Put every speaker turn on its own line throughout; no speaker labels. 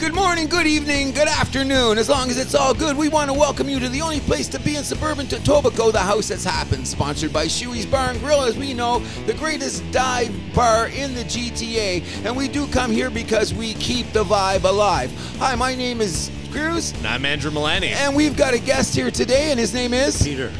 Good morning, good evening, good afternoon. As long as it's all good, we want to welcome you to the only place to be in suburban Totobico, the house that's happened. Sponsored by Shuey's Bar and Grill, as we know, the greatest dive bar in the GTA. And we do come here because we keep the vibe alive. Hi, my name is Cruz,
And I'm Andrew Milani.
and we've got a guest here today, and his name is
Peter.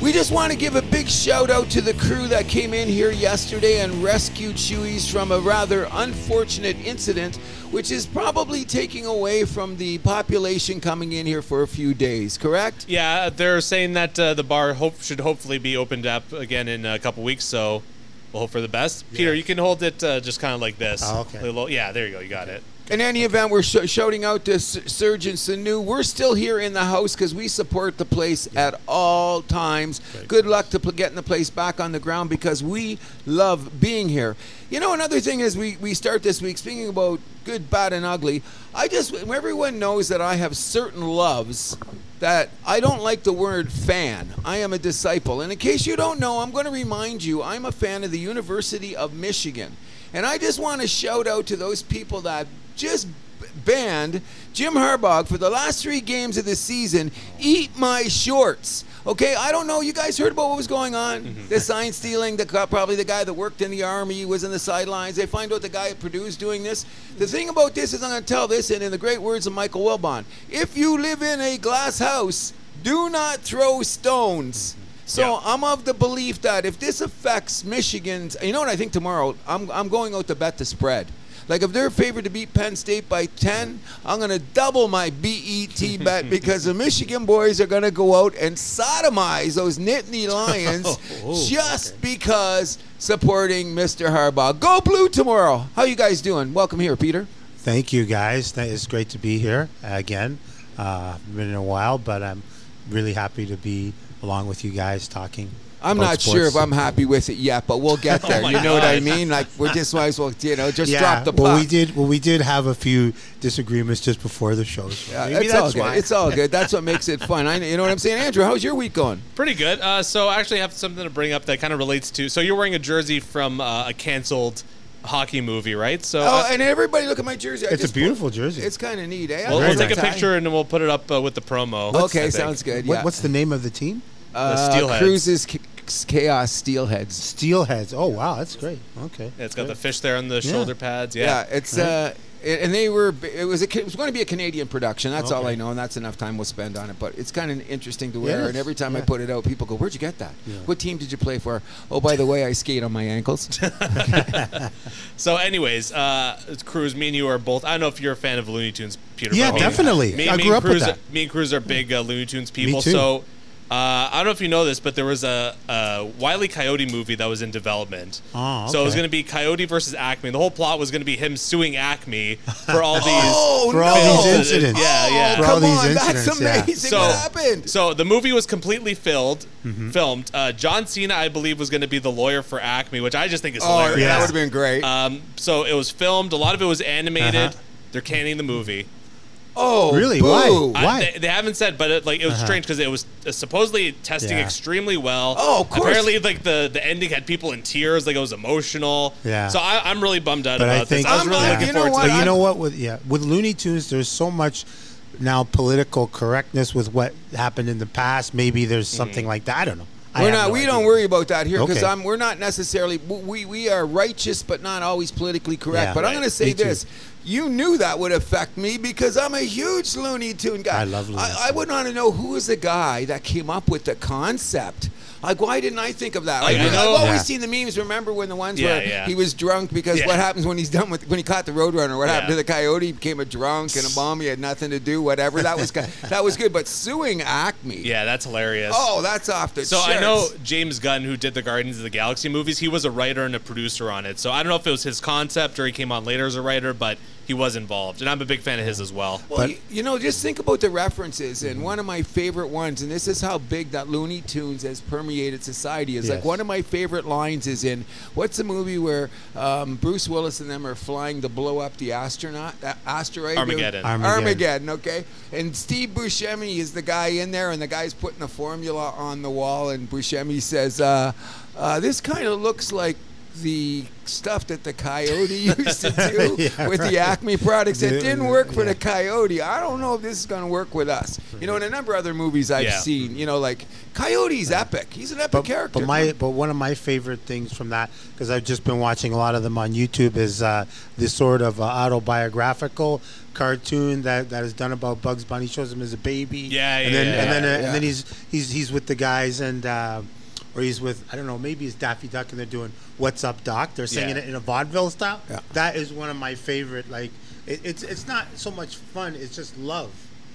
We just want to give a big shout out to the crew that came in here yesterday and rescued Chewies from a rather unfortunate incident, which is probably taking away from the population coming in here for a few days, correct?
Yeah, they're saying that uh, the bar hope should hopefully be opened up again in a couple weeks, so we'll hope for the best. Peter, you can hold it uh, just kind of like this.
Oh, okay.
A little- yeah, there you go. You got it.
In any event, we're sh- shouting out to S- Surgeon Sanu. We're still here in the house because we support the place at all times. Good luck to pl- getting the place back on the ground because we love being here. You know, another thing is we, we start this week speaking about good, bad, and ugly. I just, everyone knows that I have certain loves that I don't like the word fan. I am a disciple. And in case you don't know, I'm going to remind you I'm a fan of the University of Michigan. And I just want to shout out to those people that just b- banned Jim Harbaugh for the last three games of the season. Eat my shorts. Okay, I don't know. You guys heard about what was going on? The sign stealing, the guy- probably the guy that worked in the army was in the sidelines. They find out the guy at Purdue is doing this. The thing about this is, I'm going to tell this, and in the great words of Michael Wilbon, if you live in a glass house, do not throw stones. So
Yeah.
I'm of the belief that if this affects Michigan's, you know what I think tomorrow, I'm, I'm going out to bet the spread. Like if they're favored to beat Penn State by 10, I'm going to double my BET bet because the Michigan boys are going to go out and sodomize those Nittany Lions
Oh,
just because supporting Mr. Harbaugh. Go blue tomorrow. How you guys doing? Welcome here, Peter.
Thank you, guys. Th- It's great to be here again. Uh, been in a while, but I'm really happy to be along with you guys talking.
I'm
about
not
sports.
sure if I'm happy with it yet, but we'll get there.
Oh my
you know what I
God.
mean? Like we're just might as well, you know, just
Yeah,
drop the puck.
well, we did. Well, we did have a few disagreements just before the show. So
Yeah,
maybe
Uh, it's all
that's
good.
why.
It's all good. That's what makes it fun. I, you know what I'm saying, Andrew? How's your week going?
Pretty good. Uh, so I actually have something to bring up that kind of relates to. So you're wearing a jersey from uh, a canceled hockey movie, right? So
Oh,
uh,
and everybody, look at my jersey. I
It's a
just
beautiful
pulled-
jersey.
It's kind of neat, eh? I
we'll,
like
we'll
the
take a
tie.
picture and we'll put it up uh, with the promo. I
Okay,
think.
sounds good.
What-
Yeah.
what's the name of the team?
uh,
Steelheads.
Cruises Ca- Chaos Steelheads.
Steelheads. Oh wow, that's great. Okay.
Yeah, it's got the fish there on the
Yeah.
shoulder pads.
Yeah,
Yeah.
it's uh, it- and they were. It was a, it was going to be a Canadian production. That's all
Okay.
I know, and that's enough time we'll spend on it. But it's kind of interesting to wear.
Yes,
And every time I
yeah.
put it out, people go, "Where'd you get that?
Yeah.
What team did you play for? Oh, by the way, I skate on my ankles."
So, anyways, uh, Cruz, me and you are both. I don't know if you're a fan of Looney Tunes, Peter.
Yeah,
but me-
definitely.
Me,
I
me
grew
and
up with
Cruz-
that.
Me and Cruz are big uh, Looney Tunes people.
too.
So, uh, I don't know if you know this, but there was a, a Wiley Coyote movie that was in development.
Oh,
So it was
okay.
going to be Coyote versus Acme. The whole plot was going to be him suing Acme for all these.
For
no.
all these Oh, incidents.
Yeah, yeah.
For
Oh,
all
come
these
on, that's
incidents, yeah.
amazing.
So,
what happened?
so the movie was completely filled,
Mm-hmm.
filmed. Uh, John Cena, I believe, was going to be the lawyer for Acme, which I just think is
oh,
hilarious.
that
Yeah.
would have been great.
Um, so it was filmed. A lot of it was animated.
Uh-huh.
They're canning the movie.
oh,
Really?
boo.
Why?
I-
Why? Uh-huh.
they, they haven't said, but it, like it was strange 'cause strange because it was uh, supposedly testing
Yeah.
extremely well.
Oh, of course.
Apparently, like the the ending had people in tears. Like it was emotional.
Yeah.
So I, I'm really bummed out
But I
about
think-
this. I was
I'm
really
not-
looking
you know
forward
what?
to.
But
I'm-
you know what? With yeah, with Looney Tunes, there's so much now political correctness with what happened in the past. Maybe there's
Mm.
something like that. I don't know. I
We're
have
not.
no
we
idea.
don't worry about that here because
Okay.
I'm. We're not necessarily. We we are righteous, but not always politically correct.
Yeah.
but I'm
Right.
going to say
Me too.
this. You knew that would affect me because I'm a huge Looney Tune guy.
I love Looney
I, I would want to know who was the guy that came up with the concept. Like, why didn't I think of that?
Like,
Like,
I
I've
know-
always
Yeah.
seen the memes. Remember when the ones
Yeah,
where
yeah.
he was drunk because
Yeah.
what happens when he's done with when he caught the Roadrunner? What happened to
Yeah.
the coyote? He became a drunk and a bomb. He had nothing to do. Whatever. That was ki- that was good. But suing Acme.
Yeah, that's hilarious.
Oh, that's off the
So
charts.
I know James Gunn, who did the Guardians of the Galaxy movies, he was a writer and a producer on it. So I don't know if it was his concept or he came on later as a writer, but he was involved, and I'm a big fan of his as well.
Well,
But-
you, you know, just think about the references, and one of my favorite ones, and this is how big that Looney Tunes has permeated society. Is like
Yes.
one of my favorite lines is in what's the movie where um, Bruce Willis and them are flying to blow up the astronaut uh, asteroid
Armageddon.
Armageddon.
Armageddon, okay. And Steve Buscemi is the guy in there, and the guy's putting the formula on the wall, and Buscemi says, uh, uh, "This kind of looks like the stuff that the coyote used to do
Yeah,
with
right.
the acme products that
Yeah,
didn't work for the
yeah.
coyote i don't know if this is going to work with us you know in a number of other movies i've
Yeah.
seen you know like coyote's epic he's an epic
but,
character
But my but one of my favorite things from that because I've just been watching a lot of them on YouTube is uh, this sort of uh, autobiographical cartoon that, that is done about Bugs Bunny shows him as a baby.
Yeah,
and
yeah,
then,
yeah,
and then
yeah.
uh, and then
Yeah.
he's he's he's with the guys and. Uh, or he's with I don't know maybe it's Daffy Duck and they're doing What's Up Doc they're singing
Yeah.
it in a vaudeville style
Yeah.
that is one of my favorite like it, it's it's not so much fun it's just love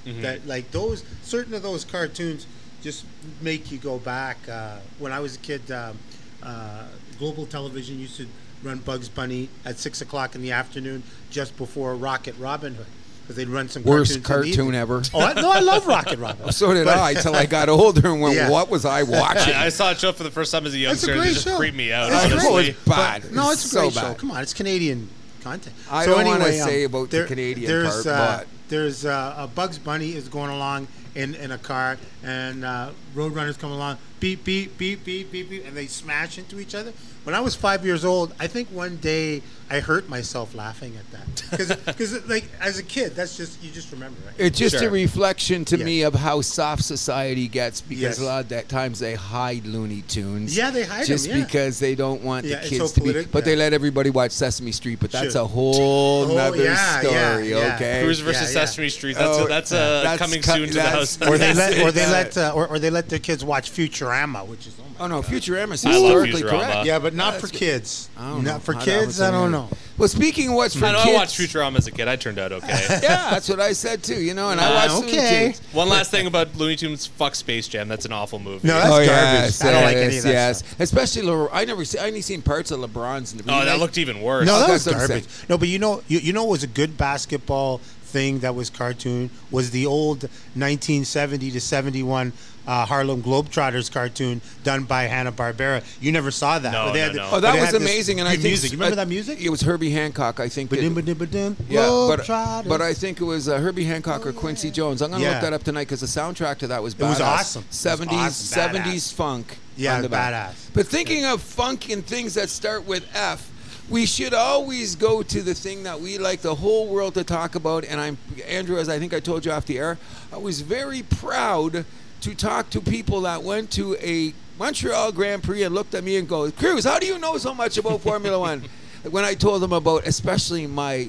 that like those certain of those cartoons just make you go back uh, when i was a kid um, uh, global television used to run bugs bunny at six o'clock in the afternoon just before rocket robin hood because they'd run some
worst
cartoons in the
cartoon
evening.
ever
oh I, no i love rocket robin hood
so did
But-
i till i got older and went
Yeah.
what was i watching
I, I saw it show for the first time as a youngster. and it
great
just
show.
creeped me out.
It's great.
oh,
honestly.
it's bad
No, it's, a
so
great show.
bad
Come on, it's Canadian content.
I
so
don't wanna
anyway, um,
say about the
there-
Canadian
there's,
part,
uh,
but-
there's uh, a Bugs Bunny is going along in, in a car, and uh, Roadrunners come along, beep beep beep beep beep beep, and they smash into each other. When I was five years old, I think one day I hurt myself laughing at that because like as a kid, that's just you just remember right.
It's just a
Sure.
reflection to
Yes.
me of how soft society gets because
Yes.
a lot of that times they hide Looney Tunes.
Yeah, they hide 'em,
just
yeah.
because they don't want
Yeah,
the
it's so
kids to be.
politi-
But they
yeah.
let everybody watch Sesame Street. But that's
Sure.
a whole
Oh,
nother
yeah, yeah,
story.
yeah.
Okay.
Cruise
Yeah,
versus
yeah.
Sesame Street. That's
Oh,
that's, uh,
that's
coming
co-
soon to the
that's-
house.
Or they let, or they
Yeah.
let, uh, or, or they let their kids watch Futurama, which is oh my
Oh no, Futurama's
I love
historically
Futurama.
correct.
Yeah, but not
That's
for
good.
kids.
I don't know
Not for
how that
kids.
was
I
in
don't
there.
know.
Well, speaking of what's for
I know
kids,
I watched Futurama as a kid. I turned out okay.
Yeah, that's what I said too. You know, and
Uh,
I watched
okay.
Looney Tunes.
One last thing about Looney Tunes. Fuck Space Jam. That's an awful movie.
No, Oh, that's garbage.
yes,
I don't like
yes,
any of that
yes.
stuff.
Especially, Le- I never, see, I only seen parts of LeBron's. And
oh, that looked even worse.
No, that
That's
was
what I'm saying.
garbage. No, but you know, you, you know, what was a good basketball thing that was cartoon was the old 1970 to 71 uh, Harlem Globetrotters cartoon done by Hanna Barbera. You never saw that.
No,
but
no,
had-
no.
Oh,
but
that
they
was
had this
amazing, and I
good
think
music. You remember
I-
that music?
It was Herbie Hancock, I think. that-
Ba-dum, ba-dum, ba-dum,
yeah, but,
Globetrotters.
but I think it was uh, Herbie Hancock or Quincy Jones. I'm gonna
Oh, Yeah.
look that up tonight because the soundtrack to that was badass.
was awesome. It was
70s,
awesome, badass.
70s funk.
Yeah,
on the back.
badass.
But thinking of funk and things that start with F. We should always go to the thing that we like the whole world to talk about. And I'm Andrew, as I think I told you off the air, I was very proud to talk to people that went to a Montreal Grand Prix and looked at me and go, Cruz, how do you know so much about Formula One? when I told them about, especially my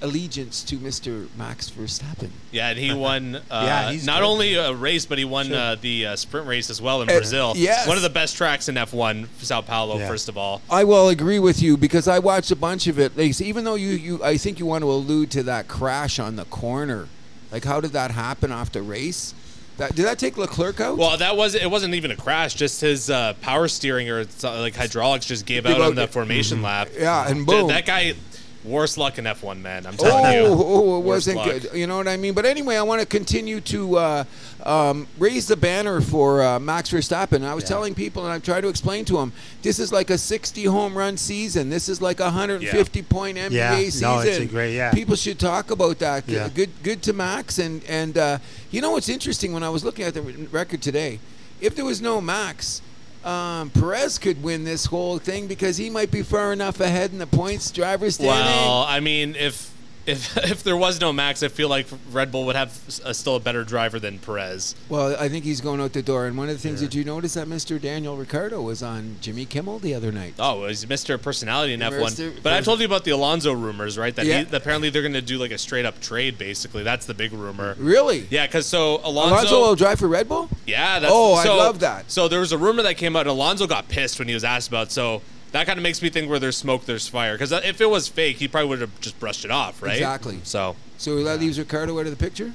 allegiance to Mr. Max Verstappen.
Yeah, and he won. Uh,
Yeah, he's
not
good.
only a race, but he won uh, the uh, sprint race as well in Brazil.
yes.
one of the best tracks in F1, Sao Paulo.
Yeah.
First of all,
I will agree with you because I watched a bunch of it. Like, even though you, you, I think you want to allude to that crash on the corner. Like, how did that happen off the race? That, did that take Leclerc out?
well, that was it. Wasn't even a crash; just his uh, power steering or so- like hydraulics just gave out
out
on the
it.
formation lap.
Yeah, and
Dude,
boom.
that guy, worst luck in F1, man. I'm
Oh,
telling you.
oh, it
Worst
wasn't
luck.
good. You know what I mean? But anyway, I want to continue to uh, um, raise the banner for uh, Max Verstappen. I was telling people, and I've tried to explain to them, this is like a 60 home run season. This is like a 150 point NBA
Yeah. No, it's
season.
a great- yeah.
People should talk about that. G-
Yeah.
Good, good to Max. And and uh, you know what's interesting? When I was looking at the re- record today, if there was no Max. Um, Perez could win this whole thing because he might be far enough ahead in the points driver standing.
Well, I mean, if if if there was no Max, I feel like Red Bull would have s- a, still a better driver than Perez.
Well, I think he's going out the door. And one of the things did you notice that Mr. Daniel Ricardo was on Jimmy Kimmel the other night?
Oh, he's Mr. Personality in F1.
Mr.
But I told you about the Alonso rumors, right? That
Yeah.
he, apparently they're going to do like a straight up trade, basically. That's the big rumor.
Really?
Yeah, because so Alonso.
Alonso will drive for Red Bull.
yeah, that's.
Oh, I
so-
love that.
So there was a rumor that came out. Alonso got pissed when he was asked about. So that kind of makes me think where there's smoke, there's fire. Because if it was fake, he probably would have just brushed it off, right?
Exactly.
So.
So that leaves Ricardo out of the picture.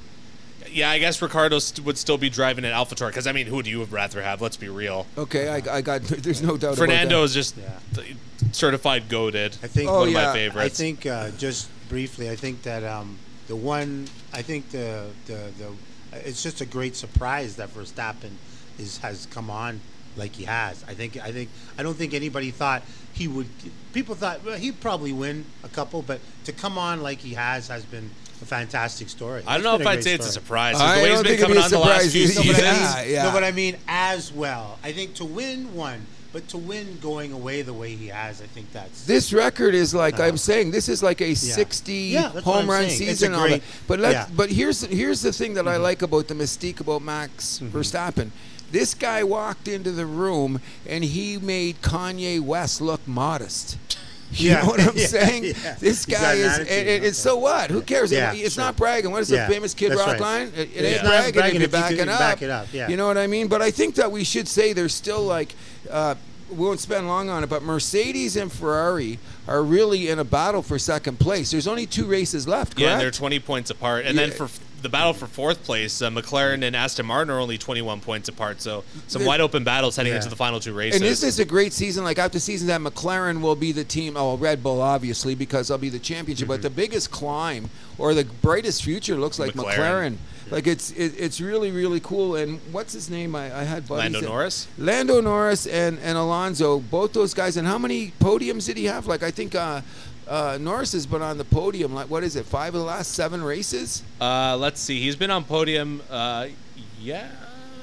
Yeah, I guess Ricardo st- would still be driving at AlphaTauri because I mean, who would you have rather have? Let's be real.
Okay, I, I got. There's no doubt.
Fernando
about
is just
Yeah.
th- certified goaded.
I think
Oh,
one of
yeah.
my favorites.
I think uh, just briefly, I think that um, the one, I think the, the the it's just a great surprise that Verstappen is has come on like he has. I think I think I don't think anybody thought he would. People thought well, he'd probably win a couple, but to come on like he has has been a fantastic story.
I don't
It's
know
been
if
a
I'd
great
say it's a
story.
surprise.
I
the way he's
don't
been
think it'd
coming
be a
on the last
surprise. No,
few
No, but
seasons.
I
Yeah,
mean,
yeah.
no, but I mean as well. I think to win one, But to win going away the way he has, I think that's
This record is like
Uh,
I'm saying. This is like a 60
Yeah, that's what
home
I'm
run
saying. It's a
season. and all
great-
that. But let's,
yeah. Mm-hmm.
but here's here's the thing that I like about the mystique about Max Verstappen. This guy walked into the room and he made Kanye West look modest. You
Yeah.
know what I'm
Yeah,
saying?
yeah.
This
He's got
guy
an
is.
attitude,
and- and- and
okay.
so what? Who cares?
Yeah,
it's
sure.
not bragging. What is
Yeah,
the famous Kid
that's
Rock
right.
line? It, it
It's
ain't
not
bragging,
bragging
if you
if you
back
can
it up.
back it up, yeah.
You know what I mean? But I think that we should say there's still like. Uh, we won't spend long on it, but Mercedes and Ferrari are really in a battle for second place. There's only two races left, correct?
Yeah, and they're 20 points apart. And
Yeah.
then for f- the battle for fourth place, uh, McLaren and Aston Martin are only 21 points apart. So some
They're-
wide open battles heading
Yeah.
into the final two races.
and this is a great season. Like after season that McLaren will be the team. Oh, Red Bull obviously because they'll be the championship.
Mm-hmm.
But the biggest climb or the brightest future looks like McLaren.
McLaren.
Like it's it, it's really really cool. And what's his name? I, I had buddies
Lando
that-
Norris?
Lando Norris and and Alonso, both those guys. And how many podiums did he have? Like I think. Uh, uh, Norris has been on the podium. Like, what is it? Five of the last seven races.
Uh, let's see. He's been on podium. Uh, yeah.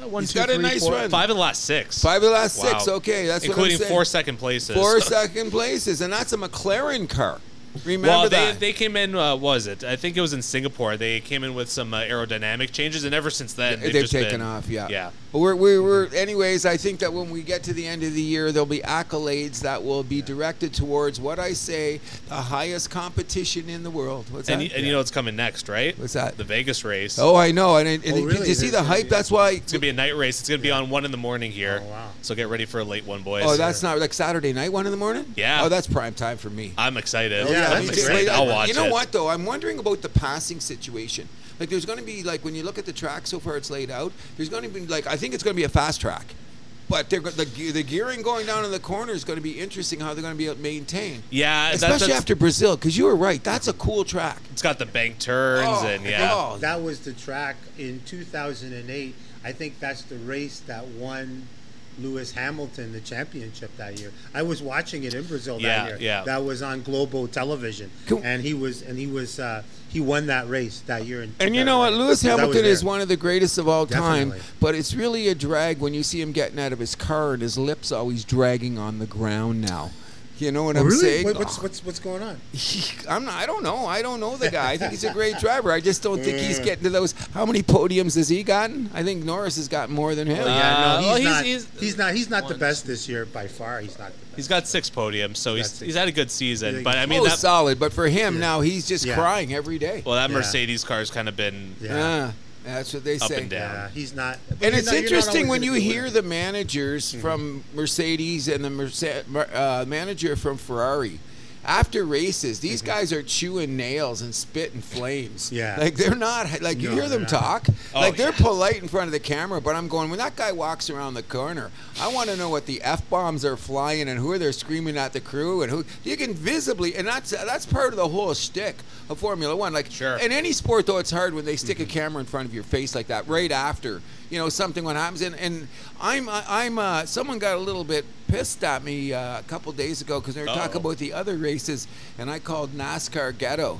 one,
He's
two,
got a
three,
nice
four-
run.
Five of the last six.
Five of the last six.
Wow.
Okay, that's what I'm
including
saying.
four second places.
Four second places, and that's a McLaren car. Remember
well,
that.
they they came in. Uh, what was it? I think it was in Singapore. They came in with some uh, aerodynamic changes, and ever since then
they've,
they've, just
taken
been-
off. Yeah,
Yeah.
But We're, we're, we're anyways. I think that when we get to the end of the year, there'll be accolades that will be directed towards what I say the highest competition in the world. What's
And,
that?
you, and you know what's coming next, right?
What's that?
The Vegas race.
oh, I know. And, it- and
Oh,
it- did
really?
you see the
There's gonna
hype?
be-
That's why.
It's gonna be a night race. It's gonna be on one in the morning here.
Oh, wow.
So get ready for a late one, boys.
Oh, that's not like Saturday night, one in the morning.
Yeah.
Oh, that's prime time for me.
I'm excited.
Yeah,
I'm
me
me
too.
excited.
Like,
I'll
I-
watch
You know
it.
what though? I'm wondering about the passing situation. Like, there's going to be like when you look at the track so far, it's laid out. There's going to be like I think it's going to be a fast track, but they're go- the ge- the gearing going down in the corner is going to be interesting. How they're going to be able to maintain.
Yeah, that-
especially
that's-
after Brazil, because you were right. That's a cool track.
It's got the bank turns
Oh,
and yeah.
oh.
that was the track in 2008. I think that's the race that won Lewis Hamilton the championship that year. I was watching it in Brazil
Yeah,
that year.
yeah.
That was on Globo Television,
Cool.
and he was and he was uh, he won that race that year. In
And you know what? Lewis
2008. That was
Hamilton is
there.
one of the greatest of all time,
Definitely.
but it's really a drag when you see him getting out of his car and his lips always dragging on the ground now. You know what I'm
Oh, really?
saying?
What- what's what's what's going on?
I'm not, I don't know. I don't know the guy. I think he's a great driver. I just don't think
Mm.
he's getting to those. How many podiums has he gotten? I think Norris has gotten more than him.
Uh,
Oh, Yeah, no, he's,
well, he's-
not,
he's-
he's, not. He's not
One,
the best this year by far. He's not. The best.
He's got six podiums, so he's,
That's it.
he's had a good season.
Yeah,
But I mean,
oh,
that,
solid. But for him now, he's just
Yeah.
crying every day.
well, that
Yeah.
Mercedes car's kind of been.
Yeah.
Ah, that's what they
Up
say.
and down.
Yeah, he's not. but
And
you're
it's
not- you're not
interesting
always
when you
gonna Mm-hmm. be
hear
winning.
the managers from Mercedes and the Merce- Mer- uh, manager from Ferrari. After races, these guys are chewing nails and spitting flames.
Mm-hmm. Yeah.
like they're not like you
No,
hear them
they're
talk.
not.
like
Oh,
they're
yeah.
polite in front of the camera, but I'm going when that guy walks around the corner. I want to know what the f bombs are flying and who they're screaming at the crew and who you can visibly and that's that's part of the whole shtick of Formula One. Like
Sure.
in any sport though, it's hard when they stick
Mm-hmm.
a camera in front of your face like that right after you know something when happens. And, and I'm I'm uh, someone got a little bit pissed at me uh, a couple days ago because they were talking
Uh-oh.
about the other races, and I called NASCAR ghetto.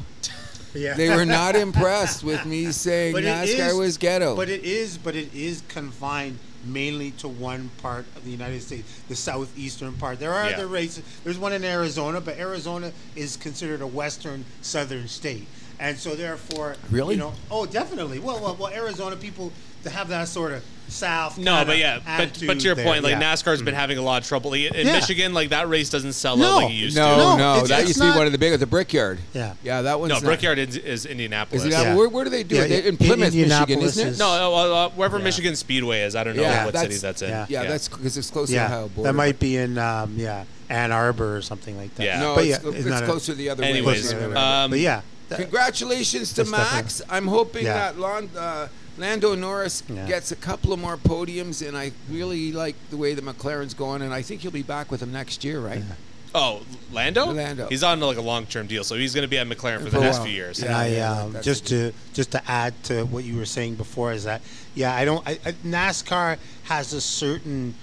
Yeah.
They were not impressed with me saying
But it
NASCAR
is-
was ghetto.
But it is, but it is confined mainly to one part of the United States, the southeastern part. There are
Yeah.
other races. There's one in Arizona, but Arizona is considered a western southern state, and so therefore,
Really?
you know, oh, definitely. Well, well, well Arizona people to have that sort of south.
No,
kinda
but yeah, but, but
attitude
to your
there,
point, like
yeah. Mm.
NASCAR's been having a lot of trouble in in
Yeah.
Michigan. Like that race doesn't sell
No,
out like it used
no,
to.
no,
No, it's-
that
it's
used to be
not-
one of the big, the Brickyard.
Yeah.
yeah, that one's
No,
not-
Brickyard is, is Indianapolis.
Is it that,
Yeah.
where, where do they do
Yeah,
it? They, in
in
Plymouth, Michigan,
Indianapolis
isn't it?
is-
No, uh, uh, wherever
Yeah.
Michigan Speedway is, I don't know
Yeah,
what
that's-
city that's in.
yeah.
yeah, that's because it's close to Ohio border.
that might be in um, yeah Ann Arbor or something like that.
Yeah.
No,
but
it's,
yeah,
it's,
not a-
closer the other way.
Anyways,
Close to the other way.
um,
but yeah, that-
Congratulations to
That's definitely-
Max. I'm hoping
Yeah.
that Lon, uh, Lando Norris
Yeah.
gets a couple of more podiums, and I really like the way the McLaren's going, and I think he'll be back with him next year, right?
Oh, Lando?
Lando.
He's on like a long term deal, so he's going to be at McLaren for,
For
the
a
next
while.
few years.
Yeah.
And I um,
that's
just
a
to just to add to what you were saying before is that yeah, I don't. I, I, NASCAR has a certain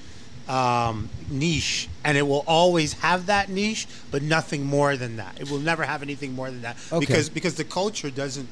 um, niche, and it will always have that niche, but nothing more than that. It will never have anything more than that
Okay.
because because the culture doesn't.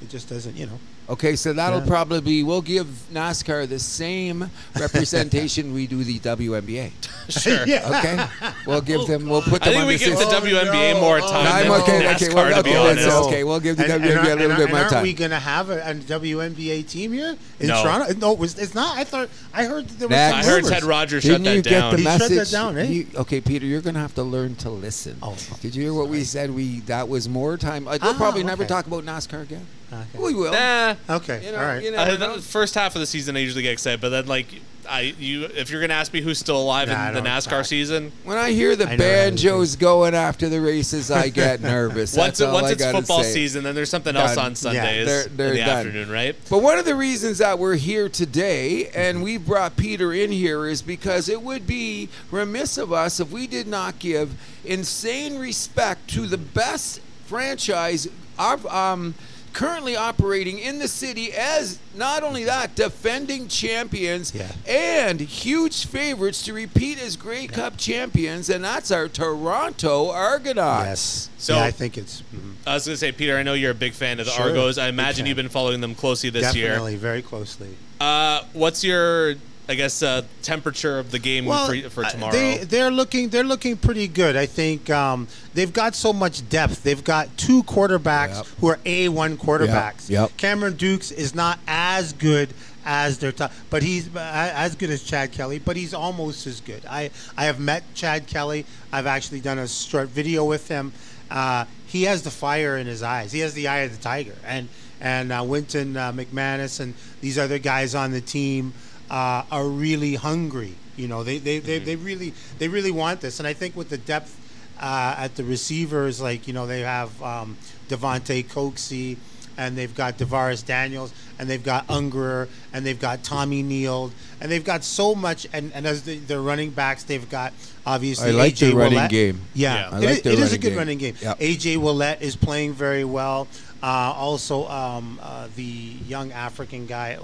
It just doesn't, you know.
Okay, so that'll
Yeah.
probably be, we'll give NASCAR the same representation we do the WNBA.
Sure.
yeah.
Okay, we'll give them. We'll put
I
them
think
on
we
the
give
same.
the
Oh,
WNBA
no.
more
Oh,
time
I'm
than
okay.
NASCAR,
Okay, well,
to be
okay,
honest.
let's go. Okay, we'll give the
And- and
WNBA a
aren't-
little
and
bit
aren't-
more
and
time.
Aren't we gonna have a, a WNBA team here in
No.
Toronto? No, it's, it's not. I thought I heard that there was.
Next.
I
Rumors.
heard Ted Rogers shut
Didn't you
that
get
down.
the
He shut that
message?
down, eh?
You- okay, Peter, you're gonna have to learn to listen.
Oh,
Did you hear what we said? We that was more time. Like, we'll
Ah,
probably never
okay.
talk about NASCAR again.
Okay.
We will.
Nah.
Okay.
You know,
all right.
you know,
Uh,
I
the
know.
first half of the season, I usually get excited, but then like, I you if you're gonna ask me who's still alive
Nah, I
in the
don't-
NASCAR
I-
season,
When I hear the
I know how it is.
banjos going after the races, I get nervous.
once
That's all
once
I
it's
gotta
football
say.
season, then there's something else
Done.
on Sundays
they're- they're
in the
done.
afternoon, right?
But one of the reasons that we're here today and we brought Peter in here is because it would be remiss of us if we did not give insane respect to the best franchise of, um, currently operating in the city as not only that, defending champions
Yeah.
and huge favorites to repeat as Grey Cup champions, and that's our Toronto Argonauts.
Yes.
So-
So yeah, I think it's mhm.
I was gonna say, Peter, I know you're a big fan of the
Sure,
Argos. I
big
imagine
fan.
you've been following them closely this year.
definitely very closely.
Uh, what's your, I guess, uh, temperature of the game for, for
uh,
tomorrow?
They, they're looking they're looking pretty good. I think um, they've got so much depth. They've got two quarterbacks
Yep.
who are A one quarterbacks.
Yep.
Cameron Dukes is not as good as their top, but he's uh, as good as Chad Kelly. But he's almost as good. I I have met Chad Kelly. I've actually done a short video with him. Uh, he has the fire in his eyes. He has the eye of the tiger. And and uh, Winton uh, McManus and these other guys on the team uh, are really hungry. You know, they they, they, they really they really want this. And I think with the depth uh, at the receivers, like you know, they have um, Devonte Coxey, and they've got Devaris Daniels, and they've got Ungerer, and they've got Tommy Neal, and they've got so much. And, and as the, their running backs, they've got obviously
I like
AJ
their running
Ouellette.
game.
Yeah.
Yeah,
I
It
like
is-
their
it is a
running
good
game.
running game.
Yep.
AJ Willette is playing very well. Uh, also, um, uh, the young African guy.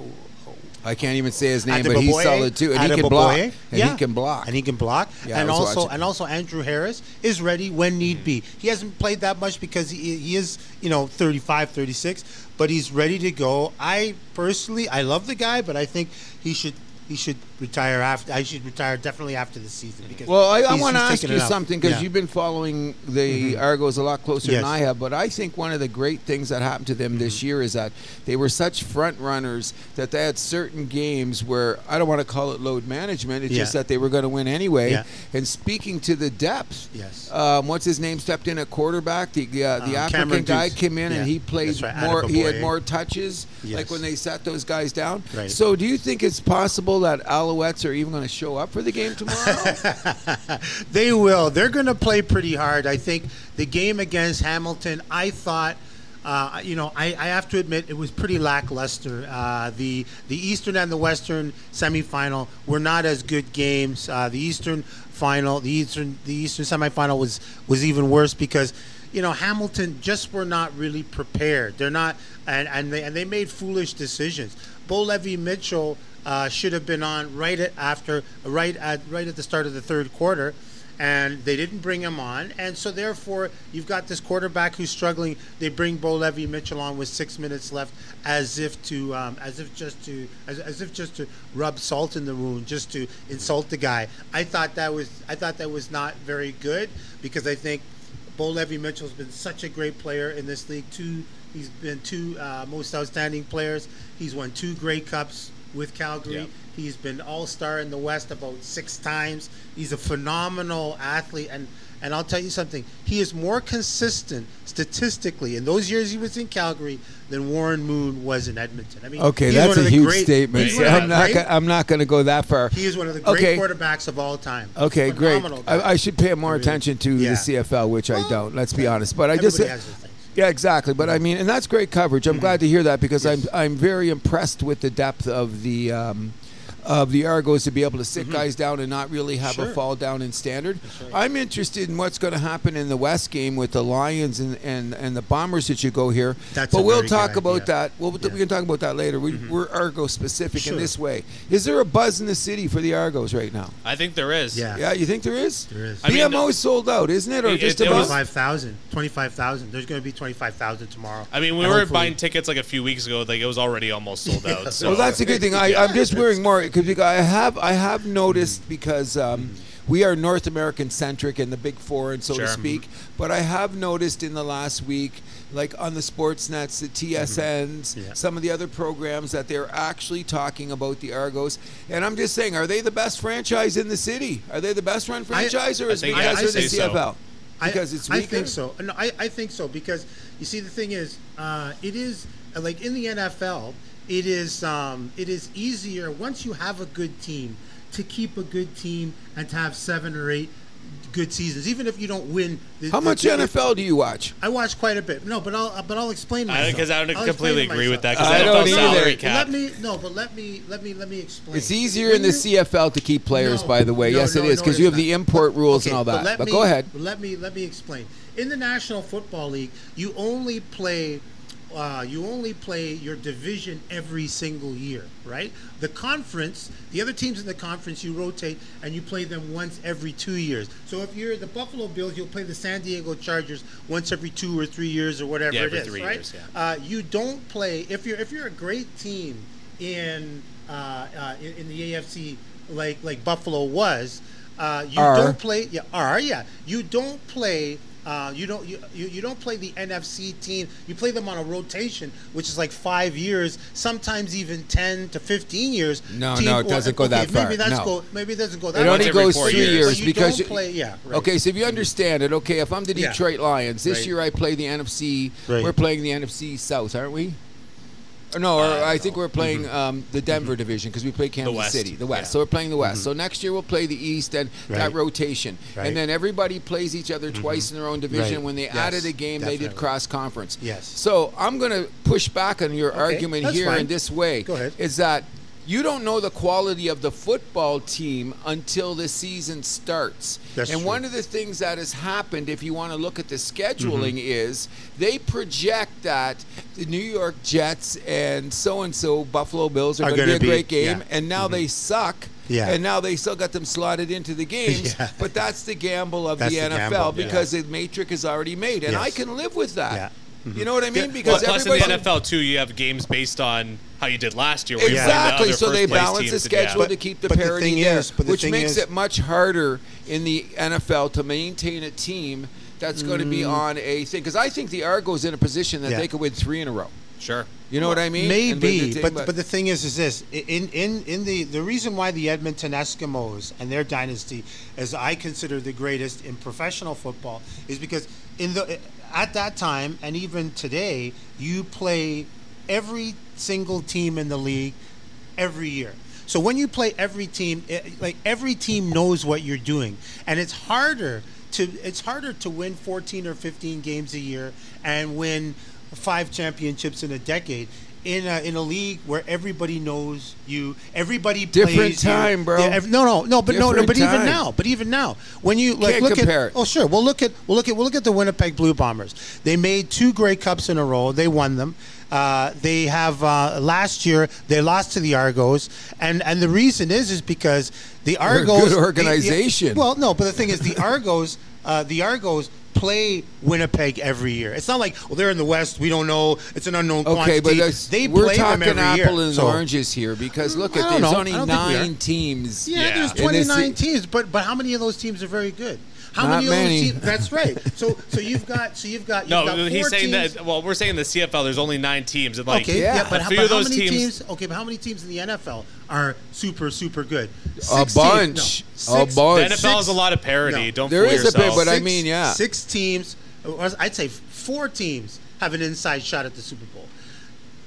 I can't even say his name,
Adebayo-
but he's solid too, and he can
Adebayo.
block. And
Yeah.
he can block.
And he can block.
Yeah, I
and
was
also,
watching.
and also, Andrew Harris is ready when need be. He hasn't played that much because he, he is, you know, 35, 36, but he's ready to go. I personally, I love the guy, but I think he should he should retire after. I should retire definitely after the season because.
Well, I, I
he's-
want to
he's
ask
taking
you
it out.
something because
Yeah. Mm-hmm.
you've been following the Argos a lot closer
Yes. Mm-hmm.
than I have. But I think one of the great things that happened to them this year is that they were such front runners that they had certain games where I don't want to call it load management. It's
Yeah.
just that they were going to win anyway.
Yeah.
And speaking to the depth,
Yes.
um, what's his name stepped in at quarterback? The uh, the
Uh,
African
Cameron
guy
Dukes.
came in and
Yeah.
he played
That's right,
more. He had
Adebayo.
more touches. Like
Yes.
when they sat those guys down.
Right.
So do you think it's possible that Alouettes are even going to show up for the game tomorrow?
they will. They're going to play pretty hard. I think the game against Hamilton, I thought. Uh, you know, I, I have to admit it was pretty lackluster. Uh, the the Eastern and the Western semifinal were not as good games. Uh, the Eastern final, the Eastern the Eastern semifinal was was even worse because you know Hamilton just were not really prepared. They're not, and and they and they made foolish decisions. Bo Levy Mitchell uh, should have been on right at after right at right at the start of the third quarter, and they didn't bring him on, and so therefore you've got this quarterback who's struggling. They bring Bo Levy Mitchell on with six minutes left, as if to um, as if just to as, as if just to rub salt in the wound, just to insult the guy. I thought that was I thought that was not very good because I think Bo Levy Mitchell's been such a great player in this league. Two, he's been two uh, most outstanding players. He's won two Great Cups with Calgary.
Yeah.
He's been All Star in the West about six times. He's a phenomenal athlete, and and I'll tell you something. He is more consistent statistically in those years he was in Calgary than Warren Moon was in Edmonton. I mean,
Okay,
he's
that's
one
a
of the
huge
great-
statement.
he's one of
I'm
the
not.
great-
Gonna, I'm not going to go that far.
He is one of the great
Okay.
quarterbacks of all time.
Okay, great.
Phenomenal guy.
I, I should pay more attention to
Yeah.
the CFL, which I
Well,
don't. Let's be honest. But I just.
Everybody has their things.
Yeah, exactly. But I mean, and that's great coverage. I'm glad to hear that because I'm I'm very impressed with the depth of the um, of the Argos to be able to sit guys down and not really have a
Mm-hmm. Sure.
fall down in standard. I'm interested in what's going to happen in the West game with the Lions and, and, and the Bombers that you go here.
That's
but
a
we'll
very good
talk about
idea. Mm-hmm.
that. We'll, We can talk about that later. We, We're Argo specific in
Sure.
this way. Is there a buzz in the city for the Argos right now?
I think there is.
Yeah.
Yeah, you think there is?
There is.
I mean,
BMO's sold out, isn't it? Or
it-
just
it
about?
was-
25,000. 25,000. There's going to be 25,000 tomorrow.
I mean, we
And
were
hopefully-
buying tickets like a few weeks ago. Like it was already almost sold out. So
Well, that's a good thing. I, I'm just wearing more because I have I have noticed because um, we are North American centric and the Big Four and so
Sure.
to speak. But I have noticed in the last week, like on the sports nets, the TSNs,
Yeah.
some of the other programs, that they're actually talking about the Argos. And I'm just saying, are they the best franchise in the city? Are they the best run franchise, or is
think-
because
I'd
they're the
say so.
CFL?
I-
Because it's
I
weaker.
think so. No, I, I think so because you see the thing is, uh, it is uh, like in the NFL, it is um, it is easier once you have a good team to keep a good team and to have seven or eight good seasons, even if you don't win. The,
How
the-
much
the-
NFL do you watch?
I watch quite a bit. No, but I'll uh, but I'll explain myself.
because I, don't
I'll
completely
explain
agree with that.
myself.
Because
I
I
don't
don't salary
either.
cap.
Let me no, but let me let me let me explain.
It's easier
When
in the
you-
CFL to keep players,
No,
by the way.
no,
yes, it
no,
is
no,
because
it's
you have
not.
the import
But-
rules and
okay,
all that.
let
But
me-
go ahead.
Let me let me explain. In the National Football League, you only play uh, you only play your division every single year, right? The conference, the other teams in the conference, you rotate and you play them once every two years. So if you're the Buffalo Bills, you'll play the San Diego Chargers once every two or three years or whatever
Yeah,
it
every
is,
three
right?
years, yeah.
uh, you don't play if you're if you're a great team in uh, uh, in, in the AFC like like Buffalo was. Uh, you
Are.
don't play. Yeah, are yeah. You don't play. Uh, you don't you, you, you don't play the NFC team. You play them on a rotation, which is like five years, sometimes even ten to fifteen years.
No,
Team-
no, it
or-
doesn't go that far,
Maybe that's
no.
go, maybe it doesn't go that.
It
far.
only
every
goes
four
three
years.
years,
But you
because
don't play- yeah, right.
okay. So if you understand it, okay. If I'm the
Yeah.
Detroit Lions this
Right.
year, I play the NFC.
Right.
We're playing the NFC South, aren't we? Or no, or
Uh,
I think we're playing
mm-hmm.
um, the Denver division because we play Kansas
West,
City, the West.
yeah.
So we're playing the West. So next year we'll play the East and that
Mm-hmm. Right.
rotation, and
Right. Mm-hmm.
then everybody plays each other twice in their own division.
Right.
When they
Yes,
added a game, they did
definitely.
cross conference.
Yes.
So I'm going to push back on your argument
that's
here in
fine.
this way.
Go ahead.
Is that you don't know the quality of the football team until the season starts.
That's
and
true.
one of the things that has happened, if you want to look at the
Mm-hmm.
scheduling, is they project that the New York Jets and so and so Buffalo Bills are,
Are
going to be a
gonna be-
great game,
yeah. Mm-hmm.
and now they suck.
Yeah.
And now they still got them slotted into the games,
Yeah.
but that's the gamble of
That's
the
the
NFL
gamble, yeah.
because the matrix is already made, and I
Yes.
can live with that.
Yeah.
You know what I mean?
Well,
Because
plus in the
everybody-
NFL too, you have games based on how you did last year. where you played the
Exactly.
other
So they
first-place
balance the
teams, yeah.
schedule to
But-
keep the
but the
parity
thing
there,
is- but the
which
thing
makes
is-
it much harder in the NFL to maintain a team that's going to be on a thing. Because I think the Argos in a position that
Mm. Yeah.
they could win three in a row.
Sure.
You know what I mean? And win the
Maybe,
thing,
but but the thing is, is this i- in in in the the reason why the Edmonton Eskimos and their dynasty, as I consider the greatest in professional football, is because in the at that time and even today, you play every single team in the league every year. So when you play every team, it, like every team knows what you're doing, and it's harder to it's harder to win 14 or 15 games a year and win five championships in a decade in a, in a league where everybody knows you. Everybody
Different
plays you.
time, bro.
Yeah, ev- no, no, no, but no, no,
Different
but
time.
even now, but even now, when you like
Can't
look
compare
at
it.
oh sure, we'll look at we'll look at we'll look at the Winnipeg Blue Bombers. They made two Grey Cups in a row. They won them. Uh, they have uh, last year they lost to the Argos, and and the reason is is because the
They're a good
Argos the- the-
organization.
well, no, but the thing is the Argos uh, the Argos play Winnipeg every year. It's not like well they're in the West. We don't know. It's an unknown
Okay,
quantity.
but that's-
they
we're
play
talking
them every
apple
year.
and
So-
oranges here because look
I
at
don't
there's
know.
only
I don't think we are.
nine teams.
Yeah,
Yeah.
there's
In this
29 teams, but but how many of those teams are very good? How
Not
many of
many.
those teams? That's right. So so you've got so you've got you've got
No,
four
he's saying
teams.
that. Well, we're saying the CFL. There's only nine teams, and like
okay,
Yeah.
yeah, but,
a
how,
few
but
of
how
those
many
teams.
Okay, but how many teams in the NFL are super super good?
A
Six teams.
bunch.
No,
A
six-
The
bunch.
NFL is a lot of parody.
No.
Don't
There
fool
is a bit,
yourself.
but I
six-
mean, yeah.
six teams. or I'd say four teams have an inside shot at the Super Bowl.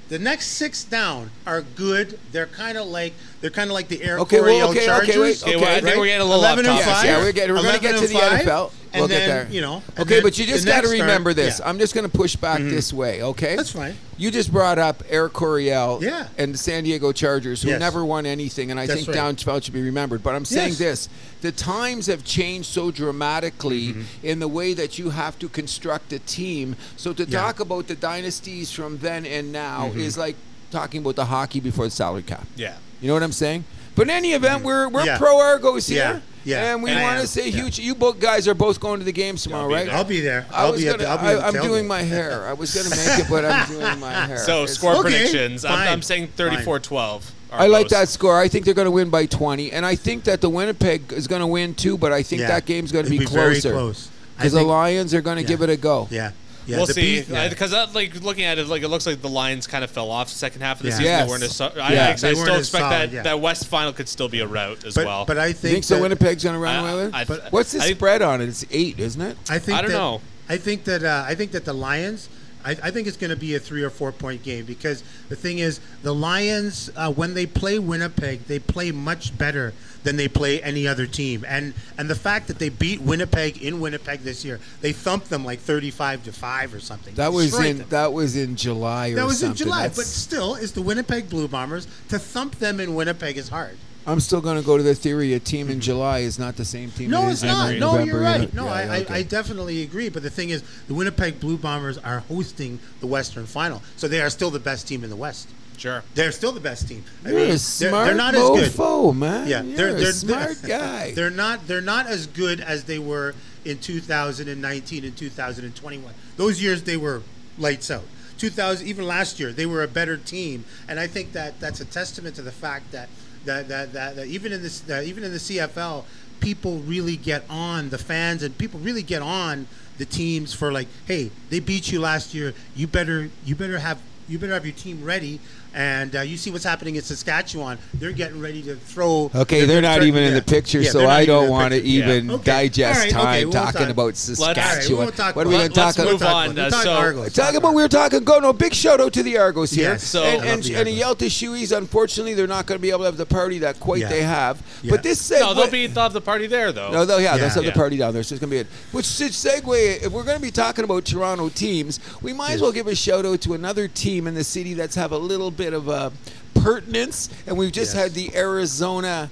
The next six down are good. They're kind of like they're kind of like the Air
Okay, well,
Coryell
okay, okay,
Chargers.
wait,
Okay, well, I
Okay,
think
right?
we're getting a little off
and
topic.
Yeah, yeah, we're getting- we're gonna
11
get
and
to the
five,
NFL.
And
we'll
then,
get there.
you know, and
Okay,
then
but you
the
just got to
next time-
remember this.
yeah. Mm-hmm.
I'm just going to push back this way. Okay.
That's fine.
You just brought up Eric Coryell
Yeah.
and the San Diego Chargers, who
Yes.
never won anything, and I
That's
think
right.
downfall should be remembered. But I'm saying
Yes.
this the times have changed so dramatically
Mm-hmm.
in the way that you have to construct a team. So to
Yeah. Mm-hmm.
talk about the dynasties from then and now is like talking about the hockey before the salary cap.
Yeah.
You know what I'm saying? But in any event, we're we're
Mm. Yeah.
pro Argos
Yeah.
here,
Yeah.
and we
And I
want
am.
to say
Yeah.
huge. You both guys are both going to the games tomorrow,
be
right?
there.
I'll be there.
I
I'll
was
be at
gonna,
the, I'll be at
I,
the
I'm
tailgate.
doing my hair. I was gonna make it, but I'm doing my hair.
So
It's-
score
Okay,
predictions. I'm,
fine,
I'm saying 34-12.
I like that score. I think they're going to win by 20, and I think that the Winnipeg is going to win too. But I think
Yeah.
that game's going to
It'll
be,
very
closer
close. I
because the
think-
Lions are going to
Yeah.
give it a go.
Yeah. Yeah.
we'll
the
see.
Bees- yeah.
Because like looking at it, like it looks like the lines kind of fell off second half of the
Yeah.
season.
Yes.
They weren't as, so- I,
Yeah.
I, I
They weren't
still
as
expect
solid,
that
yeah.
that West final could still be a route as
but,
well.
but I
You
think
think so?
that-
Winnipeg's going to run away with it.
I- I-
What's the
I-
spread on it? It's eight, isn't it?
I think
I don't
that,
know.
I think that uh, I think that the Lions. I, I think it's going to be a three or four point game because the thing is, the Lions uh, when they play Winnipeg, they play much better than they play any other team. And and the fact that they beat Winnipeg in Winnipeg this year, they thumped them like thirty five to five or something.
That was
Destroyed
in
them.
that was in July or
That was in
something.
July, but
That's-
still, it's the Winnipeg Blue Bombers. To thump them in Winnipeg is hard.
I'm still going to go to the theory a team in July is not the same team.
No,
it
it's
is in
not.
November,
No, you're
you know?
right. No,
Yeah,
I,
yeah, okay.
I, I definitely agree. But the thing is, the Winnipeg Blue Bombers are hosting the Western Final, so they are still the best team in the West.
sure.
They're still the best team. I
You're
mean,
a
they're,
smart
they're not as good.
mofo, man.
Yeah,
You're
they're,
a
they're
smart guy.
They're not they're not as good as they were in 2019 and 2021. Those years they were lights out. 2000 even last year they were a better team, and I think that that's a testament to the fact that that that, that, that even in this that even in the CFL people really get on the fans and people really get on the teams for like hey they beat you last year you better you better have you better have your team ready and uh, you see what's happening in Saskatchewan they're getting ready to throw
Okay, they're, not even in the picture,
yeah,
so
they're not
I
even in
don't
the
want to
picture.
Yeah.
even
Okay.
digest
All right, okay,
time
we won't
talking
talk-
about
right, we
Saskatchewan.
won't
talk
what are we
about-
going to talk
let's
about?
move
We'll talk
on.
about-
Uh,
we'll talk
so
Argos.
Talk about we were talking go no big shout out to the Argos here.
Yes,
So- I
and
love
and,
the
and he
Argos.
yelled to Shoeys. Unfortunately, they're not going to be able to have the party that quite
Yeah.
they have.
Yeah.
But this
No, they'll
segue-
be they'll have the party there though.
No, though, yeah,
Yeah.
let's have
Yeah.
the party down there. So it's gonna be it. Which should segue. If we're gonna be talking about Toronto teams, we might as well give a shout out to another team in the city that's have a little bit of a pertinence. And we've just
Yes.
had the Arizona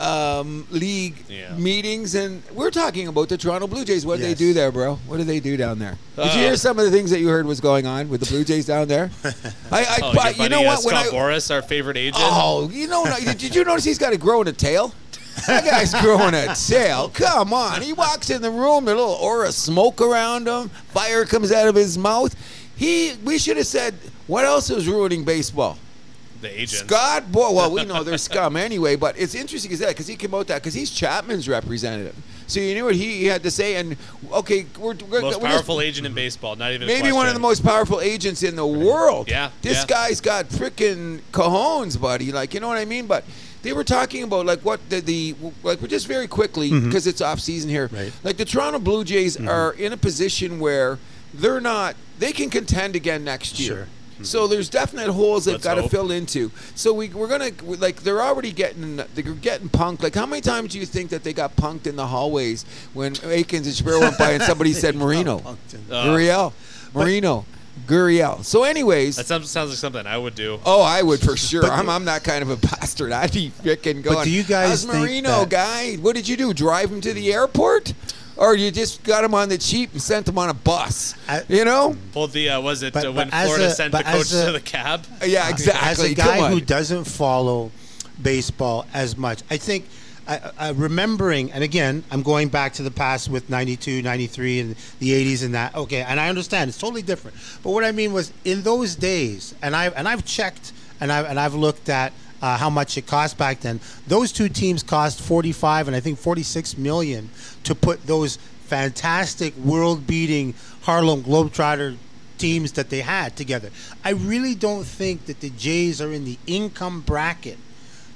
um, League
Yeah.
meetings, and we're talking about the Toronto Blue Jays. What do
Yes.
they do there, bro? What do they do down there? Did
Uh,
you hear some of the things that you heard was going on with the Blue Jays down there? I, I
Oh,
but
your
you know
buddy, uh,
what? When
Scott
I,
Boris, our favorite agent.
Oh, you know, did did you notice he's got a growing a tail? That guy's growing a tail. Come on. He walks in the room, a little aura of smoke around him, fire comes out of his mouth. He, we should have said, what else is ruining baseball?
the agent.
Scott Boy. Well, we know they're scum anyway, but it's interesting is that because he came out that because he's Chapman's representative. So you knew what he, he had to say, and okay, we're, we're,
most
we're
powerful agent in baseball. Not even a
Maybe one of the most
question.
powerful agents in the world.
Yeah,
This
yeah.
guy's got freaking cojones, buddy. Like, you know what I mean? But they were talking about like what the, the like just very quickly because it's off season here.
Mm-hmm. Right. Mm-hmm.
Like the Toronto Blue Jays are in a position where they're not they can contend again next year.
Sure. Mm-hmm.
So there's definite holes they've
Let's
got to
hope.
fill into. So we we're gonna like they're already getting they're getting punked. Like how many times do you think that they got punked in the hallways when Akins and Shapiro went by and somebody said
Oh,
Marino?
Uh,
Guriel, Marino, Guriel. So, anyways,
That sounds, sounds like something I would do.
oh, I would for sure. I'm, I'm that kind of a bastard. I'd be freaking going.
do you guys
"How's
think
Marino
that-
guy? What did you do? Drive him to the airport, or you just got him on the cheap and sent him on a bus?
I-
you know?
Pulled the uh, was it
But-
uh, when
but as
Florida
a-
sent the
but
coach
as a-
to the cab?
Yeah, exactly.
As a
Come
guy
on.
who doesn't follow baseball as much, I think I, I, remembering, and again, I'm going back to the past with 92, 93, and the 80s and that. Okay, and I understand it's totally different. But what I mean was in those days, and I and I've checked and I and I've looked at. Uh, how much it cost back then? Those two teams cost 45 and I think 46 million to put those fantastic, world-beating Harlem Globetrotter teams that they had together. I really don't think that the Jays are in the income bracket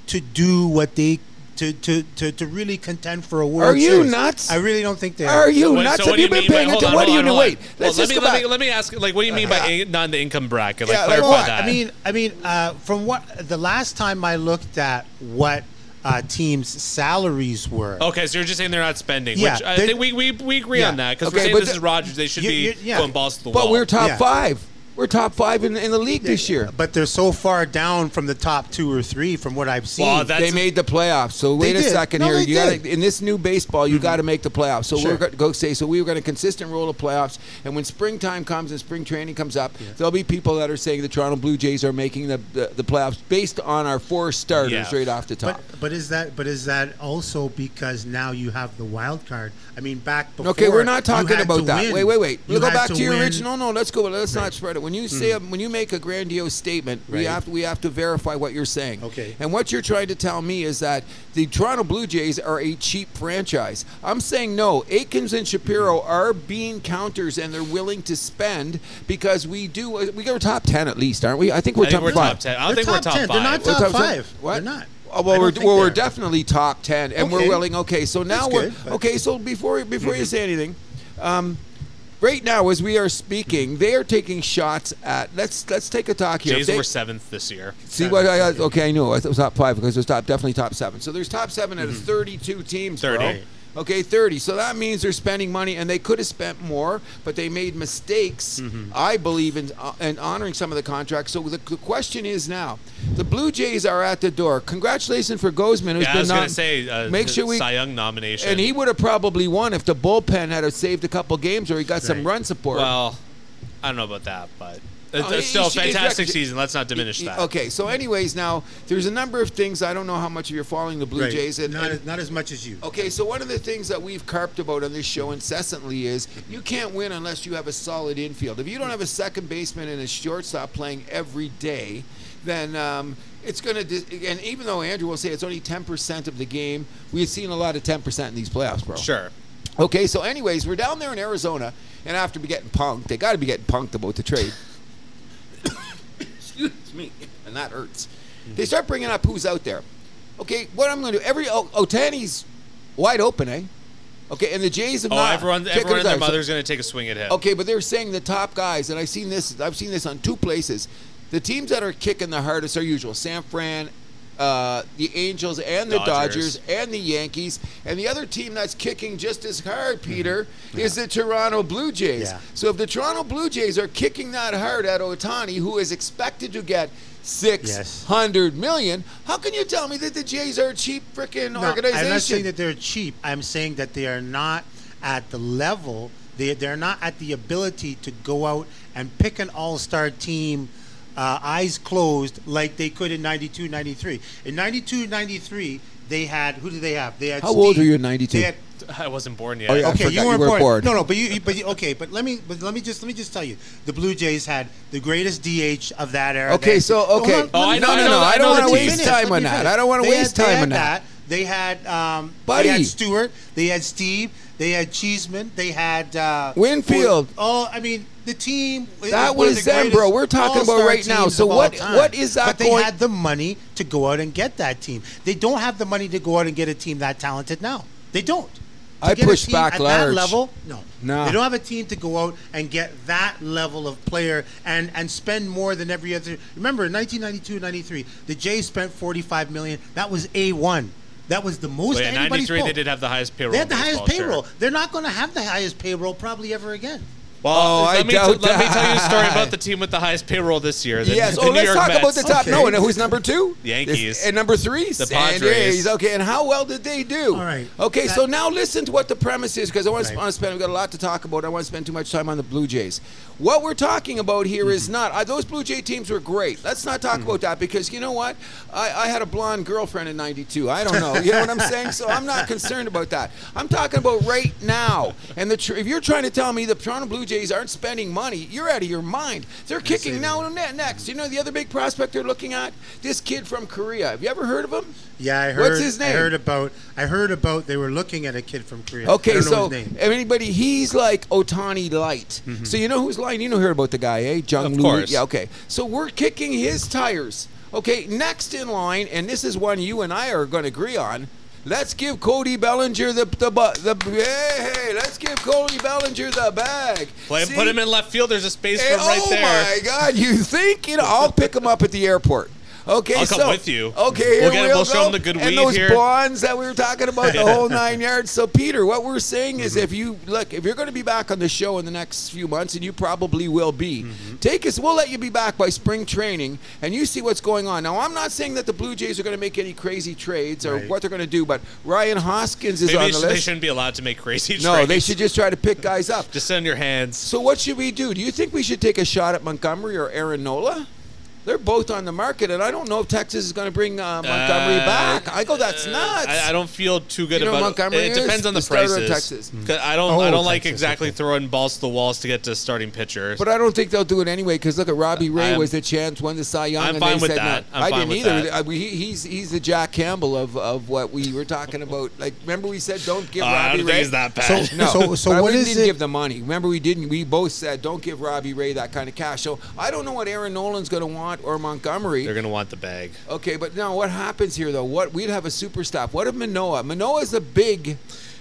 to do what they to to to, to really contend for a World
Are you
Series.
nuts?
I really don't think they are.
Are you
What-
nuts?
so
Have
what do
you been
mean by-
paying
hold
attention?
on,
What do
hold
you
on,
know?
hold on.
Wait, let's
Well,
just
let
go
me, let
back.
me let me ask like what do you mean by in- not in the income bracket? Like
Yeah, like
clarify
what?
that.
I mean, I mean, uh, from what the last time I looked at what uh, teams' salaries were.
Oh,
Okay, so you're just saying they're not spending.
Yeah,
which I
they-
think we, we, we agree
Yeah.
on that because
Okay,
we're saying
but
this
the-
is Rodgers. They should
You-
be
you- yeah.
going balls to the
But
wall.
we're top
Yeah.
five. We're top five in, in the league this year.
But they're so far down from the top two or three from what I've seen.
Well, that-
they
That's-
made the playoffs. So wait a
did.
second
No,
here.
they
You got
did.
in this new baseball,
Mm-hmm.
you got to make the playoffs. So
Sure.
we're going to go say so we were going to consistent roll of playoffs. And when springtime comes and spring training comes up, there'll be people that are saying the Toronto Blue Jays are making the the, the playoffs based on our four starters
Yeah.
right off the top.
But-
But is that but is that also because now you have the wild card? I mean, back before.
Okay, we're not
you
talking
had
about
to
that.
win.
Wait, wait, wait.
You
We'll go
had
back to, your
win. Hmm.
original. No, no. Let's go. Let's not spread it. When you say when you make a grandiose statement, we
Right.
have we have to verify what you're saying.
Okay.
And what you're trying to tell me is that the Toronto Blue Jays are a cheap franchise. I'm saying no. Aikens and Shapiro are being counters, and they're willing to spend because we do. We go top ten at least, aren't we? I think we're
I
top
think we're
five.
top ten. I don't
They're
think we're
top
top
10. They're not
five.
top-
We're
five.
ten? What?
They're not.
Oh,
I
well,
don't
we're,
think
well, we're
they are.
definitely top ten, and we're
Okay.
willing. Okay, so now
That's
we're
good, but-
okay. So before before you say anything, um, right now as we are speaking, they are taking shots at. Let's let's take a talk here.
Jays
They-
were seventh this year.
See what I got? Okay, I knew it was top five because there's top definitely top seven. So there's top seven out of
Mm-hmm.
32 teams. bro.
30.
Okay, 30. So that means they're spending money, and they could have spent more, but they made mistakes.
Mm-hmm.
I believe in uh, in honoring some of the contracts. So the, the question is now, the Blue Jays are at the door. Congratulations for Gosman, who's
Yeah, I
been
was going
nom-
to say uh,
make sure we
Cy Young nomination.
and he would have probably won if the bullpen had have saved a couple games or he got some
Right.
run support.
well, I don't know about that, but it's,
he-
it's still a
he's- he's
fantastic
rec-
season. Let's not diminish that.
Okay, so anyways, now there's a number of things I don't know how much you're following the Blue
Right.
Jays and,
not,
and
as- not as much as you.
Okay, so one of the things that we've carped about on this show incessantly is you can't win unless you have a solid infield. If you don't have a second baseman and a shortstop playing every day, then um, it's going to. Dis- and even though Andrew will say it's only 10% of the game, we've seen a lot of 10% in these playoffs, bro.
Sure.
Okay, so, anyways, we're down there in Arizona, and after we getting punked, they got to be getting punked about the trade. Excuse me, and that hurts. Mm-hmm. They start bringing up who's out there. Okay, what I'm going to do? Every o- Otani's wide open, eh? Okay, Oh. and the Jays have
Oh,
not.
everyone,
Check
everyone
it
and their
out. So-
mother's going to take a swing at him.
Okay, but they're saying the top guys, and I've seen this. I've seen this on two places. The teams that are kicking the hardest are usual: San Fran, uh, the Angels, and the Dodgers.
Dodgers.
and the Yankees. And the other team that's kicking just as hard, Peter, is the Toronto Blue Jays.
Mm-hmm. Yeah.
So if the Toronto Blue Jays are kicking that hard at Otani, who is expected to get six hundred million, how can you tell me that the Jays are a cheap freaking
No,
organization?
I'm not saying that they're cheap. I'm saying that they are not at the level. They they're not at the ability to go out and pick an all-star team. Uh, eyes closed like they could in 92 93 in 92 93 they had who did they have they had
How old
Steve-
are you in 92?
they had
I wasn't born yet.
Oh, yeah. I
okay,
forgot
you
you
weren't
were
born.
bored.
No, no, but you, you- but you, okay, but let me, but let me just, let me just tell you, the Blue Jays had the greatest DH of that era.
Okay,
They-
so,
No,
okay.
hold on,
Oh,
let me-
I know- I
let me-
know-
let
I
me
don't wanna
finish,
waste
let me
time on
finish.
that. I don't wanna
They
waste
had- they
time
had
on that.
They had, um,
Buddy.
they had Stewart, they had Steve, they had Cheeseman, they had uh,
Winfield.
Oh, I mean, the team. it
That
one of
was
the
them,
greatest
bro. We're talking about
all-star
right now.
teams
So
of all
what-
time.
what is that
But they
going-
had the money to go out and get that team. They don't have the money to go out and get a team that talented now. They don't. To
I
get a
push
team
back
at
large.
that level. No,
No.
They don't have a team to go out and get that level of player and and spend more than every other. Remember, in 1992-93, the Jays spent 45 million. That was a one. That was the most.
But yeah,
anybody's
93,
pulled.
they did have the highest payroll.
They had the
in
highest
baseball, sure.
payroll. They're not going to have the highest payroll probably ever again.
Well,
Oh,
let,
I
me
doubt
let me tell you a story
that.
about the team with the highest payroll this year. The,
Yes.
the
oh,
New
let's
York
talk about the
Mets.
top.
Okay.
No, and who's number two?
Yankees.
This- and number three,
The
San
Padres.
Diego's. Okay. And how well did they do?
All right.
Okay. so
That-
now listen to what the premise is because I want
Right.
to spend. We've got a lot to talk about. I want to spend too much time on the Blue Jays. What we're talking about here is
Mm-hmm.
not uh, those Blue Jay teams were great. Let's not talk about that because you know what? I, I had a blonde girlfriend in '92. I don't know. You know what I'm saying? So I'm not concerned about that. I'm talking about right now. And the tr- if you're trying to tell me the Toronto Blue Jays aren't spending money, you're out of your mind. They're kicking now and ne- next. You know the other big prospect they're looking at? This kid from Korea. Have you ever heard of him?
Yeah, I heard.
What's his
I
name?
heard about. I heard about they were looking at a kid from Korea. I
Okay,
don't know
so
his name.
everybody, he's like Otani light. So you know who's lying? You know heard about the guy, eh? Jung
Of
Lee.
course.
Yeah. Okay. So we're kicking his tires. Okay. Next in line, and this is one you and I are going to agree on. Let's give Cody Bellinger the the bu- the hey, hey let's give Cody Bellinger the bag.
Play,
See?
put him in left field. There's a space for
Eh,
him right
oh
there.
my God! You think you know? I'll pick him up at the airport. Okay,
I'll come
so-
with you.
Okay, here
We'll get-
we'll
we'll show
go.
'em the good
and
weed
those
here.
bonds that we were talking about, the whole nine yards. So, Peter, what we're saying is,
Mm-hmm.
if you look, if you're going to be back on the show in the next few months, and you probably will be,
Mm-hmm.
take us. We'll let you be back by spring training, and you see what's going on. Now, I'm not saying that the Blue Jays are going to make any crazy trades or
Right.
what they're going to do, but Ryan Hoskins is
Maybe
on
they,
the
sh- they
list.
shouldn't be allowed to make crazy
no,
trades.
they should just try to pick guys up.
just send your hands.
So what should we do? Do you think we should take a shot at Montgomery or Aaron Nola? They're both on the market, and I don't know if Texas is going to bring uh, Montgomery
Uh,
back. I go, that's
uh,
nuts.
I, I don't feel too good
You know
about
Montgomery
it. It depends
is
on the,
the starter in
prices. Mm.
Texas.
'Cause I don't, I
Oh,
don't like
Texas,
exactly
okay.
throwing balls to the walls to get to starting pitchers.
but I don't think they'll do it anyway. Because look at Robbie Ray
I'm-
was the champ, won the Cy Young.
I'm
and
fine
they
with
said
that.
No.
I'm
I
fine
didn't
with
either.
that.
I mean, he, he's he's the Jack Campbell of, of what we were talking about. Like, remember we said don't give
Uh,
Robbie
I don't
Ray.
think he's that bad.
No,
So- so
but
what
we
is
didn't
it-
give the money. Remember, we didn't. We both said, don't give Robbie Ray that kind of cash. So I don't know what Aaron Nolan's going to want or Montgomery.
They're gonna want the bag.
Okay, but now what happens here though? What we'd have a super stop. What if Manoa? Manoa's a big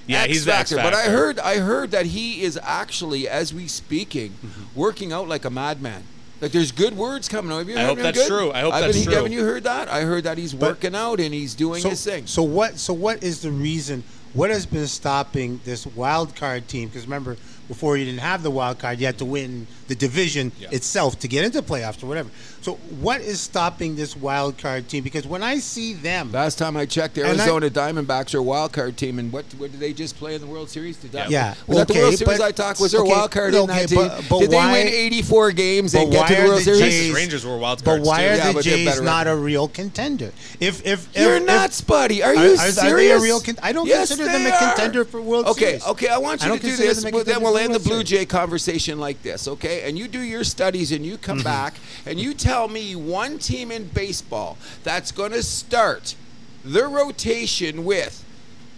Yeah,
X
he's the X
factor, but I
factor.
heard I heard that he is actually, as we speaking, working out like a madman. Like there's good words coming out. Have you
I
heard
hope
them
that's
good?
true. I hope
Haven't
that's
you-
true.
Haven't you heard that? I heard that he's working out and he's doing
So,
his thing.
so what? So what is the reason? What has been stopping this wild card team? Because remember, before you didn't have the wild card, you had to win the division
Yeah.
itself to get into playoffs or whatever. So what is stopping this wild card team? Because when I see them,
Last time I checked, the
And I-
Arizona Diamondbacks are a wild card team, and what, what did they just play in the World Series? Did that,
Yeah.
was that the
Okay,
World Series
but-
I talked? Was there a
okay,
wild card in
okay,
that team?
but- but
did they
why-
win 84 games
but
and get to
why
the
are
World
the
Series?
Jays-
Texas Rangers were wild
but
cards
why
too.
are
Yeah,
the
but they're
Jays
better
not a real contender? If if
You're
if,
nuts, buddy. Are
Are-
you
are- are
serious?
they a real con- I don't consider them
they
a contender for World
okay,
Series.
Okay, I want
I
you
don't
to do
consider
this.
them a
Well, then
contender
we'll
for
end the
World
Blue
Series.
Jay conversation like this, okay? And you do your studies and you come
Mm-hmm.
back and you tell me one team in baseball that's going to start their rotation with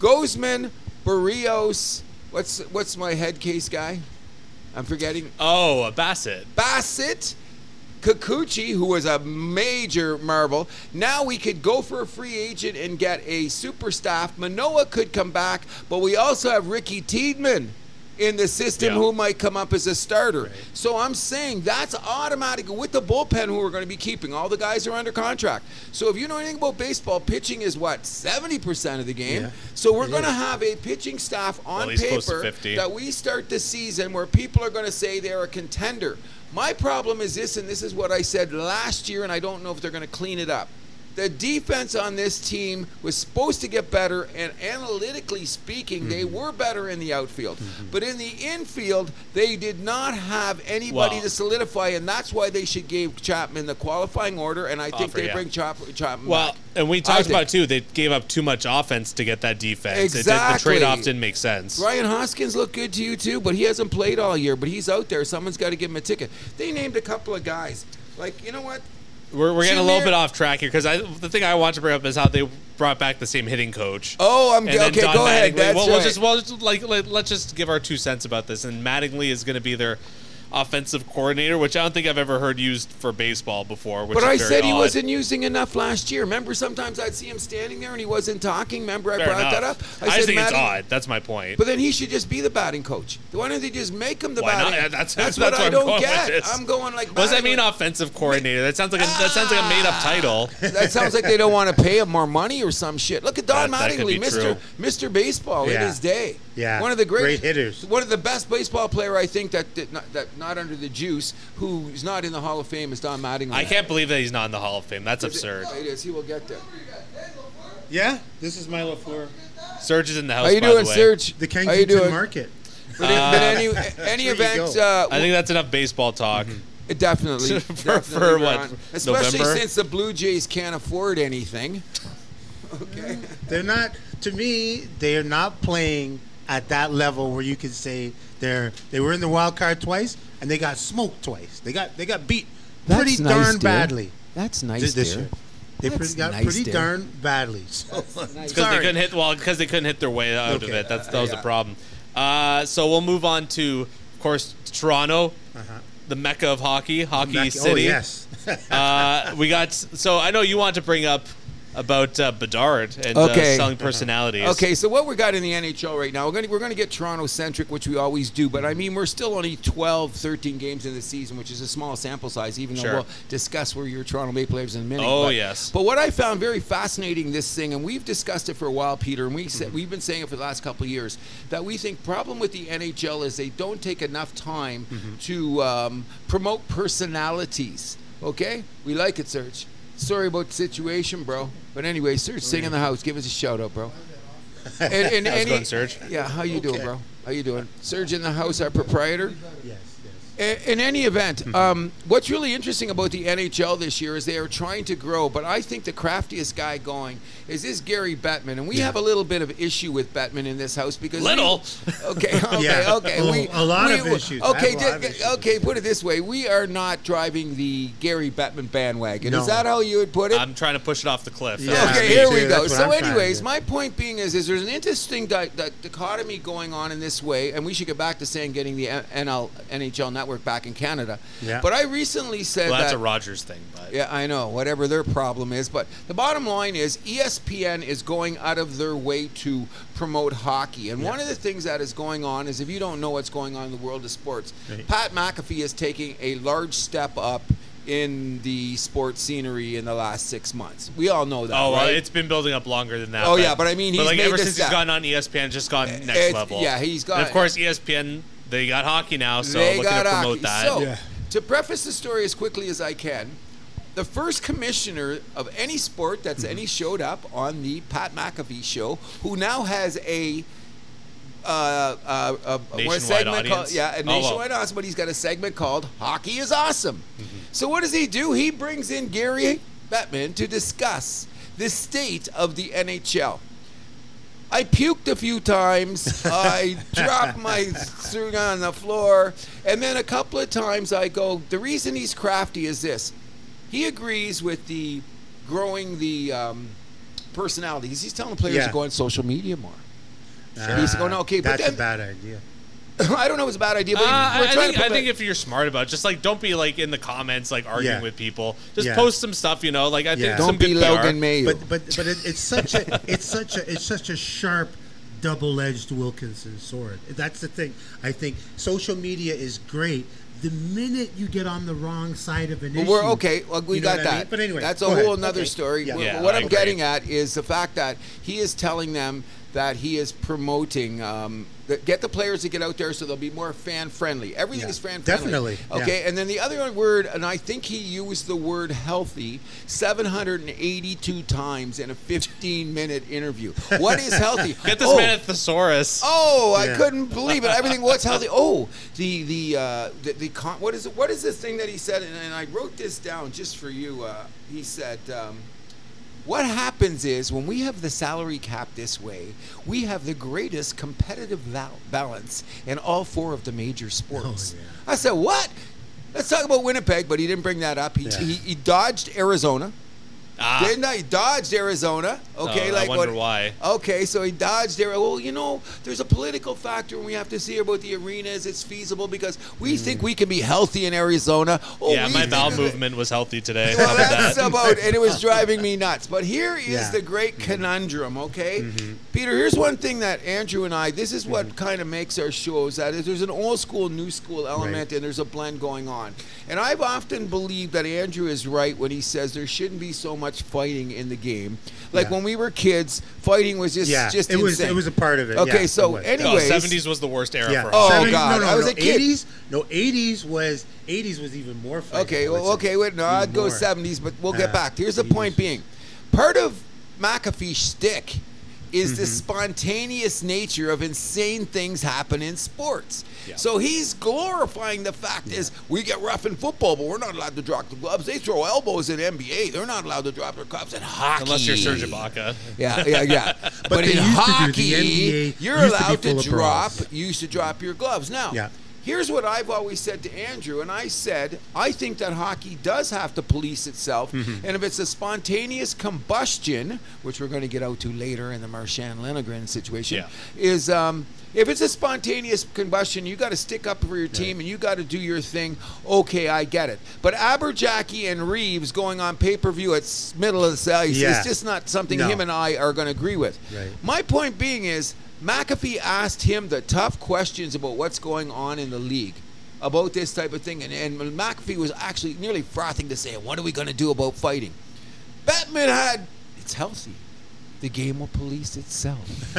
Gozman, Barrios, what's what's my head case guy? I'm forgetting.
Oh, a Bassett.
Bassett, Kikuchi, who was a major marvel. Now we could go for a free agent and get a super staff. Manoa could come back, but we also have Ricky Tiedman in the system
Yeah.
who might come up as a starter. So I'm saying that's automatic with the bullpen who we're going to be keeping. All the guys are under contract. So if you know anything about baseball, pitching is what 70% of the game.
Yeah,
so we're going to have a pitching staff on
at least close to
paper
50.
that we start the season where people are going to say they're a contender. My problem is this, and this is what I said last year, and I don't know if they're going to clean it up. The defense on this team was supposed to get better, and analytically speaking, they
Mm-hmm.
were better in the outfield. But in the infield, they did not have anybody
Well-
to solidify, and that's why they should give Chapman the qualifying order, and I think
Offer,
they
yeah.
bring Chop, Chapman
Well,
back.
and we
I
talked
think.
about it, too. They gave up too much offense to get that defense. It did-
Exactly.
the trade-off didn't make sense.
Ryan Hoskins looked good to you too, but he hasn't played all year. But he's out there. Someone's got to give him a ticket. They named a couple of guys. Like you know what?
We're, we're getting a little
Shamir-
bit off track here because the thing I want to bring up is how they brought back the same hitting coach.
Oh, I'm
And then
okay.
Don
Go ahead.
Mattingly-
That's
well, we'll
right.
just, well, just like let, us just give our two cents about this. And Mattingly is going to be their offensive coordinator, which I don't think I've ever heard used for baseball before. Which
but
is
I
very
said he
odd.
wasn't using enough last year. Remember, sometimes I'd see him standing there and he wasn't talking. Remember, I
Fair
brought that up.
enough. I, just
said,
think it's
Matting-
odd. That's my point.
But then he should just be the batting coach. Why don't they just make him the
Why not?
batting?
Yeah, that's-
what
that's
I
where I'm
don't
going with
get.
this.
I'm going like.
what does that
batting-
mean, offensive coordinator? That sounds like a, that sounds like a made-up title.
That sounds like they don't want to pay him more money or some shit. Look at Don
That- that could
Mattingly,
be
Mister
true.
Mister Baseball in
Yeah.
his day.
Yeah.
one of the great,
Great hitters.
One of the best baseball player I think that that not, that not under the juice, who's not in the Hall of Fame, is Don Mattingly.
I can't believe that he's not in the Hall of Fame. That's absurd.
It is. He will get there.
yeah, this is my LaFleur.
Serge is in the house.
How you
by
doing,
the way. Uh,
Serge?
The
How you
Kensington
doing?
market.
But, in- but any any
There you
event,
go.
uh,
I think that's enough baseball talk.
Mm-hmm. Definitely.
For-
definitely
for what,
Ron. Especially
November?
since the Blue Jays can't afford anything. Okay.
They're not. To me, they are not playing at that level where you can say they're they were in the wild card twice and they got smoked twice. They got they got beat pretty darn badly
That's
thi-
nice,
this year. They
That's
pretty, got
nice,
pretty
dear.
darn badly. So,
Because they couldn't hit well because they couldn't hit their way out of
Okay.
it. That's that was
yeah.
the problem. Uh, so we'll move on to, of course, Toronto,
Uh-huh.
the mecca
oh,
of hockey, hockey
Back-
city.
Oh yes.
uh, we got so I know you want to bring up about uh, Bedard and
Okay.
uh, selling personalities.
Okay, so what we got in the NHL right now, we're going to, we're going to get Toronto centric, which we always do, but I mean, we're still only 12, 13 games in the season, which is a small sample size, even
Sure.
though we'll discuss where your Toronto Maple Leafs in a minute.
Oh,
but,
yes.
But what I found very fascinating this thing, and we've discussed it for a while, Peter, and we said,
Mm-hmm.
we've been saying it for the last couple of years, that we think problem with the NHL is they don't take enough time
Mm-hmm.
to um, promote personalities. Okay? We like it, Serge. Sorry about the situation, bro. But anyway, Serge, sing in the house. Give us a shout out, bro. And, and
How's it
any-
going, Serge?
Yeah, how you doing,
Okay.
bro? How you doing? Serge in the house, our proprietor.
Yes, yes.
I- In any event,
Mm-hmm.
um, what's really interesting about the NHL this year is they are trying to grow, but I think the craftiest guy going is this Gary Bettman, and we have a little bit of issue with Bettman in this house because we-
Little?
okay, okay,
Yeah.
okay,
A- a lot of issues. I have
Okay,
a lot of
di-
issues.
okay, put it this way: we are not driving the Gary Bettman bandwagon. Is
No.
that how you would put it?
I'm trying to push it off the cliff.
Yeah.
okay,
me
here
too.
we go.
That's what
So,
I'm trying to
anyways,
do.
my point being is, is there's an interesting di- di- dichotomy going on in this way, and we should get back to saying getting the N- NL NHL network back in Canada.
Yeah.
But I recently said
Well, that's
that.
a Rogers thing, but
Yeah, I know, whatever their problem is. But the bottom line is E ESPN is going out of their way to promote hockey. And one of the things that is going on is if you don't know what's going on in the world of sports,
Right.
Pat McAfee is taking a large step up in the sports scenery in the last six months. We all know that.
Oh, well,
right?
it's been building up longer than that.
Oh, yeah, but I mean, he's
like
made
ever
this
since
step.
he's gone on E ESPN, just gone next
It's-
level.
yeah, he's got-
And of course, E ESPN they got hockey now, so
they
looking
got
to
hockey.
promote that.
So,
Yeah.
to preface the story as quickly as I can, the first commissioner of any sport that's any showed up on the Pat McAfee show, who now has a uh, uh, uh, one
Nationwide
segment called,
audience?
yeah, a
Oh, wow.
nationwide awesome, but he's got a segment called "Hockey is Awesome."
Mm-hmm.
So what does he do? He brings in Gary Bettman to discuss the state of the NHL. I puked a few times. I dropped my thing on the floor. And then a couple of times I go, the reason he's crafty is this. He agrees with the growing the um, personalities. He's telling players
Yeah.
to go on social media more.
Ah,
He's going, okay, but
that's a
then-
bad idea.
I don't know if it's a bad idea,
Uh,
but we're
I, I
trying
think,
to
I
promote-
think if you're smart about it, just like don't be like in the comments like arguing
Yeah.
with people. Just
Yeah.
post some stuff, you know. Like I think
Yeah.
some
don't be
good
Logan
PR.
Mayo.
But but but it, it's such a it's such a it's such a sharp double-edged Wilkinson sword. That's the thing. I think social media is great. The minute you get on the wrong side of an
Well,
issue,
we're okay. Well, we
you know
got
what
that.
I mean? But anyway,
that's a
go
whole
ahead.
another
Okay.
story.
Yeah.
Wh-
Yeah,
what
I
I'm
agree.
getting at is the fact that he is telling them that he is promoting. Um, that get the players to get out there so they'll be more fan friendly. Everything
Yeah,
is fan friendly.
definitely, yeah.
Okay, and then the other word, and I think he used the word healthy 782 times in a 15 minute interview. What is healthy?
Get this
Oh,
man at thesaurus.
Oh, I
Yeah.
couldn't believe it. Everything. What's healthy? Oh, the the uh, the, the con- what is it? What is this thing that he said? And, and I wrote this down just for you. Uh, he said. Um, what happens is when we have the salary cap this way, we have the greatest competitive val- balance in all four of the major sports.
Oh, yeah.
I said, What? Let's talk about Winnipeg, but he didn't bring that up. He,
Yeah.
he, he dodged Arizona.
Ah,
Didn't I? He dodged Arizona. Okay,
Oh, I
like what,
wonder why.
Okay, so he dodged Arizona. Well, you know, there's a political factor, and we have to see about the arenas. It's feasible because we think we can be healthy in Arizona. Oh,
Hmm. yeah,
we
my
think
bowel
that-
movement was healthy today. How
Well,
about
that's
that?
about, and it was driving me nuts. But here is
Yeah. Mm-hmm.
the great conundrum, okay? Peter, here's one thing that Andrew and I, this is what
Mm-hmm.
kind of makes our shows that is there's an old school, new school element, and there's a blend going on. And I've often believed that Andrew is right when he says there shouldn't be so much fighting in the game. Like
Yeah.
when we were kids, fighting was just,
Yeah,
just
it was-
insane.
it was a part of it,
Okay,
yeah, it
so
was.
No,
anyways,
70s Oh, was the worst era
Yeah.
for
Oh,
us.
Seventies-
God,
No, no,
I was
no,
a kid.
80s, no, 80s was 80s was even more. Fighting,
Okay,
I would
well,
say.
okay, wait, no,
Even
I'd go
more.
70s, but we'll get
Uh,
back. Here's the
80s.
point being part of McAfee's shtick is
Mm-hmm.
the spontaneous nature of insane things happen in sports.
Yeah.
So he's glorifying the fact is we get rough in football, but we're not allowed to drop the gloves. They throw elbows in NBA. They're not allowed to drop their cups in hockey.
Unless you're Serge Ibaka.
Yeah, yeah, yeah. but
they
in
used to do- the
hockey,
NBA
you're
used to be
allowed to
full of
drop.
pros.
You used to drop your gloves. Now,
Yeah.
Here's what I've always said to Andrew, and I said, I think that hockey does have to police itself.
Mm-hmm.
And if it's a spontaneous combustion, which we're going to get out to later in the Marchand Lenegren situation,
Yeah.
is um, if it's a spontaneous combustion, you got to stick up for your team and you got to do your thing. Okay, I get it. But Aberjackie and Reeves going on pay per view at s- middle of the ice
Yeah.
is just not something
No.
him and I are going to agree with.
Right.
My point being is McAfee asked him the tough questions about what's going on in the league. About this type of thing, and, and McAfee was actually nearly frothing to say, "What are we going to do about fighting?" Batman had it's healthy. The game will police itself.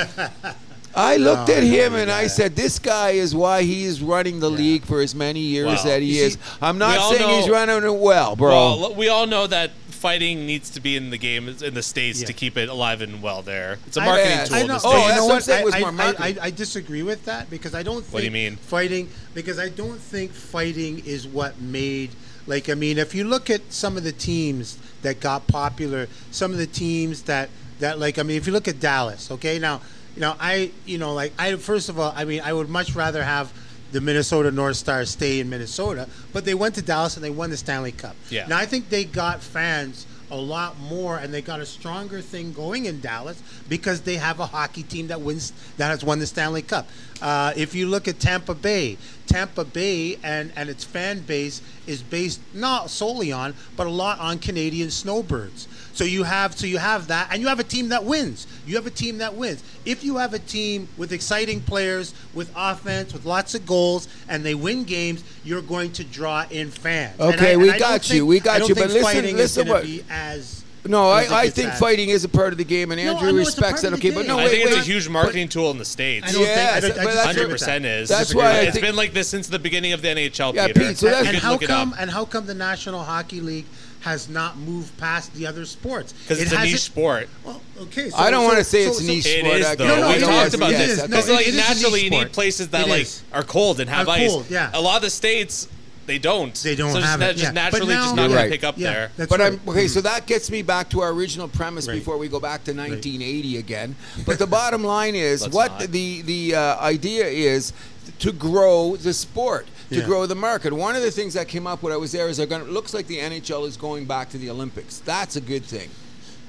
I looked at him and I said, "This guy is why he is running the league for as many years
Wow.
that he
You
is."
see,
I'm
we
not
all
saying he's
know-
running it well, bro.
Well, we all know that fighting needs to be in the game in the states
Yeah.
to keep it alive and well. There, it's a
I-
marketing
yeah,
tool.
I
in
know-
the
oh,
states.
that's
you know
what I'm
what?
saying, was
I,
more
I-
marketing.
I, I disagree with that because I don't. Think
What do you mean?
Fighting because I don't think fighting is what made. Like I mean, if you look at some of the teams that got popular, some of the teams that that like I mean, if you look at Dallas, okay, now you know I you know like I first of all I mean I would much rather have the Minnesota North Stars stay in Minnesota, but they went to Dallas and they won the Stanley Cup.
Yeah.
Now I think they got fans a lot more and they got a stronger thing going in Dallas because they have a hockey team that wins that has won the Stanley Cup. Uh, if you look at Tampa Bay, Tampa Bay and, and its fan base is based not solely on, but a lot on Canadian snowbirds. So you have so you have that and you have a team that wins. You have a team that wins. If you have a team with exciting players, with offense, with lots of goals, and they win games, you're going to draw in fans. And
Okay,
I-
we
and I
got
don't
you, we got
I don't
you, but
think
listen-
fighting is
listen
gonna
what-
be as
No,
as it
I, I
gets
think
at.
fighting is a part of the game, and
No,
Andrew
I know it's a
respects
part
that.
of
Okay,
the
but
game.
no,
I
wait,
think it's
wait.
a huge marketing tool in the states.
I don't think-
Yes,
I don't- I
but
disagree
that's-
Hundred
with
percent is.
That's why I
It's
think-
been like this since the beginning of the NHL.
Yeah,
Peter.
Pete, so that's-
You
and
could
how
look it up.
come and how come the National Hockey League has not moved past the other sports?
'Cause it's a
hasn't-
niche sport.
Well, okay, so,
I don't
so-
want to say
so-
it's
so-
niche
It
sport. uh,
is,
I-
though.
No, no,
we
it
talked
is,
about
it
this
is.
because,
No,
like,
it is a
naturally,
niche
you need
sport.
places that
It
like
is.
are cold and have
Are
ice.
cold, yeah.
A lot of the states, they don't.
They don't
so it's
have
na-
it,
Just
yeah. But
naturally, just
now-
not
You're
gonna
right.
pick up
Yeah,
there.
that's
but
right.
I'm okay. So that gets me back to our original premise
Right.
before we go back to 1980 again. But the bottom line is
Let's
what
not.
the the uh, idea is to grow the sport, to
Yeah.
grow the market. One of the things that came up when I was there is they're going. to Looks like the NHL is going back to the Olympics. That's a good thing.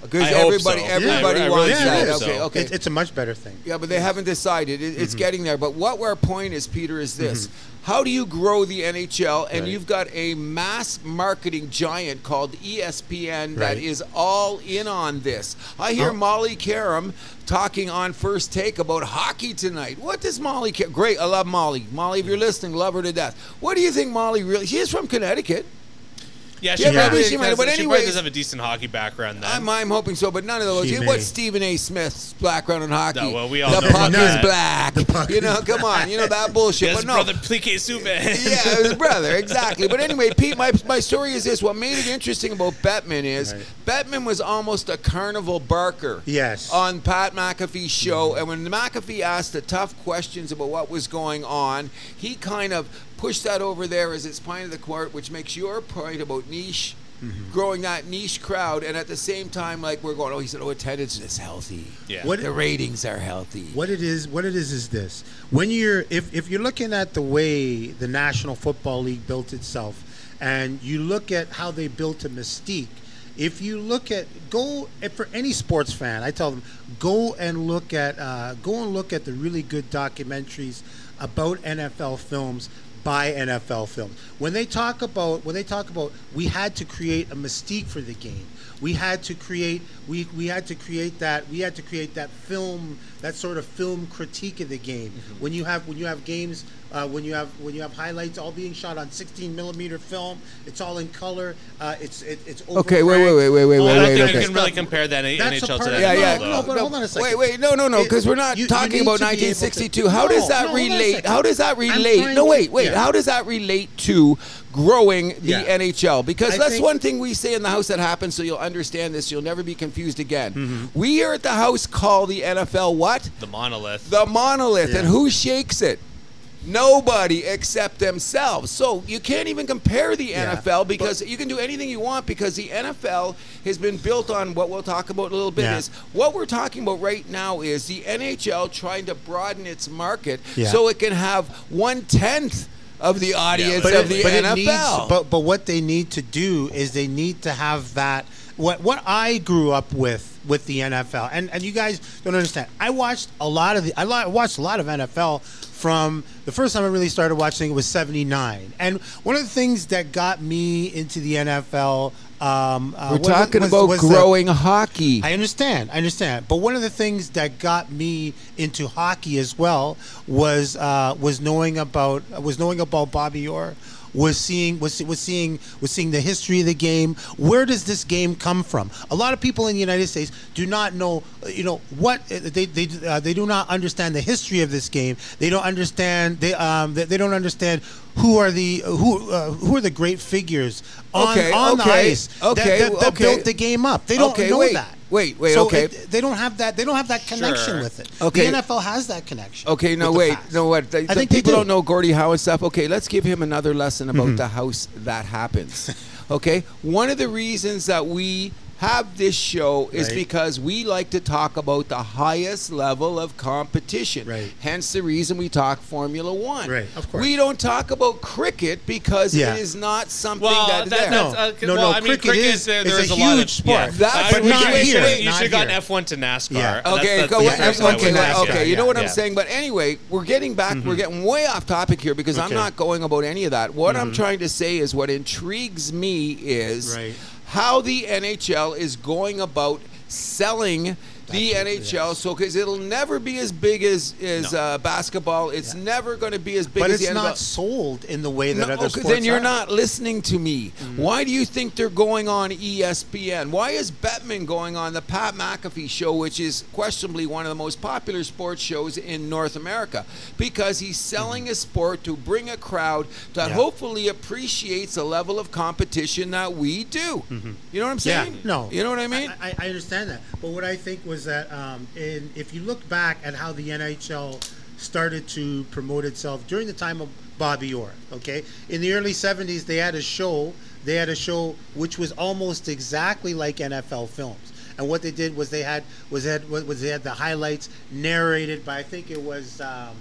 Because
I hope
everybody,
so. Yeah,
everybody
I- I really
wants
do
that.
hope
Okay,
so.
okay.
It, it's a much better thing. Mm-hmm.
Yeah, but they haven't decided. It, it's getting there. But what our point is, Peter, is this: How do you grow the NHL? And
Right.
you've got a mass marketing giant called E ESPN that
Right.
is all in on this. I hear
Oh.
Molly Karam talking on First Take about hockey tonight. What does Molly? Car- Great, I love Molly. Molly, if you're
Mm-hmm.
listening, love her to death. What do you think, Molly? Really, she's from Connecticut.
Yeah, she
Yeah,
probably
but she might-
has-
but
she
anyways-
probably does have a decent hockey background. Then
I'm, I'm hoping so, but none of those.
She may.
What's Stephen A. Smith's background in hockey?
No, well, we all
the
know
puck
that.
is black. you know, come on, you know that bullshit.
yes,
but no,
brother, Plique Soupe.
yeah, his brother, exactly. But anyway, Pete, my, my story is this. What made it interesting about Batman is
Right.
Batman was almost a carnival barker.
Yes.
On Pat McAfee's show. And when McAfee asked the tough questions about what was going on, he kind of pushed that over there as its point of the court, which makes your point about niche.
Mm-hmm.
Growing that niche crowd, and at the same time, like we're going, oh, he said, oh, attendance is healthy.
Yeah.
What-
the ratings are healthy.
What it is, what it is, is this: when you're if if you're looking at the way the National Football League built itself, and you look at how they built a mystique. If you look at go if for any sports fan, I tell them go and look at uh, go and look at the really good documentaries about NFL films by NFL films. When they talk about when they talk about we had to create a mystique for the game. We had to create we, we had to create that we had to create that film that sort of film critique of the game. When you have when you have games uh, when you have when you have highlights all being shot on 16 millimeter film, it's all in color. Uh, it's it, it's
Okay, wait, wait, wait, wait, wait,
Well, I
wait,
don't
wait.
think
okay.
you can really compare that
That's a
NHL to
part
that.
of-
Yeah,
at
yeah.
all,
No,
though.
but hold on a second.
Wait, wait, no, no, no,
It-
because we're not
you- you
talking
need
about
to be able to-
1962. How does
No,
that
no, hold on a
relate?
second.
How does that
I'm
relate?
trying
No,
to-
wait, wait.
yeah.
How does that relate to growing the
Yeah.
NHL? Because
I
that's
think-
one thing we say in the house that happens, so you'll understand this. You'll never be confused again.
Mm-hmm.
We here at the house call the NFL what?
The monolith.
The monolith.
Yeah.
And who shakes it? Nobody except themselves. So you can't even compare the
Yeah,
NFL because you can do anything you want because the NFL has been built on what we'll talk about in a little bit
Yeah.
is what we're talking about right now is the NHL trying to broaden its market
Yeah.
so it can have one tenth of the audience
but
of
it-
the
but
NFL.
It needs, but but what they need to do is they need to have that. What what I grew up with with the NFL, and and you guys don't understand. I watched a lot of the. I li- I watched a lot of NFL from the first time I really started watching it was '79, and one of the things that got me into the NFL. Um, uh,
We're
was-
talking
was-
about
was the-
growing hockey.
I understand. I understand. But one of the things that got me into hockey as well was uh, was knowing about was knowing about Bobby Orr. Was seeing was was seeing was seeing the history of the game. Where does this game come from? A lot of people in the United States do not know, you know, what they they uh, they do not understand the history of this game. They don't understand they um they, they don't understand who are the who uh, who are the great figures on
Okay,
on the
okay,
ice that,
okay,
that, that
okay.
built the game up. They don't
Okay,
know
wait,
that.
wait, wait,
So
okay.
it- they don't have that. They don't have that connection
Sure.
with it.
Okay.
The NFL has that connection.
Okay, no,
with the
wait,
past.
no, what? The,
I think
people
they do. Mm-hmm.
not know Gordie Howe and stuff. Okay, let's give him another lesson about the house that happens. Okay, one of the reasons that we have this show is
Right.
because we like to talk about the highest level of competition.
Right.
Hence the reason we talk Formula One.
Right, of course.
We don't talk about cricket because
Yeah.
it is not something
Well,
that, there.
that, that's
No,
uh, c-
no,
well,
no,
I mean,
cricket
cricket,
is-
there,
is
there's
a
a, lot
huge
of,
sport.
Yeah.
That's-
I
but
would say
not
you
here,
should- You
not
should have gotten
here.
F1 to NASCAR.
Yeah.
That's-
Okay,
that's
go
the
with
first
F1
I would
to
say.
that.
NASCAR,
Okay, you know
yeah, Mm-hmm.
what I'm
yeah.
saying. But anyway, we're getting back. We're getting way off topic here because I'm
Okay.
not going about any of that. What
Mm-hmm.
I'm trying to say is what intrigues me is
Right.
how the NHL is going about selling. The NHL, so because it'll never be as big as is
No.
uh, basketball. It's never going to be as big
but
as
it's
the
not
NFL.
sold in the way that
No,
other
okay,
sports
then you're
are.
not listening to me. Why do you think they're going on E ESPN? Why is Bettman going on the Pat McAfee show, which is questionably one of the most popular sports shows in North America? Because he's selling his sport to bring a crowd that
Yeah.
hopefully appreciates the level of competition that we do. You know what I'm
Yeah,
saying?
no.
You know what I mean?
I, I understand that, but what I think was that um, in, if you look back at how the NHL started to promote itself during the time of Bobby Orr, okay, in the early '70s, they had a show. They had a show which was almost exactly like NFL films. And what they did was they had was they had was they had the highlights narrated by I think it was. Um,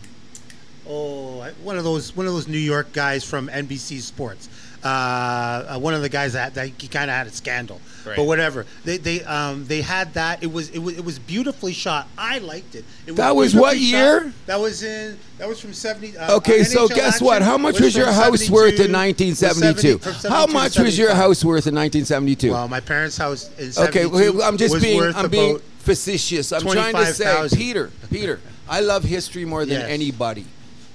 oh I- one of those one of those New York guys from NBC Sports. Uh, uh, one of the guys that, that he kind of had a scandal,
Right.
but whatever. They they um, they had that. It was it was it was beautifully shot. I liked it. It
That was what
beautifully
year?
shot. That was in that was from seventy. Uh,
Okay,
uh,
so
NHL
guess what?
action
How much was, your
from
house worth
72
in
from
1972?
70
How
from
much was your
75?
house worth in 1972?
Well, my parents' house in
Okay,
seventy-two.
well, I'm just
was
being
worth
I'm being
about-
facetious. I'm trying to say,
25,000.
Peter, Peter, I love history more than
Yes.
anybody.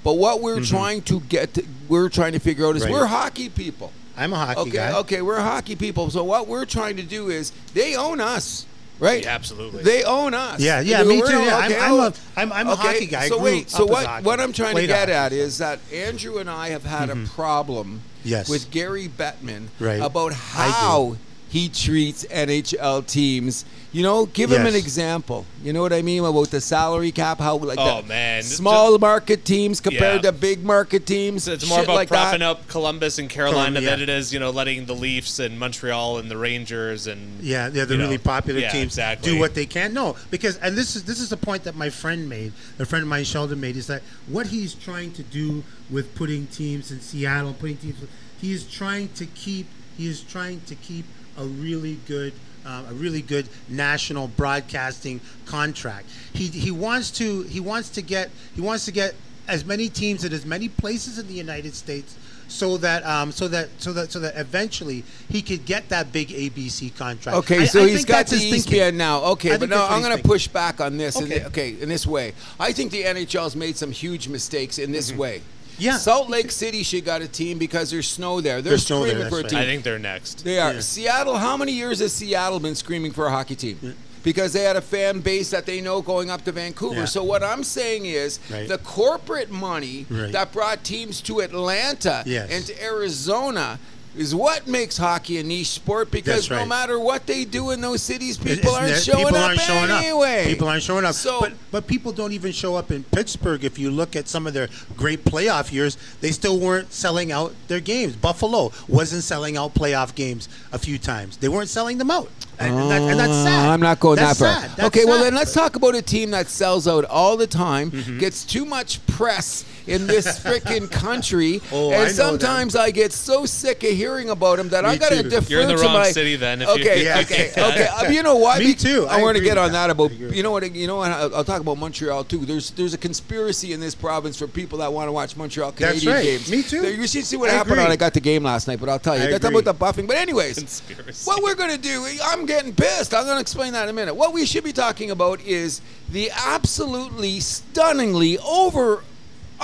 But what we're
Mm-hmm.
trying to get, to, we're trying to figure out is
Right.
we're hockey people.
I'm a hockey
Okay,
guy.
okay, we're hockey people. So what we're trying to do is they own us, right?
Yeah, absolutely.
They own us.
Yeah, yeah,
We're-
me
we're
too, yeah. I'm- I'm a-
oh,
I'm- I'm a hockey guy. I
So
grew
wait, so
up as
what?
hockey.
What I'm trying to
Played
get
hockey.
at is that Andrew and I have had a problem
Mm-hmm. Yes.
with Gary Bettman
Right.
about
I do.
how he treats NHL teams. You know, give him
Yes.
an example. You know what I mean about the salary cap? How like
Oh,
the
man.
small market teams compared
Yeah.
to big market teams.
So it's more
shit
about
like that.
propping up Columbus and Carolina
Columbia.
than it is, you know, letting the Leafs and Montreal and the Rangers and
Yeah,
yeah, the
you know,
really popular
yeah,
teams
exactly.
do what they can. No, because and this is this is a point that my friend made, a friend of mine Sheldon made, is that what he's trying to do with putting teams in Seattle, putting teams, he is trying to keep he is trying to keep a really good. Um, a really good national broadcasting contract. He, he wants to he wants to get he wants to get as many teams in as many places in the United States so that um, so that so that so that eventually he could get that big ABC contract.
Okay,
I-
so
I
he's
think
got
that's
the E
his
ESPN
thinking.
now.
I
Okay, but
think
no,
that's what
I'm
he's
going to
thinking.
push back on this. In
Okay.
the, okay, in this way, I think the NHL's made some huge mistakes in this way.
Mm-hmm. Yeah.
Salt Lake City should got a team because there's snow there. They're
There's snow there,
screaming for a
that's
team.
I think they're next.
They are.
Yeah.
Seattle, how many years has Seattle been screaming for a hockey team? Because they had a fan base that they know going up to Vancouver.
Yeah.
So what I'm saying is
Right.
the corporate money
Right.
that brought teams to Atlanta
Yes.
and to Arizona is what makes hockey a niche sport because
That's right.
no matter what they do in those cities,
It's-
people
it's-
aren't
that-
showing
people
up
aren't showing up.
anyway.
People aren't showing up.
So-
but but people don't even show up in Pittsburgh. If you look at some of their great playoff years, they still weren't selling out their games. Buffalo wasn't selling out playoff games a few times. They weren't selling them out. and, and that, and that's sad.
I'm not going
That's
that far.
sad. That's
okay, well
sad.
then
Mm-hmm.
let's talk about a team that sells out all the time, gets too much press in this freaking country,
Oh, I
and
know
sometimes I get so sick of hearing about them that I
Me
gotta
too.
defer
You're in the
to
wrong
my
city then, if you-
okay,
Yeah.
okay,
Yeah.
okay. Uh, You know why?
Me
Be-
too.
I,
I
want to
agree
get
with
on
that.
that about
I agree.
you know what? You know what? I'll I'll talk about Montreal too. There's there's a conspiracy in this province for people that want to watch Montreal Canadian
right.
games.
Me too.
There- You should see what
I
happened
agree.
when I got the game last night, but I'll tell you.
I
They're talking
agree.
about the buffing. But anyways,
Conspiracy.
what we're going to do, I'm getting pissed. I'm going to explain that in a minute. What we should be talking about is the absolutely stunningly over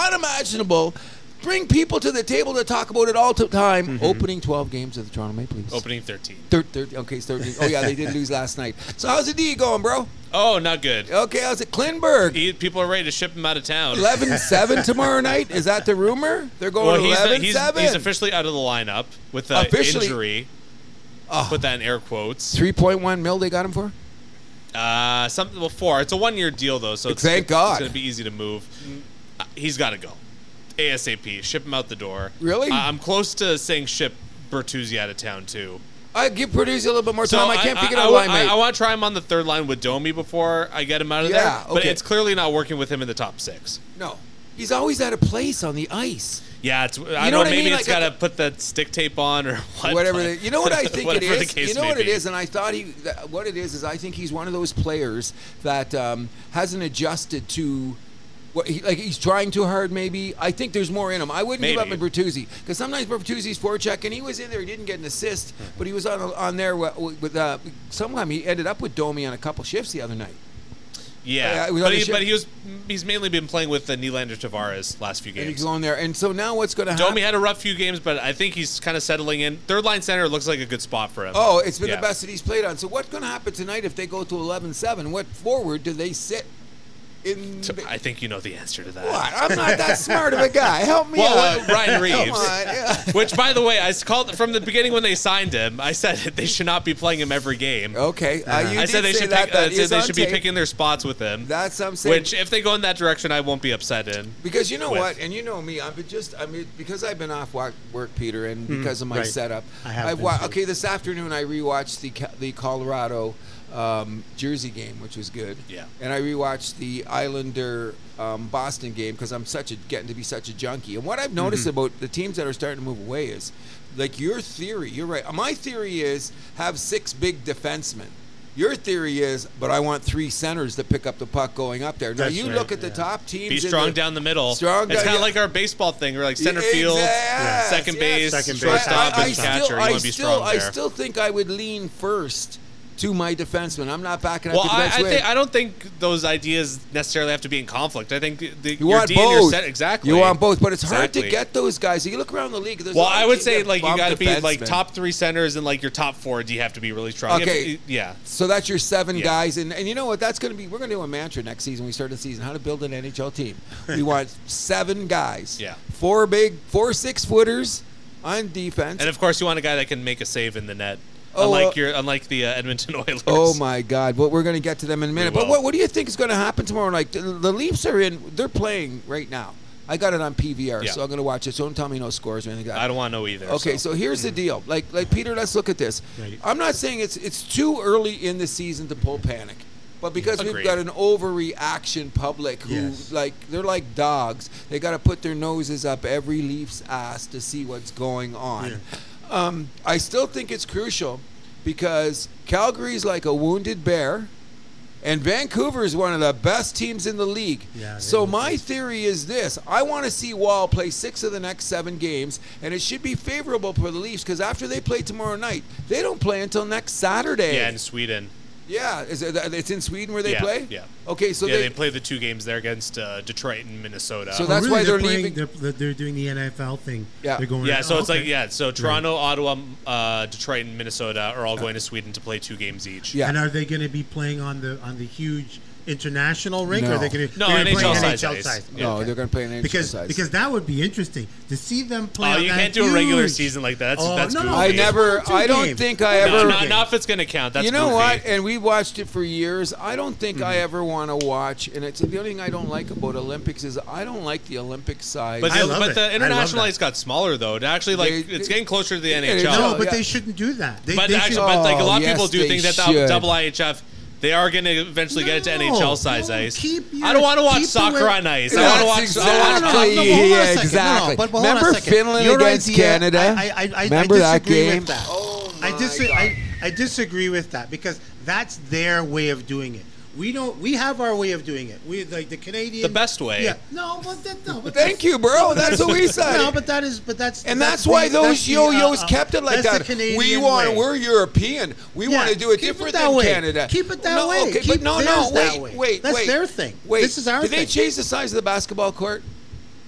unimaginable bring people to the table to talk about it all the time opening 12 games of the Toronto Maple Leafs.
Mm-hmm. Opening 13.
Third, third, okay, it's 13. Oh, yeah, they did lose last night. So, how's the D going, bro?
Oh, not good.
Okay, how's it? Klinberg,
He, people are ready to ship him out of town.
11 7 tomorrow night? Is that the rumor? They're
Well,
going
he's, the-
11
he's,
7.
he's officially out of the lineup with the
Officially-
injury.
Oh.
Put that in air quotes.
3.1 mil they got him for?
Uh, something well, four. It's a one-year deal though, so it's,
Thank
it's,
God.
going to be easy to move. Uh, he's got to go, ASAP. Ship him out the door.
Really?
I- I'm close to saying ship Bertuzzi out of town too.
I give Produce a little bit more
So
time. I can't figure out
I,
why,
I,
mate.
want to try him on the third line with Domi before I get him out of
Yeah,
there. But
okay.
it's clearly not working with him in the top six.
No. He's always out of place on the ice.
Yeah, it's, I
You
don't
know
know.
what I
Maybe
mean?
it's
Like,
got
I
to put that stick tape on or what,
whatever.
but-
They, you know what I think it
whatever the
is.
case
you know
may
what it
be.
is, and I thought he. That, what it is is I think he's one of those players that um, hasn't adjusted to. What he, like he's trying too hard, maybe. I think there's more in him. I wouldn't give up on
Maybe.
Bertuzzi because sometimes Bertuzzi's forecheck, and he was in there. He didn't get an assist,
Hmm.
but he was on on there wi- wi- with. Uh, sometime he ended up with Domi on a couple shifts the other night.
Yeah,
Uh, we
but,
gotta
he,
ship-
but he was he's mainly been playing with the Nylander Tavares last few
And he's
games.
on there, and so now what's going to happen?
Domi had a rough few games, but I think he's kind of settling in. Third line center looks like a good spot for him.
Oh, it's been
Yeah.
the best that he's played on. So what's going to happen tonight if they go to 11-7? What forward do they sit in?
So
the-
I think you know the answer to that.
what? I'm not that smart of a guy. Help me
Well,
out.
uh, Ryan
Come
Reeves.
on. yeah.
Which, by the way, I s- called from the beginning when they signed him. I said that they should not be playing him every game.
Okay. Uh, you
I
did
said they
say
should
that.
pick,
that
uh, said
is
they
on
should be
tape.
picking their spots with him.
That's what I'm saying.
which, if they go in that direction, I won't be upset in.
Because you know
with.
what, and you know me, I've been just I mean because I've been off work, work Peter, and because of my
Hmm, right.
setup,
I have
I've
been
wa-
too.
okay. This afternoon, I rewatched the Ca- the Colorado um, Jersey game, which was good.
Yeah.
and I rewatched the Islander um, Boston game because I'm such a getting to be such a junkie. And what
Mm-hmm.
I've noticed about the teams that are starting to move away is, like your theory, you're right. My theory is have six big defensemen. Your theory is, but I want three centers to pick up the puck going up there. Now
That's
you
right,
look at the
yeah.
top teams.
Be
in
strong
the-
down the middle.
Strong
it's
down-
kind of
yeah.
like our baseball thing. We're like center
Yeah,
field,
yes,
second
yes.
base,
Second base.
shortstop,
I, I
and
still,
catcher. you
I
want to be
still,
strong
I
there.
still think I would lean first to my defenseman. I'm not backing up
Well,
to the
I,
next
I,
way.
think, I don't think those ideas necessarily have to be in conflict. I think the, the,
you
your
want
D and your
both.
set exactly.
You want both, but it's hard to
Exactly.
get those guys. You look around the league. there's a
Well,
lot of
I would
teams
say
that
like you
bump
got to be like
defensemen.
top three centers and like your top four. Do you have to be really strong? You have
Okay.
to- yeah.
So that's your seven
Yeah.
guys, and, and you know what? That's going to be we're going to do a mantra next season. We start the season how to build an NHL team. We want seven guys.
Yeah.
Four big, four six footers on defense.
And of course, you want a guy that can make a save in the net,
Oh,
unlike
well-
your unlike the uh, Edmonton Oilers.
Oh my God! Well, we're going to get to them in a minute. But
will.
what, what do you think is going to happen tomorrow? Like the, the Leafs are in, they're playing right now. I got it on PVR,
Yeah.
so I'm going to watch it. So don't tell me no scores or anything. Like that.
I don't want to know either.
Okay, so, here's the deal. Like, like Peter, let's look at this.
Right.
I'm not saying it's it's too early in the season to pull panic, but because we've
Agreed.
got an overreaction public who
Yes.
like they're like dogs. They got to put their noses up every Leafs ass to see what's going on. Um, I still think it's crucial because Calgary's like a wounded bear. And Vancouver is one of the best teams in the league.
Yeah, they
so
look
my theory is this: I want to see Wall play six of the next seven games, and it should be favorable for the Leafs because after they play tomorrow night, they don't play until next Saturday.
yeah, in Sweden.
yeah. Is it, it's in Sweden where they
Yeah,
play.
yeah.
Okay, so
yeah,
they,
they, play the two games there against uh, Detroit and Minnesota.
So that's why they're
playing,
leaving-
They're, they're doing the NFL thing.
Yeah.
They're going.
yeah, so
oh,
it's like
okay.
yeah, so Toronto, Ottawa, uh, Detroit, and Minnesota are all going to Sweden to play two games each.
Yeah.
And are they going to be playing on the on the huge international rink, or
No.
are they going to
No, NHL size ice.
No, they're going to play an NHL
because
size.
because that would be interesting to see them play.
Oh,
on
you
that
can't do a regular
huge-
season like that. That's
Oh,
that's
no, no,
goofy.
I
it's
never.
one or two
I don't
games.
think I
No,
ever.
not, not if it's going to count. That's
you know
goofy.
what? And we watched it for years. I don't think
Mm-hmm.
I ever want to watch. And it's the only thing I don't like about Olympics is I don't like the Olympic size.
But,
I
the,
love
but
it. I
the
love
international
that.
ice got smaller though. It actually like
They-
it's
they-
getting closer to the
Yeah,
NHL.
no,
No, but
yeah.
they shouldn't do that. They,
but
they
actually,
should,
but like a lot
Oh,
of people
yes,
do
they
think that
should.
the double IHF. They are going to eventually get it to
No,
NHL size
no,
ice.
keep your-
I don't want to watch
keep the
soccer
way-
on ice. I want
That's
to watch. I wanna watch-
no, no,
exactly.
but hold on a
yeah,
second. No, no,
exactly.
but hold on a
Remember
second.
Finland
Your
against
idea-
Canada?
I- I- I- I
Remember that
disagree with
game?
that.
Oh my
I, dis-
God.
I, I disagree with that because that's their way of doing it. We don't. We have our way of doing it. We like the Canadian.
The best way.
Yeah. No, but that, no. But
Thank you, bro. That's what we said.
No, but that is. But that's.
And that's, why
the-
those
that's the,
yo-yos
uh, uh,
kept it like
that's the
that.
Canadian
We want,
way.
we're European. We
Yeah,
want to do it
keep it
different
that
than
way.
Canada.
Keep it that
no,
way.
Okay,
Keep
but no, no,
theirs that
wait,
way.
wait,
That's
wait.
their thing.
Wait,
This is our
Did they
thing.
change the size of the basketball court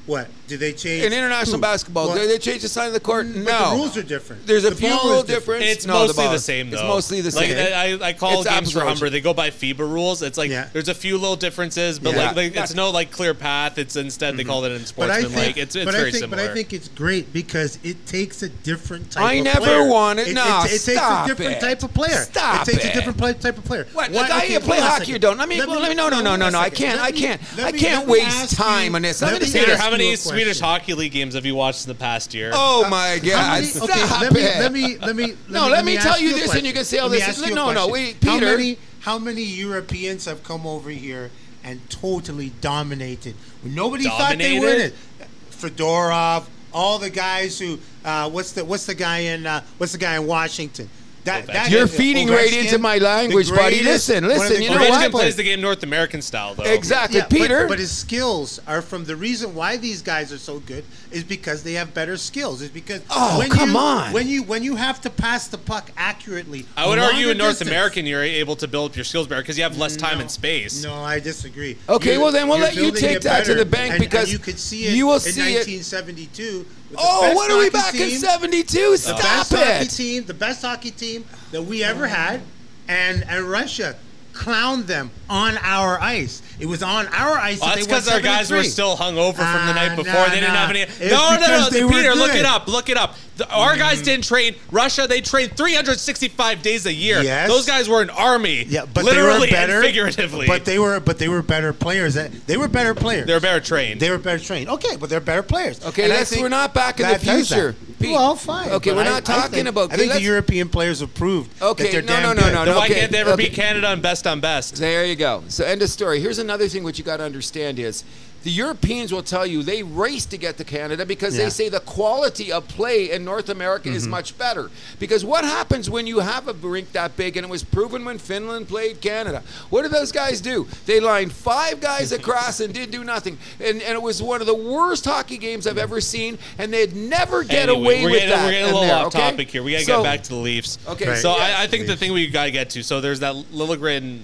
What? Do they change?
in international
who?
basketball?
What?
Did they change the size of the court? No,
But the rules are different.
There's a
The
few
ball
rule
is different.
difference.
It's
No,
mostly the,
ball-
same, though.
It's mostly the
like,
same.
I, I call
It's
games for
apples to
Humber. They go by FIBA rules. It's like
Yeah.
there's a few little differences, but
Yeah.
like, like it's no like clear path. It's instead they call it in
Mm-hmm. But I
sportsman.
think.
Like it's it's
but
very
I think,
similar.
But I think it's great because it takes a different type.
I
of
never
player.
wanted- no,
it, it takes a
stop
different
it.
type of player.
Stop
It takes
it.
a different pla- type of player.
What?
Why-
Like, I
okay,
you play
hold on a
hockey
second.
or don't? I mean, well, let me, no, no, no,
hold
no,
on a
no. I
second.
can't,
Let
I
me-
can't,
let
I
me-
can't
let me
waste
ask
time
you-
on this.
let
I'm going to
me
say
Peter,
this.
ask
how many
you a
Swedish
question.
hockey league games have you watched in the past year?
Oh my
How
God!
many-
Stop
okay, let me,
it.
let me, let me, let
No,
me,
let me tell
ask
you
a
this and
question.
you can say all
Let me
this.
ask
No,
you a
no, no,
question.
wait,
How
Peter.
many, how many Europeans have come over here and totally dominated? Nobody thought they were in
Dominated?
it. Fedorov, all the guys who, uh, what's the, what's the guy in, uh, what's the guy in Washington? That,
Ovechkin.
You're feeding right
Ovechkin,
into my
the
language, buddy.
greatest-
Listen,
one of
listen,
the
you know
Ovechkin
greatest-
what?
plays the game North American style though.
Exactly,
but-
Peter.
But, his skills are from the reason why these guys are so good is because they have better skills. Is because
Oh, come
you,
on.
when you when you have to pass the puck accurately.
I would
longer
argue in North
distance-
American you're able to build up your skills better because you have less time
No.
and space.
No, I disagree.
Okay,
You're-
well, then we'll
you're
let you
building
take
it
that to
better.
the bank
And- and
because
you could see it.
you will
in
see it-
1972. with the
Oh,
best
what are we
hockey
back in
team,
'72?
The
Stop
best hockey
it!
team, the best hockey team that we ever had, and and Russia clowned them on our ice. It was on our ice.
Well,
that
that's
they won
because our guys were
73.
still hungover from the
Ah,
night before.
nah,
they didn't
nah.
have any.
It's
No, no, no,
because they were
Peter, look
good.
it up. Look it up. The- our guys didn't train. Russia, they trained 365 days a year.
Yes.
Those guys were an army.
Yeah, but they were
literally
better,
and figuratively.
But they were, but they were better players. They were better players.
They're better trained.
They were better trained. Okay, but they're better players.
Okay,
And I
let's-
think
we're not back in the
that does that.
future, Pete.
Well, fine.
Okay,
but
we're
I-
not
I
talking
think-
about-
I think
let's-
the European players have proved
Okay,
that they're
no,
damn
no, no,
good.
no,
Then why
okay,
can't they ever
okay.
beat Canada on best on best?
There you go. So end of story. Here's another thing what you got to understand is the Europeans will tell you they race to get to Canada because they
Yeah.
say the quality of play in North America
Mm-hmm.
is much better. Because what happens when you have a rink that big and it was proven when Finland played Canada? What did those guys do? They lined five guys across and did do nothing. And, and it was one of the worst hockey games I've ever seen, and they'd never get
Anyway,
away
we're
with
getting,
that.
We're getting a
in
little
there,
off
okay?
topic here. We gotta
So-
get back to the Leafs.
Okay,
Right.
So
yes,
I, I think the thing we gotta get to. So there's that Lilligren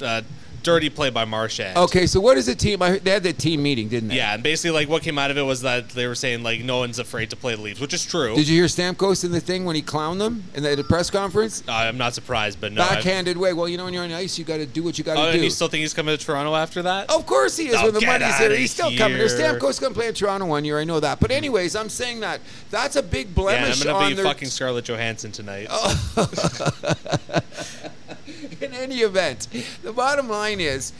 uh, dirty play by Marchand.
Okay, so what is the team? I heard they had the team meeting, didn't they?
Yeah, and basically, like, what came out of it was that they were saying like no one's afraid to play the Leafs, which is true.
Did you hear Stamkos in the thing when he clowned them in the, at the press conference?
Uh, I'm not surprised, but no. I've-
Backhanded way. Well, you know, when you're on ice, you got to do what you got to
Oh,
do.
and you still think he's coming to Toronto after that?
Of course he is.
Oh,
when the
get
money's here,
outta
he's still coming. There's
here.
Stamkos going to play in Toronto one year. I know that. But anyways, I'm saying that that's a big
yeah, I'm
blemish
gonna
on
be
their.
fucking Scarlett Johansson tonight.
in any event, the bottom line is.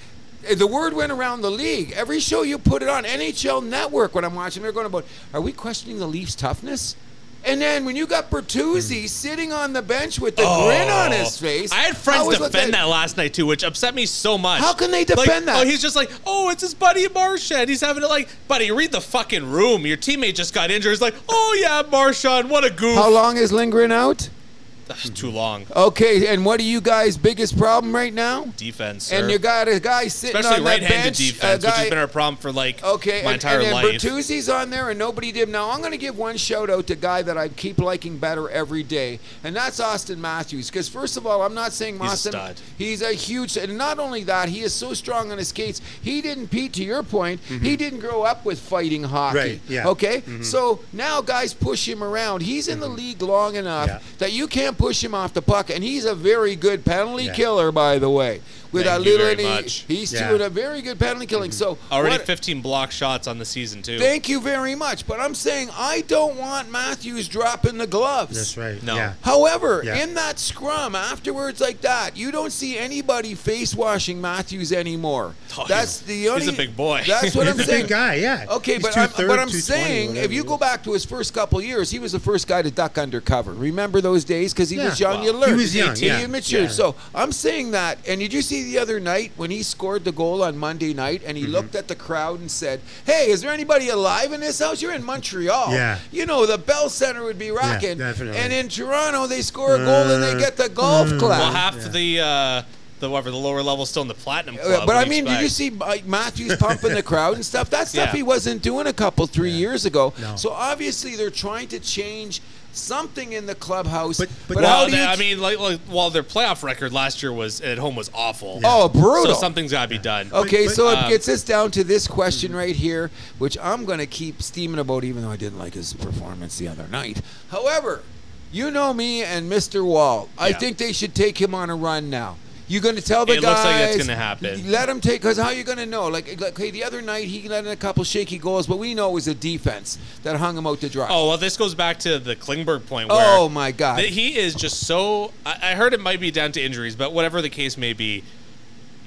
eh, The word went around the league. Every show you put it on NHL Network when I'm watching, they're going about, "Are we questioning the Leafs' toughness?" And then when you got Bertuzzi sitting on the bench with the grin on his face,
Hmm. Oh. I had
I
friends
was looking
defend
at-
that last night too, which upset me so much.
How can they
Like,
defend that?
Oh, he's just like, oh, it's his buddy Marshawn. He's having it like, buddy, read the fucking room. Your teammate just got injured. He's like, oh yeah, Marshawn, what a goof.
How long is Lindgren out?
Too long.
Okay, and what are you guys' biggest problem right now?
Defense, sir.
And you got a guy sitting
especially
on that
right-handed
bench. a
defense, which
guy-
has been our problem for like
okay, and,
my entire
and then
life.
Bertuzzi's on there, and nobody did. Now I'm going to give one shout out to a guy that I keep liking better every day, and that's Austin Matthews. Because first of all, I'm not saying
a
Austin.
stud.
He's a huge, and not only that, he is so strong on his skates. He didn't, Pete, to your point,
Mm-hmm.
he didn't grow up with fighting hockey.
Right, yeah.
Mm-hmm.
Okay. So now guys push him around. He's in the league long enough
Yeah.
that you can't push him off the puck, and he's a very good penalty
Yeah.
killer, by the way. With
Thank
a
you
little,
very
any,
much. Mm-hmm.
he's
Yeah.
doing a very good penalty killing. So
Already
what-
15 block shots on the season too.
Thank you very much, but I'm saying I don't want Matthews dropping the gloves.
That's right.
No.
Yeah.
However,
Yeah.
in that scrum afterwards, like that, you don't see anybody face washing Matthews anymore.
Oh,
that's
he's-
the only.
he's a big boy.
That's what
He's
I'm
a
saying.
big guy, yeah.
Okay,
He's
but I'm,
230,
but I'm
220,
saying if
whatever
you
it
go
is.
back to his first couple years, he was the first guy to duck undercover. Remember those days? Because he
Yeah.
was young,
Wow.
you learned.
He was young,
He
yeah.
matured.
Yeah.
So I'm saying that. And did you see the other night when he scored the goal on Monday night and he
Mm-hmm.
looked at the crowd and said, "Hey, is there anybody alive in this house? You're in Montreal.
Yeah.
You know the Bell Center would be rocking.
definitely. Uh, hmm.
and in Toronto, they score a goal and they get the golf clap.
Well, half the uh, the whatever the lower level still in the platinum
Uh,
club.
but I
what do
mean, did you
expect?
see like, Matthews pumping the crowd and stuff? That stuff
Yeah.
he wasn't doing a couple three years ago.
No.
So obviously they're trying to change something in the clubhouse. But,
But- but-
how
Well,
do you?
they- I mean, like, like, while their playoff record last year was at home was awful.
Oh, brutal.
So something's got to be done.
okay,
but-
so it
um,
gets us down to this question right here, which I'm going to keep steaming about, even though I didn't like his performance the other night. However, you know me and Mr. Wall. I
Yeah.
think they should take him on a run now. You're going to tell the
It
guys.
looks like that's gonna happen.
Let him take, because how you going to know? Like, like, okay, the other night he let in a couple shaky goals, but we know it was a defense that hung him out to dry.
Oh well, this goes back to the Klingberg point. Where
Oh, my God.
that he is just so. I, I heard it might be down to injuries, but whatever the case may be,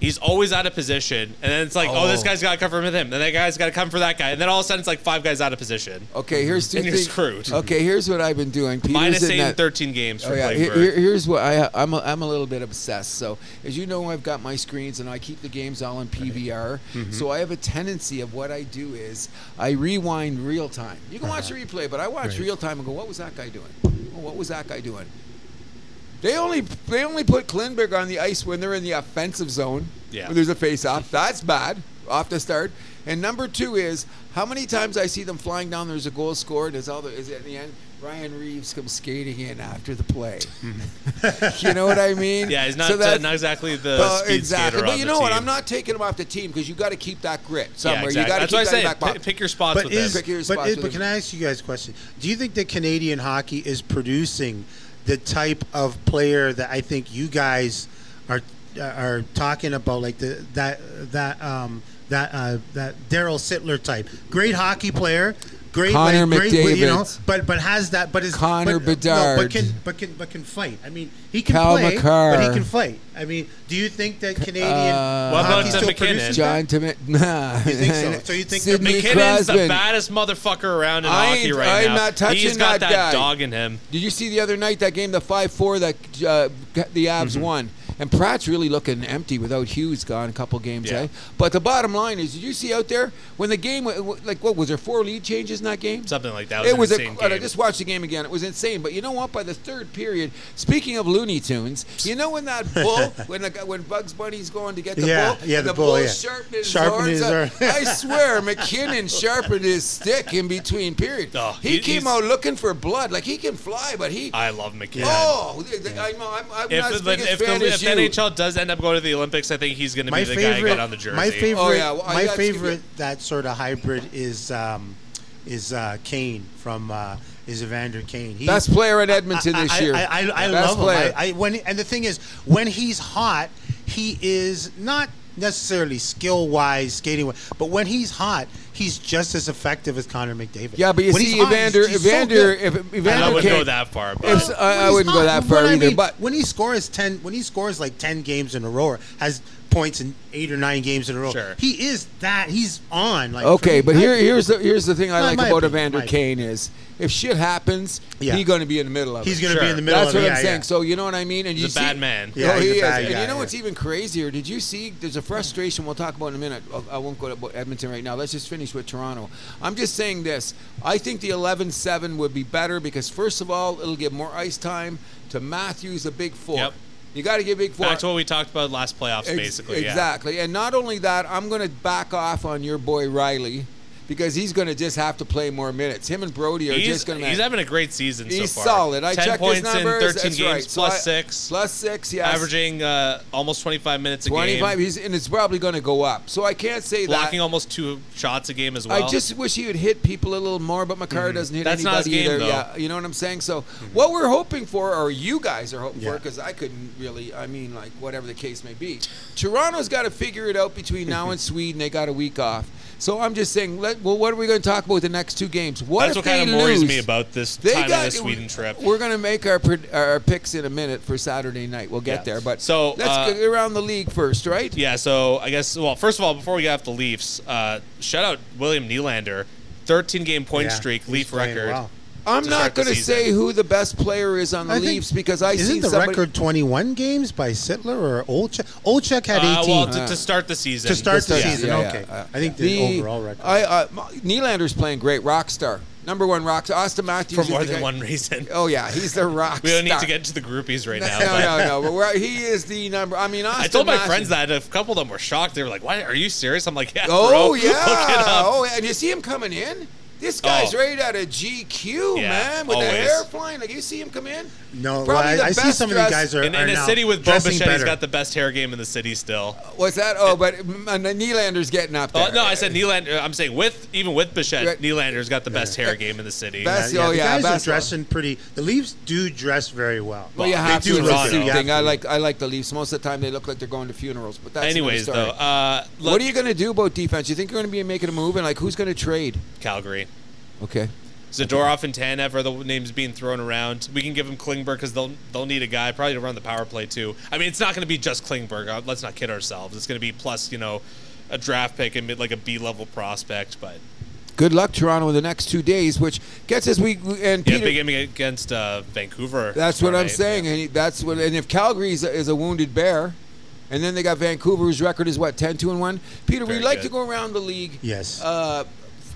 he's always out of position, and then it's like, oh,
Oh.
this guy's got to cover with him, and that guy's got to come for that guy, and then all of a sudden it's like five guys out of position.
Okay, here's two
And you're
things.
screwed.
Okay, here's what I've been doing. Peter's
Minus
in
eight in
that-
13 games for
Oh, yeah.
Klingberg.
Here- here- here's what I, I'm, a, I'm a little bit obsessed. So, as you know, I've got my screens and I keep the games all in PVR.
Mm-hmm.
So, I have a tendency of what I do is I rewind real time. You can
Uh-huh.
watch the replay, but I watch real time and go, what was that guy doing? Oh, what was that guy doing? They only they only put Klinberg on the ice when they're in the offensive zone.
Yeah.
When there's a face off. That's bad off the start. And number two is how many times I see them flying down. There's a goal scored. Is all the is at the end. Ryan Reeves comes skating in after the play. you know what I mean?
yeah, he's not
So
uh,
that's-
not exactly the
well,
speed
exactly.
skater
But
on
you
the
know what?
team.
I'm not taking him off the team because you got to keep that grit somewhere.
Yeah, exactly.
You got to
That's
keep
what I
that
say.
in the back
Pick,
pocket.
pick your spots
But
with
is
him.
Pick your
but,
spots
is,
with
but
him.
can I ask you guys a question? Do you think that Canadian hockey is producing the type of player that I think you guys are are talking about, like the that that um, that uh, that Daryl Sittler type, great hockey player, great,
Connor
like, great, you know,
McDavid.
but but has that, but is
Connor
but, no,
Bedard.
but can but can but can fight. I mean, he can
Cal
play,
McCarr.
but he can fight. I mean, do you think that Canadian
What
hockey
about
still
McKinnon?
produces that?
John Tim. Nah.
You think so? So you think they're
Sidney
McKinnon's the
Crosby.
baddest motherfucker around in
I
hockey
ain't-
right
I'm
now.
not touching
He's got
that guy.
that, dog in him.
Did you see the other night that game, the five four that uh, the Abs won? And Pratt's really looking empty without Hughes gone a couple games,
Yeah.
eh? But the bottom line is, did you see out there when the game, w- w- like, what was there four lead changes in that game?
Something like that.
It was
an
a, uh,
insane
and I
game.
just watched the game again. It was insane. But you know what? By the third period, speaking of Looney Tunes, you know when that bull, when the, guy- when Bugs Bunny's going to get the
Yeah,
bull,
yeah,
and
the bull, yeah.
sharpened his,
Sharpened
horns
his
up.
horn.
I swear, McKinnon sharpened his stick in between periods.
Oh,
he
he-
came
he's-
out looking for blood. Like he can fly, but he.
I love McKinnon.
Oh, th- th- I'm, I'm, I'm
If,
not as
the,
big a
if,
fan
the,
as
if
you.
NHL does end up going to the Olympics, I think he's going to be the guy who got on the jersey.
My favorite,
Oh, yeah, well, I-
my
that's gonna be-
favorite that sort of hybrid is um, is uh, Kane from uh, is Evander Kane. He,
Best player in Edmonton
I,
this
I-
year.
I, I, I
Best
love
player.
him. I, I, when and the thing is, when he's hot, he is not necessarily skill wise, skating wise, but when he's hot, he's just as effective as Connor McDavid.
yeah, but you
When he's
see,
hot,
Evander,
he's- he's so
Evander,
good.
if
And I
Evander
wouldn't go
came,
that far, but
It's- I- I
Well,
wouldn't
he's
go
not-
that far
what I
either,
mean,
but-
when he scores ten, when he scores like ten games in a row, or has points in eight or nine games in a row,
Sure.
he is that he's on. Like
Okay,
for me,
but here,
I-
here's the here's the thing I
My-
like
my
about
opinion,
Evander
my
Kane is if shit happens,
Yeah.
he's going to be in the middle of
he's
it.
going to
Sure.
be in the middle.
That's
of
what
it.
I'm
yeah,
saying.
yeah.
So you know what I mean. And you
He's a
see,
bad man.
Yeah, he
Yeah, he's a
is.
bad
and
guy,
you know
yeah.
what's even crazier? Did you see? There's a frustration we'll talk about in a minute. Oh, I- I won't go to about Edmonton right now. Let's just finish with Toronto. I'm just saying this. I think the 11-7 would be better because first of all, it'll give more ice time to Matthews, a big four.
Yep.
You got to give big four.
Back to what we talked about last playoffs,
Ex-
basically. yeah.
Exactly. And not only that, I'm going to back off on your boy Riley because he's going to just have to play more minutes. Him and Brody are
He's,
just going to.
he's having a great season
He's
so far.
solid. I
Ten
checked
points
his numbers.
in 13
That's
games,
right. So
plus
I-
six,
Plus six. Yes.
averaging uh, almost 25 minutes a
Twenty-five.
game,
He's and it's probably going to go up. So I can't say that.
blocking almost two shots a game as well. Mm-hmm.
I just wish he would hit people a little more, but Makar doesn't hit
That's
anybody
not his game,
either.
though. Mm-hmm.
Yeah, you know what I'm saying. So, what we're hoping for, or you guys are hoping for,
Yeah.
because I couldn't really. I mean, like whatever the case may be, Toronto's got to figure it out between now and Sweden. They got a week off. So I'm just saying. Let, well, what are we going to talk about the next two games? What
That's
if
what
they
kind of worries
lose?
me about this
They
time
got-
of the Sweden trip.
We're going to make our pred- our picks in a minute for Saturday night. We'll get
Yeah.
there, but
So,
let's
uh,
go around the league first, right?
Yeah, so I guess well, first of all, before we get off the Leafs, uh, shout out William Nylander, 13 game point
Yeah,
streak,
he's
Leaf
playing
record.
well.
I'm
to
not
start the
going to
season.
say who the best player is on the
I think-
Leafs because I
isn't
see
the
somebody.
record 21 games by Sittler or Olchek? Olchek had 18
Uh, well, to,
Uh,
to start the season.
to start the
Yeah,
season.
yeah,
okay,
yeah, yeah.
I think the, overall record.
I, uh, M- Nylander's playing great, rock star, number one rock star. Austin Matthews
for
is
more
the
than
guy-
one reason.
Oh yeah, he's the rock.
We don't need to
star.
get into the groupies right now.
No,
but
no, no. But we're, he is the number. I mean, Austin
I told my
Matthews-
friends that. A couple of them were shocked. They were like, "Why are you serious?" I'm like, "Yeah, bro.
Oh
Look
yeah.
it up."
Oh, and you see him coming in. This guy's
Oh.
right out of GQ,
Yeah,
man, with the
always.
hair flying. Like you see him come in.
no, well,
probably
I,
the
I see
best
some of these
dressed-
guys are
In,
are
in a
now
city with Bo
dressing
Bichette, he's
better.
got the best hair game in the city still.
What's that? Oh, but M- M- Nylander's getting up there.
Oh, no, I said Nylander. I'm saying with even with Bichette,
Right.
Nylander's got the best hair game in the city.
Best-
yeah,
oh,
the
yeah,
guys are
basketball.
dressing pretty. The Leafs do dress very well.
Well, you
They
have
do
to. in
look
this
good.
suit
You
thing. I
have to.
like. I like the Leafs. Most of the time, they look like they're going to funerals. But that's another
Anyways, though,
story.
uh,
what are you going to do about defense? You think you're going to be making a move, and like who's going to trade?
Calgary.
Okay.
Zadorov and Tanev are the names being thrown around. We can give them Klingberg because they'll they'll need a guy probably to run the power play too. I mean, it's not going to be just Klingberg. Uh, Let's not kid ourselves. It's going to be plus you know a draft pick and mid- like a B level prospect. But
Good luck, Toronto, in the next two days, which gets us. We and
yeah,
Peter.
big game against uh, Vancouver.
that's what
tomorrow
I'm
night.
saying, and he- that's what. And if Calgary is a, is a wounded bear, and then they got Vancouver, whose record is what 10-2 and one. Peter, we
Very
like
good.
to go around the league.
Yes.
Uh,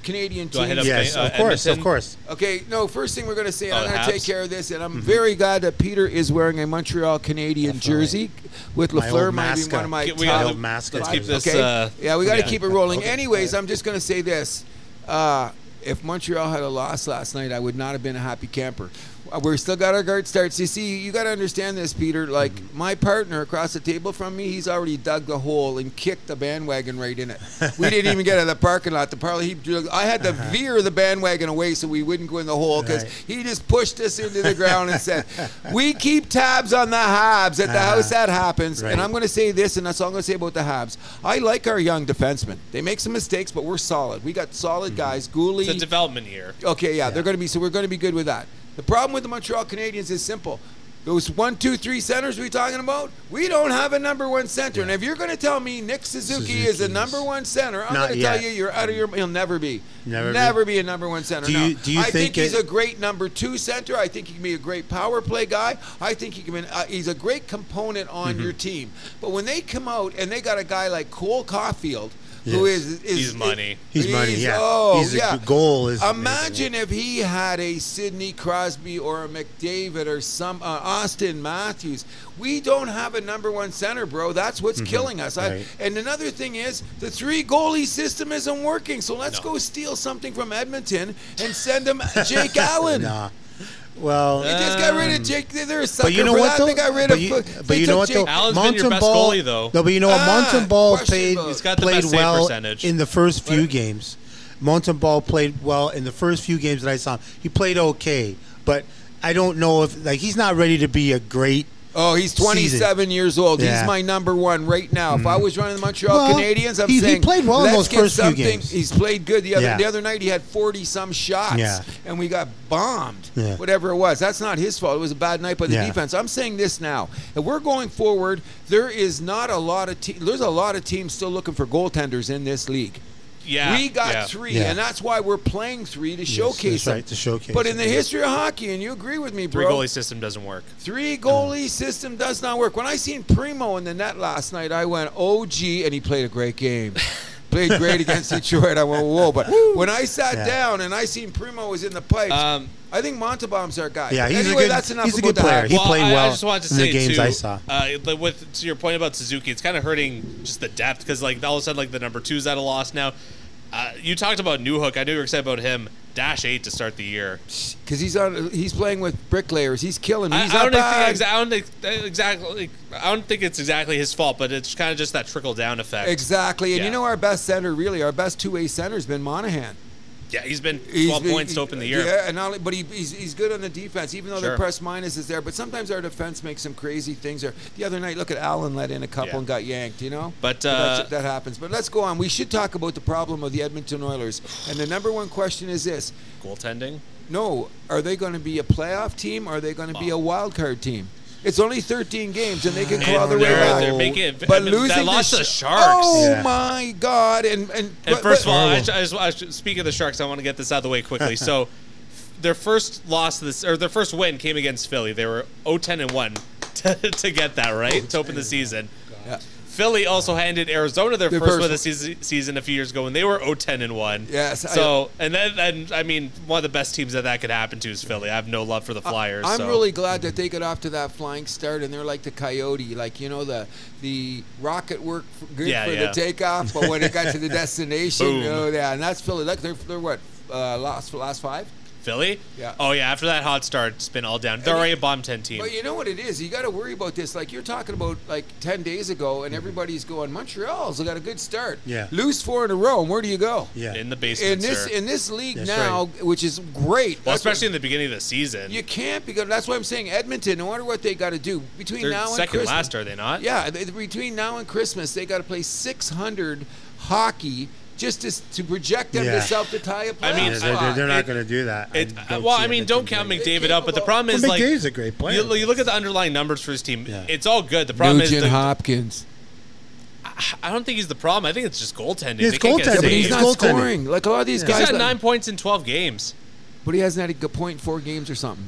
Canadian
Do I
teams.
hit up
yes,
uh,
of course,
Edmonton.
of course.
Okay, no, first thing we're going to say,
Oh,
I'm going to
Habs?
take care of this, and I'm
Mm-hmm.
very glad that Peter is wearing a Montreal Canadian jersey with
My
LaFleur,
old
might be
mascot.
one of my
Get- we
top
gotta-
Mascot.
Let's keep
five.
this.
Okay.
Uh,
yeah, we got to
yeah.
keep it rolling.
Okay.
Anyways, I'm just going to say this. Uh, if Montreal had a loss last night, I would not have been a happy camper. Uh, We're still got our guard starts. You see, you got to understand this, Peter. Like
Mm-hmm.
my partner across the table from me, he's already dug the hole and kicked the bandwagon right in it. We didn't even get out of the parking lot. The parley, he, I had to veer the bandwagon away so we wouldn't go in the hole because
Right.
he just pushed us into the ground and said, "We keep tabs on the Habs
Uh-huh.
at the house that happens."
Right.
And I'm going to say this, and that's all I'm going to say about the Habs. I like our young defensemen. They make some mistakes, but we're solid. We got solid guys. Gooley.
It's a development year.
okay, yeah, they're going to be. So we're going to be good with that. The problem with the Montreal Canadiens is simple. Those one, two, three centers we talking about, we don't have a number one center. And if you're going to tell me Nick Suzuki, is the
Suzuki's-
number one center, I'm
Not
going to tell
yet.
you you're out of your. He'll never be.
Never be.
be. a number one center.
Do
no.
you- do you
I think,
think
he's
it-
a great number two center. I think he can be a great power play guy. I think he can. Be, uh, he's a great component on
Mm-hmm.
your team. But when they come out and they got a guy like Cole Caulfield, who
Yes.
is, is
He's money.
He's money, yeah.
Oh,
He's a
yeah.
g- goal is amazing.
Imagine if he had a Sidney Crosby or a McDavid or some uh, Austin Matthews. We don't have a number one center, bro. That's what's killing us. I,
Mm-hmm. Right.
and another thing is the three goalie system isn't working. So let's
No.
go steal something from Edmonton and send them Jake Allen.
Nah. Well,
They just got rid of Jake. they- They're a sucker
Um, but you know
for
what
that.
though?
They got rid
but
of.
you,
they
but you know
took
what though?
Jake-
Allen's been your best
Ball-
goalie, though.
No, but you know what?
Ah,
Mountain Ball played
questionable. He's
got the
played
best save
well
percentage.
in the first few games. Mountain Ball played well in the first few games that I saw him. He played okay, but I don't know if like he's not ready to be a great.
Oh, he's
season.
27 years old.
Yeah. Mm.
He's my number one right now. If I was running the Montreal
Well,
Canadiens, I'm
he- he
saying
played well in
let's
those
get
first few
something.
games.
He's played good. The other
Yeah.
the other night he had 40 some shots,
Yeah.
and we got bombed.
Yeah.
Whatever it was, that's not his fault. It was a bad night by the
Yeah.
defense. I'm saying this now. If we're going forward, there is not a lot of te- there's a lot of teams still looking for goaltenders in this league.
Yeah,
we got
yeah.
three,
Yeah.
and that's why we're playing three to showcase
that's
them.
right, to showcase
But in
them,
the
yeah.
history of hockey, and you agree with me,
Three
bro,
goalie system doesn't work.
Three goalie system does not work. When I seen Primo in the net last night, I went, "Oh gee," and he played a great game. played great against Detroit. I went, "Whoa!" But when I sat
Yeah.
down and I seen Primo was in the pipes,
Um,
I think Montabom's our guy.
Yeah, he's a
anyway,
good-
that's enough
he's a
about
good
the
player.
Habs.
He played
I- I
well
just wanted to
in
say
the games
too,
I saw.
Uh, but with to your point about Suzuki, it's kind of hurting just the depth because like all of a sudden like the number two's at a loss now. Uh, you talked about New Hook. I knew you were excited about him. Dash eight to start the year.
Because he's on, he's playing with bricklayers. He's killing. me.
I,
He's
I
not
don't
bad.
think, exa- I don't think exactly. I don't think it's exactly his fault, but it's kind of just that trickle down effect.
Exactly. And you
Yeah.
know our best center, really, our best two-way center has been Monahan.
yeah, he's been
He's
12
been-
points to open the year.
Yeah, and not only, but he, he's, he's good on the defense, even though their
Sure.
press minus is there. But sometimes our defense makes some crazy things. There. The other night, look at Allen let in a couple
Yeah.
and got yanked. You know,
But,
that's-
uh,
that happens. But let's go on. We should talk about the problem of the Edmonton Oilers. And the number one question is this:
Goaltending.
No, are they going to be a playoff team? Or are they going to be
Oh.
a wild card team? It's only 13 games, and they can claw
And
their way
they're,
back.
they're making it.
but
I mean,
losing
that loss
the
to the
Sh-
Sharks.
Oh
Yeah.
my God! And and,
And
but-
first
but-
of all, I, ju- I just, I ju- speaking of the Sharks, I want to get this out of the way quickly. so, their first loss, this or their first win, came against Philly. They were 0-10 and one to, to get that right to open the season.
Yeah.
Philly also handed Arizona their
Their
first
first
win of the
one.
season, season a few years ago when they were 0-10 and one.
Yes, I-
So and then and I mean one of the best teams that that could happen to is Philly. I have no love for the Flyers.
I'm
so.
really glad that they got off to that flying start, and they're like the coyote, like you know the the rocket work for, good
Yeah,
for
yeah.
the takeoff, but when it got to the destination,
Boom.
oh yeah, and that's Philly. Like they're, they're what uh, last last five.
Philly.
Yeah.
Oh yeah. After that hot start, it's been all down. They're already a bottom ten team.
But you know what it is? You got to worry about this. Like you're talking about like ten days ago,
Mm-hmm.
and everybody's going Montreal's got a good start.
Yeah.
lose four in a row, and where do you go?
Yeah.
In the basement.
In this
sir.
in this league
That's
now, which is great.
well,
That's what-
especially in the beginning of the season.
you can't because that's why I'm saying Edmonton. I wonder what they got to do between
They're
now and
second
Christmas.
last, are they not?
Yeah, they, between now and Christmas, they got to play 600 hockey just to, s- to project
Yeah.
themself to tie a playoff
I mean,
Yeah,
spot.
they're, they're, they're not
It-
going to do that. I
It, uh,
don't
well,
see
I
it
mean,
that they
don't count
do.
McDavid out, but the problem is
Well,
like
McDave's a great player.
You, you look at the underlying numbers for his team.
Yeah.
It's all good. The problem is
Nugent
the,
Hopkins.
I don't think he's the problem. I think it's just goaltending.
It's
They can't get
goaltending.
Yeah, but
saves.
he's
he's
not
goaltending.
scoring. Like a lot of these
Yeah.
guys,
He's got
like-
nine points in twelve games.
but he hasn't had a good point in four games or something.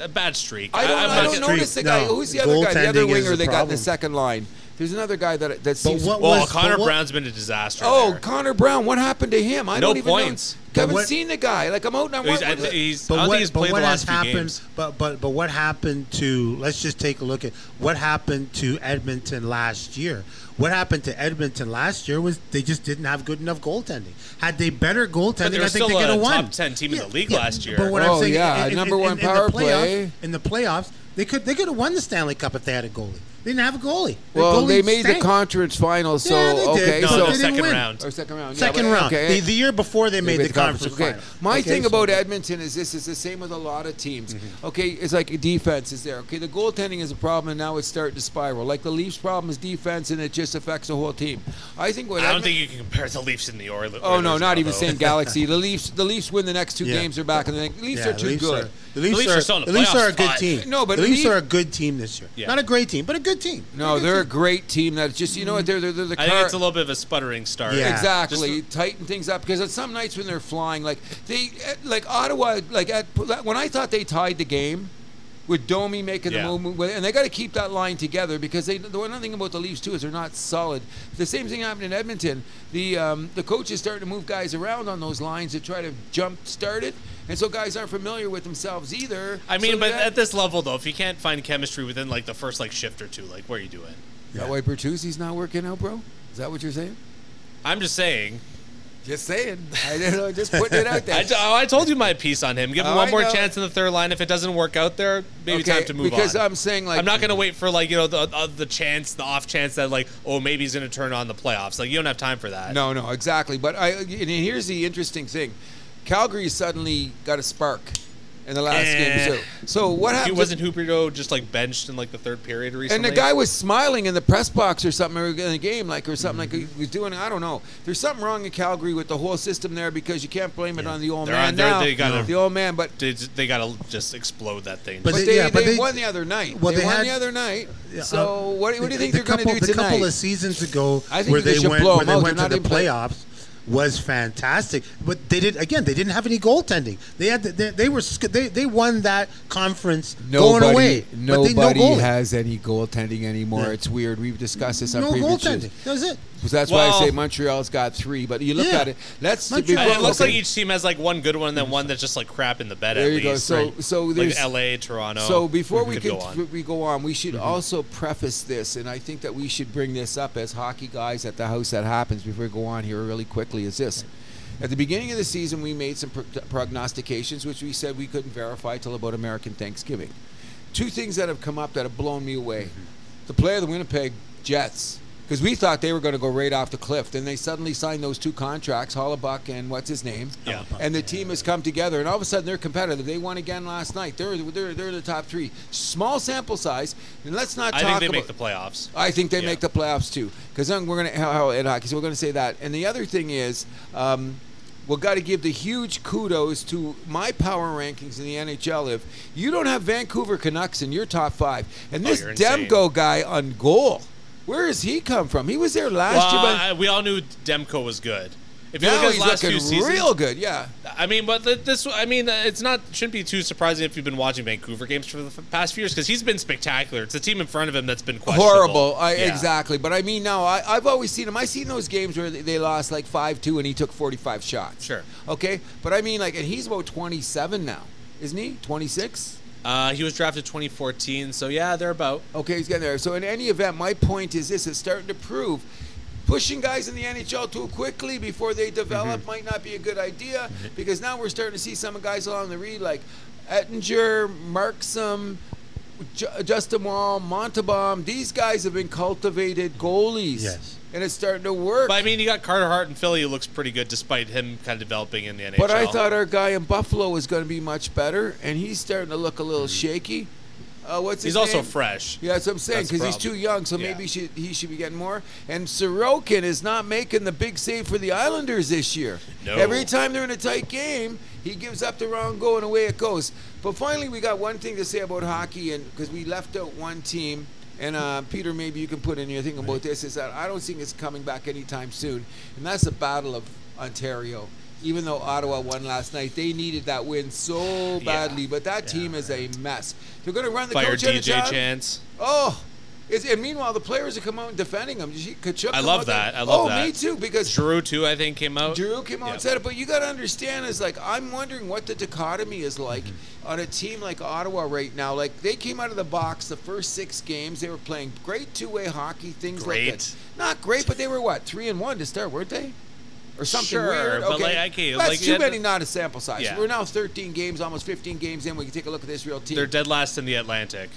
A bad streak.
I don't,
I'm
I
not
don't
gonna-
know.
notice the guy.
No.
Who's the other guy? The other
Goaltending is
winger
the
they got in the
problem.
second line. There's another guy that that seems.
what-
Well,
was-
Connor
but what-
Brown's been a disaster.
Oh,
there.
Connor Brown. What happened to him? I
No
don't even
points.
know. Haven't
But what-
seen the guy. Like I'm out and I'm.
He's-
what-
I,
what-
think he's, I
But
don't
what,
think he's
but
played
what
the last
has
few
happened?
games.
But but but what happened to? Let's just take a look at what happened to Edmonton last year. What happened to Edmonton last year was they just didn't have good enough goaltending. Had they better
But they
goaltending,
were
I think they
still
could
a
have won.
top 10 team in the league last year.
But what
Oh,
I'm saying,
yeah,
in, in,
number
in-
one
in
power
the playoffs,
play. eh?
in the playoffs, they could they could have won the Stanley Cup if they had a goalie. They didn't have a goalie. Their
Well,
goalie
they made the
stank.
conference finals, so
Yeah, they did.
okay,
No,
so
the
they
second
didn't win.
round.
or second round,
second
yeah, but-
round.
okay.
The, the year before they made
With
the conference,
Okay.
final.
My
Okay,
thing
so- Mm-hmm.
about Edmonton is this is the same with a lot of teams. Okay, it's like defense is there. Okay, the goaltending is a problem, and now it's starting to spiral. Like the Leafs' problem is defense, and it just affects the whole team. I think what
I don't
Edmon-
think you can compare the Leafs and the Oil- Oilers.
Oh no! Not even
though.
saying Galaxy. The Leafs. The Leafs win the next two
Yeah.
games. They're back, and the Leafs
Yeah,
are too
Leafs
good.
the Leafs,
Leafs
are,
are still in the
the Leafs are a
playoffs,
good
but-
team.
No, but
the Leafs
Leaf-
are a good team this year.
Yeah.
Not a great team, but a good team.
no,
good
they're a
team.
great team. That just you know what they're they're, they're the car.
I think it's a little bit of a sputtering start.
Yeah.
Exactly, tighten things up because at some nights when they're flying, like they, eh, like Ottawa, like at when I thought they tied the game with Domi making
Yeah.
the move, and they got to keep that line together because they. The one thing about the Leafs too is they're not solid. The same thing happened in Edmonton. The um, the coach is starting to move guys around on those lines to try to jump start it, and so guys aren't familiar with themselves either.
I mean,
So
but
that-
at this level though, if you can't find chemistry within like the first like shift or two, like where are you doing?
that way Bertuzzi's not working out, bro. Is that what you're saying?
I'm just saying.
Just saying. I don't know. Just putting it out there.
I, t- oh, I told you my piece on him. Give him
Oh,
one
I
more
know.
chance in the third line. If it doesn't work out there, maybe time to move
because
on.
I'm saying like
I'm not going to wait for like you know the uh, the chance, the off chance that like oh maybe he's going to turn on the playoffs. Like you don't have time for that.
No, no, exactly. But I and here's the interesting thing: Calgary suddenly got a spark in the last
Eh.
game. So, so what
he
happened?
wasn't Huberto just like benched in like the third period recently.
and the guy was smiling in the press box or something or in the game, like or something like he was doing. I don't know. There's something wrong in Calgary with the whole system there because you can't blame it on the old
They're
man
on- they're-
now.
they gotta-
the old man, but.
They, they got to just explode that thing.
But
But
they,
they-
they,
yeah, but they-
won the other night.
well,
they,
they
won
had-
the other night.
Yeah,
So
uh,
what, what do you
the-
think
the
they're going to
couple-
do
The couple of
tonight?
seasons ago,
I think
where
they
they
should
went,
blow
where
'em
they
out.
went
They're
to the
not even play-
playoffs, was fantastic. But they did again. They didn't have any goaltending. They had. the- They, they were. sc- They, they won that conference going away. but they, no goalie.
has any goaltending anymore.
Yeah.
It's weird. We've discussed this on
no
previous shows.
goaltending. That was it.
that's why
Well-
I say Montreal's got three. But you look
Yeah.
at it. Let's
Montreal-
And it
before-
looks
okay.
like each team has like one good one, and then one that's just like crap in the bed.
There
at
you go.
least.
So- Right. so
like
there's-
L.A., Toronto.
So before we,
could
can,
go on. Mm-hmm.
we go on, we should also preface this, and I think that we should bring this up as hockey guys at the house that happens before we go on here really quickly. Is this? At the beginning of the season, we made some pro- prognostications, which we said we couldn't verify till about American Thanksgiving. Two things that have come up that have blown me away: the play of the Winnipeg Jets. Because we thought they were going to go right off the cliff, then they suddenly signed those two contracts, Hollebuck and what's his name,
Yeah.
and the team has come together, and all of a sudden they're competitive. They won again last night. They're they're they're the top three. Small sample size, and let's not
I
talk
think they
about.
make the playoffs.
I think they
Yeah.
make the playoffs too, because then we're gonna how, how in hockey. So we're gonna say that. And the other thing is, um, we have got to give the huge kudos to my power rankings in the NHL. If you don't have Vancouver Canucks in your top five, and
Oh,
this
you're insane.
Demko guy on goal, where has he come from? He was there last
Well,
year, but
I- we all knew Demko was good. If you
now
look at his
he's
last
looking
two seasons,
real good. Yeah.
I mean, but th- this, I mean, uh, it's not shouldn't be too surprising if you've been watching Vancouver games for the f- past few years because he's been spectacular. It's the team in front of him that's been questionable.
horrible. I,
Yeah.
Exactly. But I mean, no, I, I've always seen him. I seen those games where they, they lost like five two, and he took forty five shots.
Sure.
Okay. But I mean, like, and he's about twenty seven now, isn't he? Twenty six.
Uh, he was drafted 2014, so yeah, they're about.
Okay, he's getting there. So in any event, my point is this: it's starting to prove. Pushing guys in the NHL too quickly before they
Mm-hmm.
develop might not be a good idea because now we're starting to see some guys along the read like Ettinger, Marksom, Ju- Justin Wall, Montabom. These guys have been cultivated goalies,
Yes.
and it's starting to work.
But I mean, you got Carter Hart in Philly, who looks pretty good despite him kind of developing in the NHL.
But I thought our guy in Buffalo was going to be much better, and he's starting to look a little shaky. Uh, what's his
Mm-hmm. he's also
name?
fresh.
Yeah, that's what I'm saying
That's the
because he's too
problem.
young, so
Yeah.
maybe she, he should be getting more. And Sorokin is not making the big save for the Islanders this year.
No.
Every time they're in a tight game, he gives up the wrong goal and away it goes. But finally, we got one thing to say about hockey, and because we left out one team. And uh, Peter, maybe you can put in your thing about this is that I don't think it's coming back anytime soon, and that's the Battle of Ontario. Even though Ottawa won last night, they needed that win so badly. But that team is a mess. They're going to run the
Fire
coach out of
DJ
town.
Chance.
Oh, it's, and meanwhile, the players are coming out and defending him. You see Kachuk
I
come
love
out there-
that. I love
oh,
that.
me too, because
Drew too, I think, came out.
Drew came out
Yeah.
and said it. But you got to understand, is like I'm wondering what the dichotomy is like
Mm-hmm.
on a team like Ottawa right now. Like they came out of the box the first six games, they were playing great two-way hockey, things like
Great.
that. Not great, but they were what three and one to start, weren't they? Or something
Sure,
weird.
but,
okay.
like, I can't-
That's
like, you
too
had
many,
to-
not a sample size.
Yeah.
We're now 13 games, almost 15 games in. We can take a look at this real team
They're dead last in the Atlantic.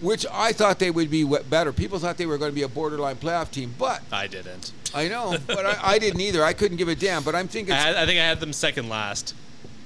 which I thought they would be we- better. People thought they were going to be a borderline playoff team, but
I didn't.
I know, but I, I didn't either. I couldn't give a damn. But I'm
I,
thinking,
had, I think I had them second last.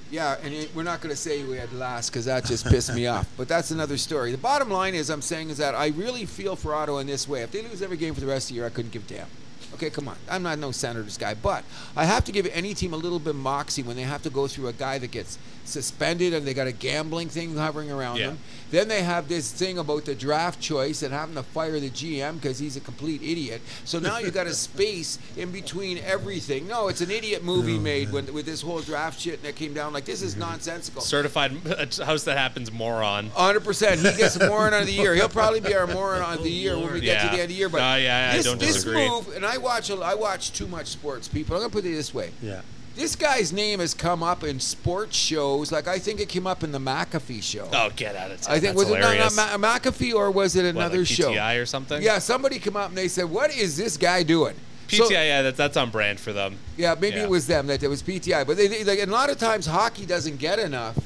yeah, and it, we're not going to say we had last because that just pissed me off. But that's another story. The bottom line is, I'm saying is that I really feel for Ottawa in this way. If they lose every game for the rest of the year, I couldn't give a damn. Okay, come on. I'm not no Senators guy, but I have to give any team a little bit moxie when they have to go through a guy that gets suspended and they got a gambling thing hovering around
Yeah.
them. Then they have this thing about the draft choice and having to fire the GM because he's a complete idiot. So now you got a space in between everything. No, it's an idiot movie made when, with this whole draft shit that came down. Like this is nonsensical.
Certified a house that happens moron.
Hundred percent. He gets moron of the year. He'll probably be our moron of the year when we get to the
Yeah.
end of the year. But
No, yeah, I
this,
don't
this
disagree.
move, and I watch, a, I watch too much sports. People, I'm gonna put it this way:
Yeah.
this guy's name has come up in sports shows. Like I think it came up in the McAfee show.
Oh, get out of town.
I think
That's
was
hilarious.
it not, not Ma- McAfee or was it
What, like
another show?
PTI or something?
Yeah, somebody came up and they said, "What is this guy doing?"
PTI,
So-
yeah, that, that's on brand for them.
yeah, maybe
Yeah.
it was them that it was PTI. But they, they like and a lot of times hockey doesn't get enough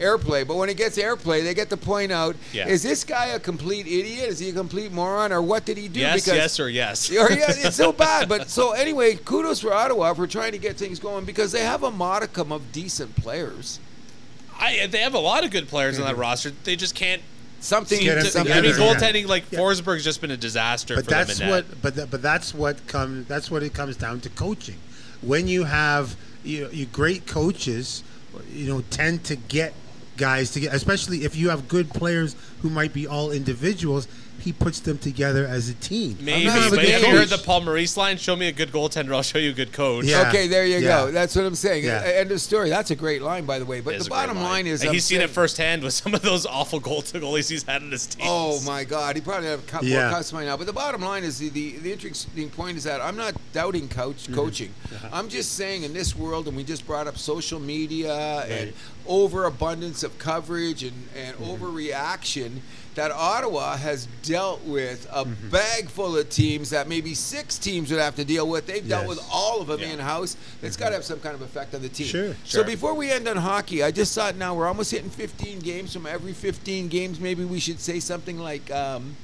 airplay. But when it gets airplay, they get to point out:
Yeah.
is this guy a complete idiot? Is he a complete moron, or what did he do?
yes, yes, or yes.
or yeah, it's so bad. But so anyway, kudos for Ottawa for trying to get things going because they have a modicum of decent players.
I, they have a lot of good players on that roster. They just can't.
Something,
Seem
Get 'em
to,
something
I mean,
together. Yeah.
goaltending like Forsberg's just been a disaster
But
for
that's
them. in
what.
That.
But tha- but that's what come. That's what it comes down to coaching. When you have you, you great coaches, you know, tend to get guys to get, especially if you have good players who might be all individuals. he puts them together as a team.
Maybe,
not
but
a
have
coach.
you heard the Paul Maurice line? Show me a good goaltender, I'll show you a good coach.
Yeah.
Okay, there you
Yeah.
go. That's what I'm saying. E-,
Yeah.
End of story. That's a great line, by the way. But
It is
the
a great
bottom line. is,
and
I'm
he's seen
saying-
it firsthand with some of those awful goal to goalies he's had in his team.
Oh my God, he probably have a couple
Yeah.
more cuts by now. But the bottom line is the, the, the interesting point is that I'm not doubting coach
Mm-hmm.
coaching.
Uh-huh.
I'm just saying in this world, and we just brought up social media and
Right.
overabundance of coverage and and
Mm-hmm.
overreaction. That Ottawa has dealt with a
Mm-hmm.
bag full of teams that maybe six teams would have to deal with. They've dealt
Yes. Mm-hmm.
with all of them
Yeah.
in house. It's got to have some kind of effect on the team.
Sure.
So
Sure.
before we end on hockey, I just thought now we're almost hitting 15 games. From every 15 games, maybe we should say something like, um,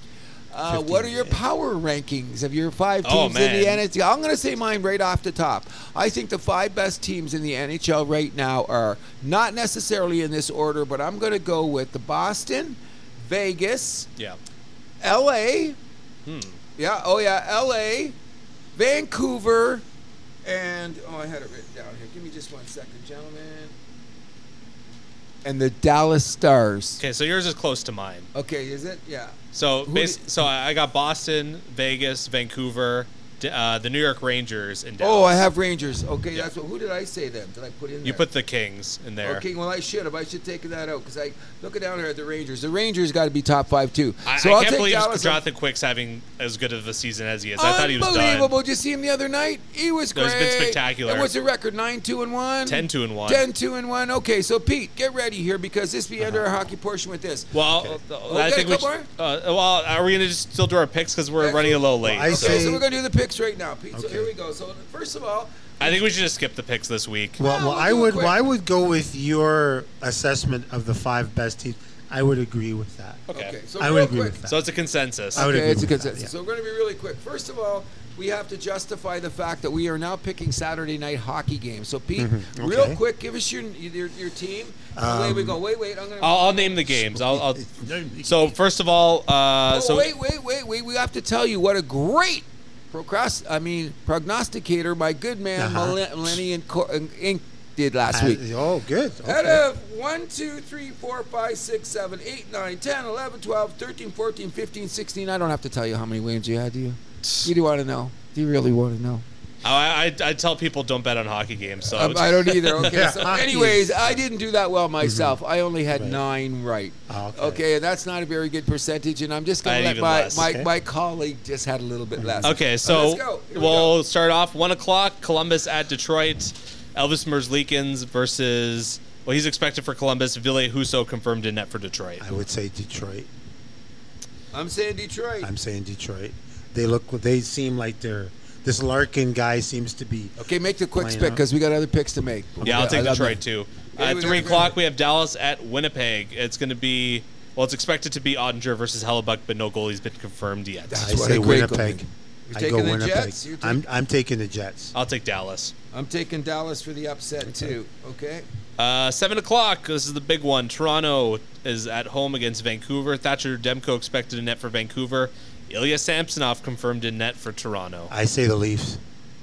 uh, "What are your power rankings of your five
Oh,
teams in the
man.
NHL?" I'm going to say mine right off the top. I think the five best teams in the NHL right now are not necessarily in this order, but I'm going to go with the Boston, Vegas,
Yeah. Hmm.
L.A. Yeah. Oh yeah. L.A. Vancouver. And oh, I had it written down here. Give me just one second, gentlemen. And the Dallas Stars.
Okay, so yours is close to mine.
Okay, is it? Yeah.
So,
Who
bas-
did-
so I I got Boston, Vegas, Vancouver, D- uh, the New York Rangers, and Dallas.
Oh, I have Rangers. Okay,
Yeah.
that's what. Who did I say then? Did I put in?
You
there?
put the Kings in there.
Okay, well I should have. I should take that out because I look down here at the Rangers. The Rangers got to be top five too.
I,
so
I
will
can't
take
believe
Dallas.
Jonathan Quick's having as good of a season as he is. I thought he was
Unbelievable!
done.
Did you see him the other night? He was
No,
great.
he's been spectacular.
And what's the record? Nine two and one.
10-2 and one.
10 2 and 1. Okay, so Pete, get ready here because this be under
Uh-huh.
our hockey portion with this.
Well, uh,
Oh, we
I
got
think
a
we.
couple
Should, uh, well, are we gonna just still do our picks because we're
Yeah,
running a little
well,
late?
I
so-
Okay,
say-
so we're going to do the picks right now, Pete. So
Okay.
here we go. So, first of all,
I think we should just skip the picks this week.
Ah,
Well,
we'll
Well, I
do it
would.
quick.
Well, I would go with your assessment of the five best teams. I would agree with that.
Okay.
okay, so
I
real
would agree
quick.
with that.
So it's a consensus.
I would
okay,
agree
it's a
with that,
consensus.
yeah.
So we're going to be really quick. First of all, we have to justify the fact that we are now picking Saturday night hockey games. So, Pete, real
Mm-hmm. okay. Um,
quick, give us your your, your team. Away we go. Wait, wait. I'm going to.
I'll, I'll name the games. I'll, I'll, so first of all, uh,
Oh,
so
wait, wait, wait, wait. We have to tell you what a great procrast- I mean, prognosticator, my good man,
Uh-huh.
Mil- Lenny and Co- and Inc. did last
Uh,
week.
oh, good.
Out
okay.
of 1, 2, 3, 4, 5, 6, 7, 8, 9, 10, 11, 12, 13, 14, 15, 16. I don't have to tell you how many wins you had, do you? You do want to know. Do you really want to know?
I, I, I tell people don't bet on hockey games. So
Um, I don't either. Okay.
Yeah,
So,
hockey
anyways, I didn't do that well myself.
Mm-hmm.
I only had nine right.
Ah, okay.
and that's not a very good percentage. And I'm just
I
going
had
to let
even
my,
less.
my,
Okay.
my colleague just had a little bit less. Uh,
Okay, so
let's go. Here we
we'll start off one o'clock. Columbus at Detroit. Elvis Merzlikins versus well, he's expected for Columbus. Ville Husso confirmed in net for Detroit.
I would say Detroit.
I'm saying Detroit.
I'm saying Detroit. They look. They seem like they're. This Larkin guy seems to be.
okay, make the quick
Line
pick
up.
because we got other picks to make.
Yeah, I'll
I
take
love
Detroit
that.
too.
Yeah,
At
we
three
never-
o'clock, we have Dallas at Winnipeg. It's going to be well, it's expected to be Ottinger versus Hellebuck, but no goalie's been confirmed yet.
I
That's what
say
a great
Winnipeg.
goal. You're
I
taking
go
the
Winnipeg.
Jets? You're
I'm I'm taking the Jets.
I'll take Dallas.
I'm taking Dallas for the upset too. Okay.
Uh, seven o'clock. This is the big one. Toronto is at home against Vancouver. Thatcher Demko expected a net for Vancouver. Ilya Samsonov confirmed in net for Toronto.
I say the Leafs.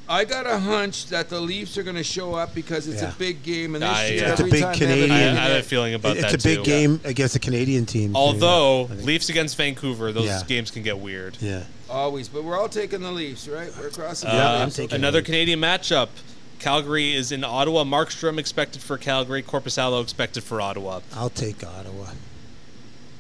I got a hunch that the Leafs are going to show up because it's
Yeah.
a big game, and this
I-
year
yeah. It's
a
every
big
time they have a
I, I
Canadian-
big
have a
game-
feeling about
It-
that
it's a big
too.
game against a Canadian team.
Although
Yeah, I think-
Leafs against Vancouver, those
Yeah.
games can get weird.
Yeah.
always, but we're all taking the Leafs, right? We're across the
Uh,
Yeah, I'm taking
another
Leafs.
Canadian matchup. Calgary is in Ottawa. Markstrom expected for Calgary. Corpusalo expected for Ottawa.
I'll take Ottawa.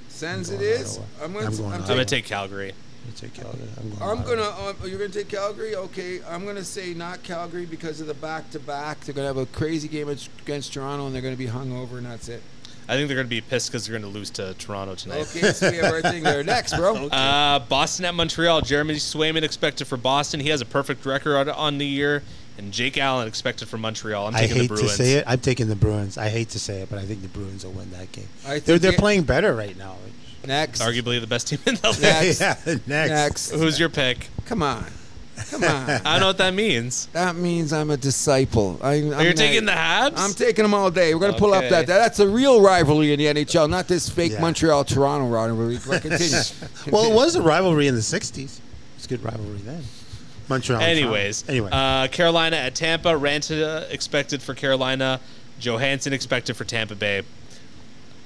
Sends
I'm
it
going
is.
Ottawa.
I'm going.
I'm
to
going
I'm
I'm
taking.
gonna
Ottawa.
take Calgary.
I'll take Calgary. I'm going.
I'm
Ottawa.
gonna. Um, you're gonna take Calgary, okay? I'm gonna say not Calgary because of the back-to-back. They're gonna have a crazy game ag- against Toronto, and they're gonna be hungover, and that's it.
I think they're gonna be pissed because they're gonna lose to Toronto tonight.
Okay, so we have our thing there next, bro.
Uh, Boston at Montreal. Jeremy Swayman expected for Boston. He has a perfect record on- on the year. And Jake Allen expected for Montreal. I'm
I
taking the
hate to
Bruins.
say it. I'm taking the Bruins. I hate to say it, but I think the Bruins will win that game.
I think
They're they're
they-
playing better right now.
Next.
Arguably the best team in the league.
Next.
yeah. Next.
Next.
Who's your pick?
Come on. Come on.
I don't know what that means.
That means I'm a disciple. I, I'm
Are you
not-
taking the Habs?
I'm taking them all day. We're going to pull up
Okay.
that. That's a real rivalry in the NHL, not this fake
Yeah.
Montreal Toronto rivalry. But continue. Continue.
Well, it was a rivalry in the '60s. It's a good rivalry then. Montreal. and Toronto.
Anyways,
Anyway.
uh, Carolina at Tampa. Ranta expected for Carolina. Johansson expected for Tampa Bay.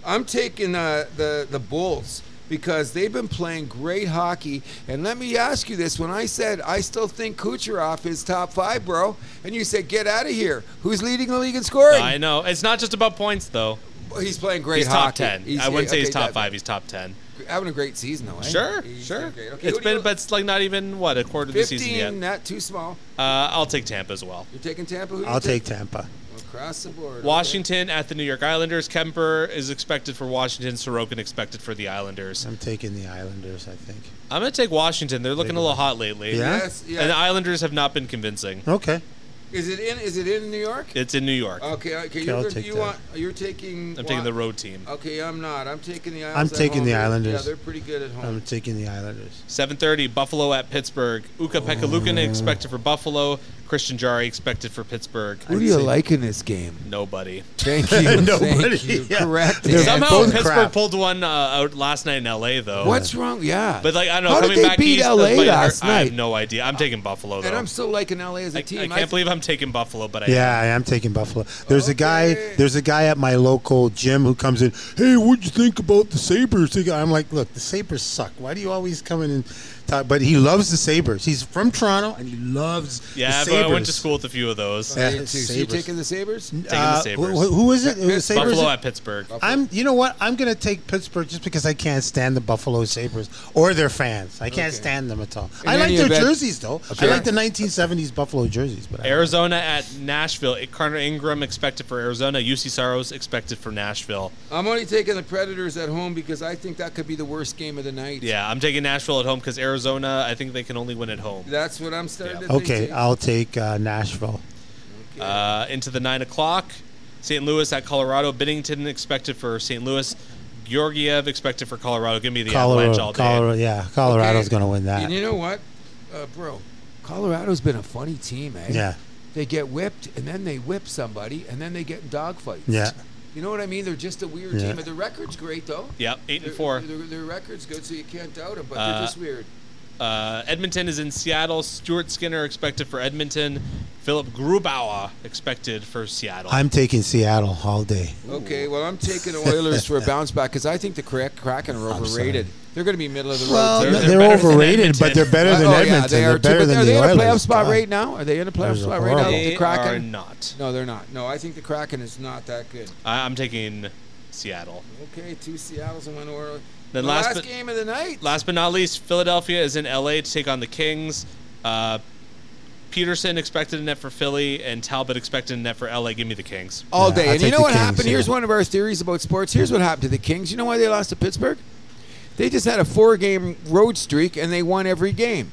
I'm taking uh, the the Bulls because they've been playing great hockey. And let me ask you this: when I said I still think Kucherov is top five, bro, and you said get out of here, who's leading the league in scoring?
I know. It's not just about points, though.
He's playing great
He's top
hockey.
ten. I wouldn't say
okay,
he's top
that-
five. He's top ten.
Having a great season, though. eh?
Sure,
He's
sure.
doing great. Okay,
it's
who do you-
been, but it's like not even what a quarter of the season yet.
fifteen. Not too small.
Uh, I'll take Tampa as well.
You're taking Tampa. Who you
I'll take Tampa.
across the board. okay.
Washington at the New York Islanders. Kemper is expected for Washington. Sorokin expected for the Islanders.
I'm taking the Islanders. I think.
I'm gonna take Washington. They're looking a little hot lately.
Yeah?
Yes.
And the
Yeah.
Islanders have not been convincing.
Okay.
is it in? Is it in New York?
It's in New York.
Okay. Okay.
I'll
You're,
take
you
that.
want? You're taking.
I'm taking
Wa-
the road team.
Okay, I'm not. I'm taking the.
I'm
Islanders at
taking
home.
the
They're- Yeah,
Islanders. Um,
they're pretty good at home.
I'm taking the Islanders.
7:30 Buffalo at Pittsburgh. Uka Pekalukin
Oh.
expected for Buffalo. Christian Jari expected for Pittsburgh.
Who do you like in this game?
Nobody.
Thank you.
Nobody,
Thank you.
yeah.
Correct.
They're
answer.
Somehow
both
Pittsburgh
crap.
pulled one uh, out last night in L.A. though.
What's wrong? Yeah.
But like I don't know.
How
coming
did they
back
beat
east,
LA
that's what I heard.
last
I have
night?
no idea. I'm taking Buffalo though.
and I'm still liking LA as a
I,
team.
I can't believe I'm taking Buffalo, but I
Yeah, I am taking Buffalo. There's a guy.
Okay.
There's a guy at my local gym who comes in. Hey, what'd you think about the Sabers? I'm like, look, the Sabers suck. Why do you always come in and talk? But he loves the Sabers. He's from Toronto and he loves.
yeah.
the
But
Sabers.
I went to school with a few of those.
Yeah,
They too. So you
Sabres.
taking the Sabers?
Taking the
Uh,
Sabres.
wh- who is it? The Sabres?
Buffalo at Pittsburgh.
I'm. You know what? I'm gonna take Pittsburgh just because I can't stand the Buffalo Sabers or their fans. I can't
Okay.
stand them at all.
In
I like
any
their
event-
jerseys though.
Sure.
I like the 1970s Buffalo jerseys, but I
Arizona at Nashville. Connor Ingram expected for Arizona. UC Saros expected for Nashville.
I'm only taking the Predators at home because I think that could be the worst game of the night.
Yeah, I'm taking Nashville at home because Arizona. I think they can only win at home.
That's what I'm starting
Yeah.
to think.
Okay,
too.
I'll take uh, Nashville.
Uh, into the nine o'clock. St. Louis at Colorado. Binnington expected for St. Louis. Georgiev expected for Colorado. Give me the Avalanche all
Colorado,
day.
Colorado, yeah, Colorado's
Okay.
going to win that.
And you know what, uh, bro? Colorado's been a funny team, eh?
yeah,
They get whipped, and then they whip somebody, and then they get in dogfights.
yeah.
You know what I mean? They're just a weird
Yeah.
team. But their record's great, though.
Yep, eight
Their,
and four.
Their, their record's good, so you can't doubt them, but
Uh,
they're just weird.
Uh, Edmonton is in Seattle. Stuart Skinner expected for Edmonton. Philip Grubauer expected for Seattle.
I'm taking Seattle all day.
Okay, well, I'm taking the Oilers for a bounce back because I think the Cra- Kraken are
I'm sorry.
overrated. They're going to be middle of the road.
Well,
team.
they're,
they're
they're
better than
overrated, but they're
Edmonton.
better than
oh,
Edmonton.
Yeah, they
they're
are too,
better
but
than
are
the
they in
Oilers.
a playoff spot
God.
right now? Are they in a playoff
They're
spot right now?
horrible.
The
they are
Kraken?
not.
No, they're not. No, I think the Kraken is not that good.
I- I'm taking Seattle.
Okay, two Seattle's and one Oilers.
Then
the
last
last,
but-
game of the night.
Last but not least, Philadelphia is in LA to take on the Kings. Uh, Peterson expected a net for Philly, and Talbot expected a net for LA. Give me the Kings.
all
Yeah,
day.
I'll
and you
take
know
the
what
Kings,
happened? Here's
yeah.
one of our theories about sports. Here's what happened to the Kings. You know why they lost to Pittsburgh? They just had a four-game road streak and they won every game.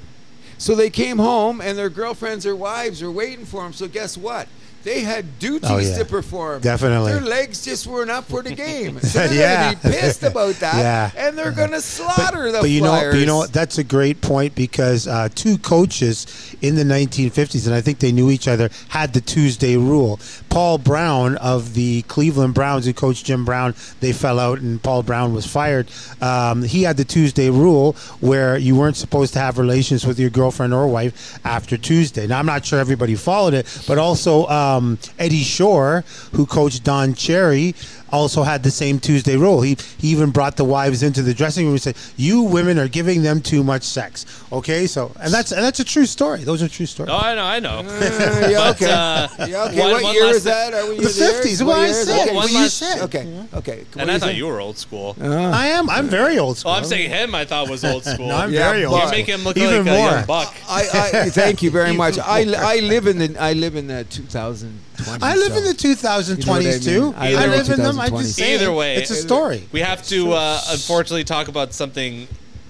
So they came home and their girlfriends or wives are waiting for them. So guess what? They had duties
Oh, yeah.
to perform.
Definitely.
Their legs just weren't up for the game. So they're
Yeah.
going to be pissed about that.
Yeah.
And they're going to slaughter the
you know,
Flyers.
but you know what? That's a great point because uh, two coaches in the 1950s, and I think they knew each other, had the Tuesday rule. Paul Brown of the Cleveland Browns, who coached Jim Brown, they fell out, and Paul Brown was fired. Um, he had the Tuesday rule where you weren't supposed to have relations with your girlfriend or wife after Tuesday. Now I'm not sure everybody followed it, but also um, Eddie Shore, who coached Don Cherry, also had the same Tuesday rule. He he even brought the wives into the dressing room and said, "You women are giving them too much sex." Okay, so and that's and that's a true story. Those are true stories.
Oh, I know, I know.
Uh, yeah, okay.
uh,
Yeah, okay.
one-
what
one
year
last
is
thing-
that? Are we
The 50s, what I said,
Okay.
what
you
you
said.
said.
Okay. Okay. What Uh,
and I
you
thought
said?
you were old school.
Ah.
I am. I'm very old school.
well, Oh, I'm saying him. I thought was old school.
no, I'm
Yeah,
very
but-
old.
you
School.
make him look
Even
like a young
more.
buck.
I, I thank you very much. I, I live in the I live in the 2020.
I live in the 2020s
You know
too.
what I
I
mean?
live,
I live in
in them. I
2020s.
just say
Either way,
it's a story.
We have to uh, unfortunately talk about something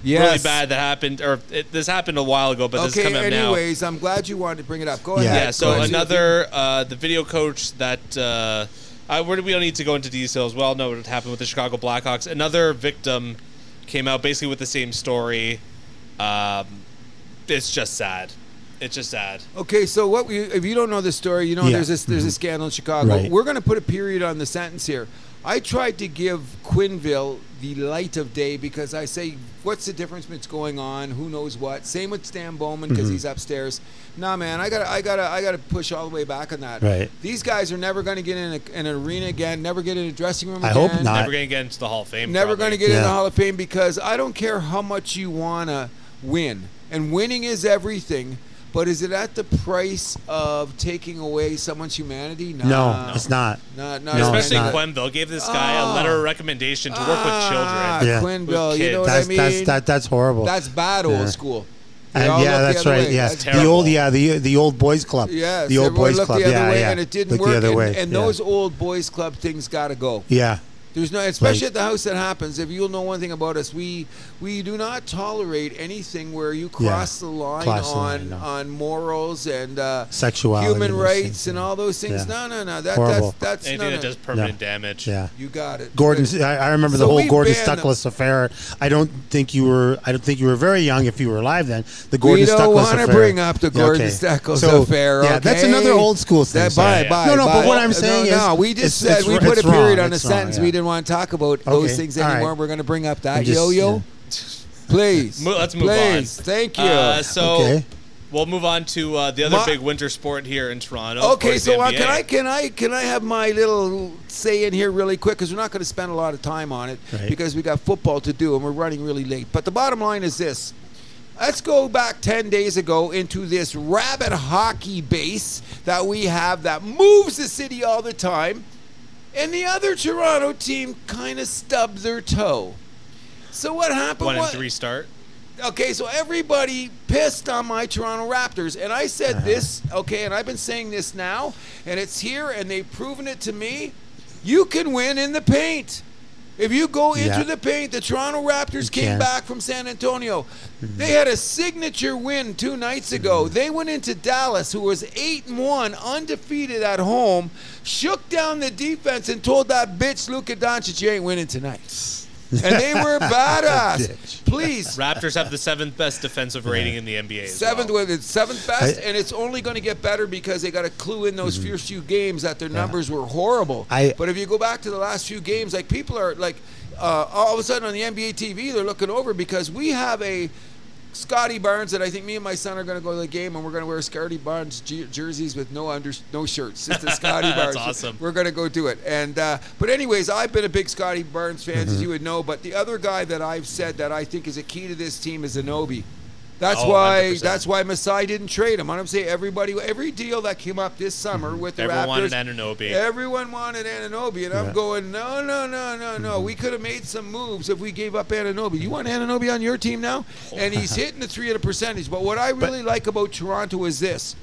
really
Yes.
bad that happened, or it, this happened a while ago, but this is
okay.
coming up now.
Anyways, I'm glad you wanted to bring it up. Go
Yeah,
ahead.
yeah. So
Go ahead.
another uh, the video coach that uh, I, where do we don't need to go into details. We all know what happened with the Chicago Blackhawks. Another victim came out basically with the same story. Um, it's just sad. It's just sad.
Okay, so what we, if you don't know the story, you know
Yeah. Mm-hmm.
there's this there's a scandal in Chicago.
Right.
We're going to put a period on the sentence here. I tried to give Quinville the light of day because I say, what's the difference between what's going on? Who knows what? Same with Stan Bowman
Mm-hmm.
because he's upstairs. Nah, man, I gotta, I gotta, I gotta push all the way back on that.
Right.
These guys are never gonna get in a, an arena again. Never get in a dressing room.
I
again,
hope not.
Never gonna get into the Hall of Fame.
Never
probably.
going to get in the
Yeah.
Hall of Fame because I don't care how much you want to win. And winning is everything, but is it at the price of taking away someone's humanity? Nah.
No, it's not.
Not,
No, it's
Especially
not.
Quenville gave this guy a
Ah.
letter of recommendation to work with
Ah,
children.
Yeah.
Quinville,
With
you know
kids.
what
That's
I mean?
that's that that's horrible.
That's bad old
Yeah.
school. They all
and yeah,
look the
that's
other
right.
way.
Yeah,
That's
the old
terrible.
yeah the the old boys club.
Yes,
the old
everyone
boys
looked
club.
the other
yeah,
way,
yeah.
and it didn't
Look
work.
The other
and
way.
and
yeah.
those old boys club things got to go.
Yeah,
There's no, especially
Like-
at the house that happens. If you'll know one thing about us, we we do not tolerate anything where you
Yeah.
cross the line
Cross the
on
line, no.
on morals and uh,
Sexuality,
human
those
rights,
things,
and
yeah.
all those things.
Yeah.
No, no, no. That,
Horrible.
That's that's
Anything
no,
that
no.
does permanent damage.
yeah.
You got it,
Gordon's.
Good.
I, I remember the
So
whole
we
Gordon
banned them.
Stuckless affair. I don't think you were. I don't think you were very young if you were alive then. The Gordon
don't
Stuckless
wanna
affair.
bring up the Gordon Stuckles
so,
affair,
Yeah, that's
okay?
another old school thing.
That,
sorry.
bye, bye,
No, no.
bye.
But what I'm
No,
saying
no,
is,
we just
it's-
said
it's-
we put a
it's
period
wrong,
on a
it's wrong,
sentence.
yeah.
We didn't want to talk about those
Okay,
things
all right.
anymore. We're going to bring up that
I'm just-
yo-yo.
yeah.
Please,
Mo- let's move
Please.
on.
Thank you.
Uh, so
Okay.
we'll move on to uh, the other
Ma-
big winter sport here in Toronto. of
Okay,
course,
so
the
uh,
NBA.
can I can I can I have my little say in here really quick because we're not going to spend a lot of time on it
Right.
because we got football to do and we're running really late. But the bottom line is this: let's go back ten days ago into this rabbit hockey base that we have that moves the city all the time, and the other Toronto team kind of stubbed their toe. So what happened?
one and
wa-
three start?
okay, so everybody pissed on my Toronto Raptors, and I said
Uh-huh.
this, okay, and I've been saying this now, and it's here, and they've proven it to me. You can win in the paint. If you go into
Yeah.
the paint, the Toronto Raptors came
can. Mm-hmm.
back from San Antonio. They had a signature win two nights ago. They went into Dallas, who was eight and one, undefeated at home, shook down the defense, and told that bitch Luka Doncic, "You ain't winning tonight." And they were badass.
Bitch.
Please,
Raptors have the seventh best defensive rating in the NBA. as
Seventh
well.
with it's seventh best,
I- Mm-hmm.
and it's only going to get better because they got a clue in those first few games that their numbers were horrible.
I-
but if you go back to the last few games, like people are like, uh, all of a sudden on the NBA TV, they're looking over because we have a Scotty Barnes that I think me and my son are going to go to the game and we're going to wear Scotty Barnes jer- jerseys with no under no shirts, just a Scotty Barnes.
That's awesome.
We're going to go do it. And uh, but anyways, I've been a big Scotty Barnes fan,
Mm-hmm.
as you would know. But the other guy that I've said that I think is a key to this team is Anobi. That's
Oh,
why.
100%.
That's why Masai didn't trade him. I'm saying every- every deal that came up this summer with the
Everyone
Raptors,
wanted Anunoby.
Everyone wanted Ananobi, and I'm
Yeah. Mm-hmm.
going, no, no, no, no, no. We could have made some moves if we gave up Ananobi. You want Ananobi on your team now? And he's hitting the three at a percentage. But what I really like about Toronto is this: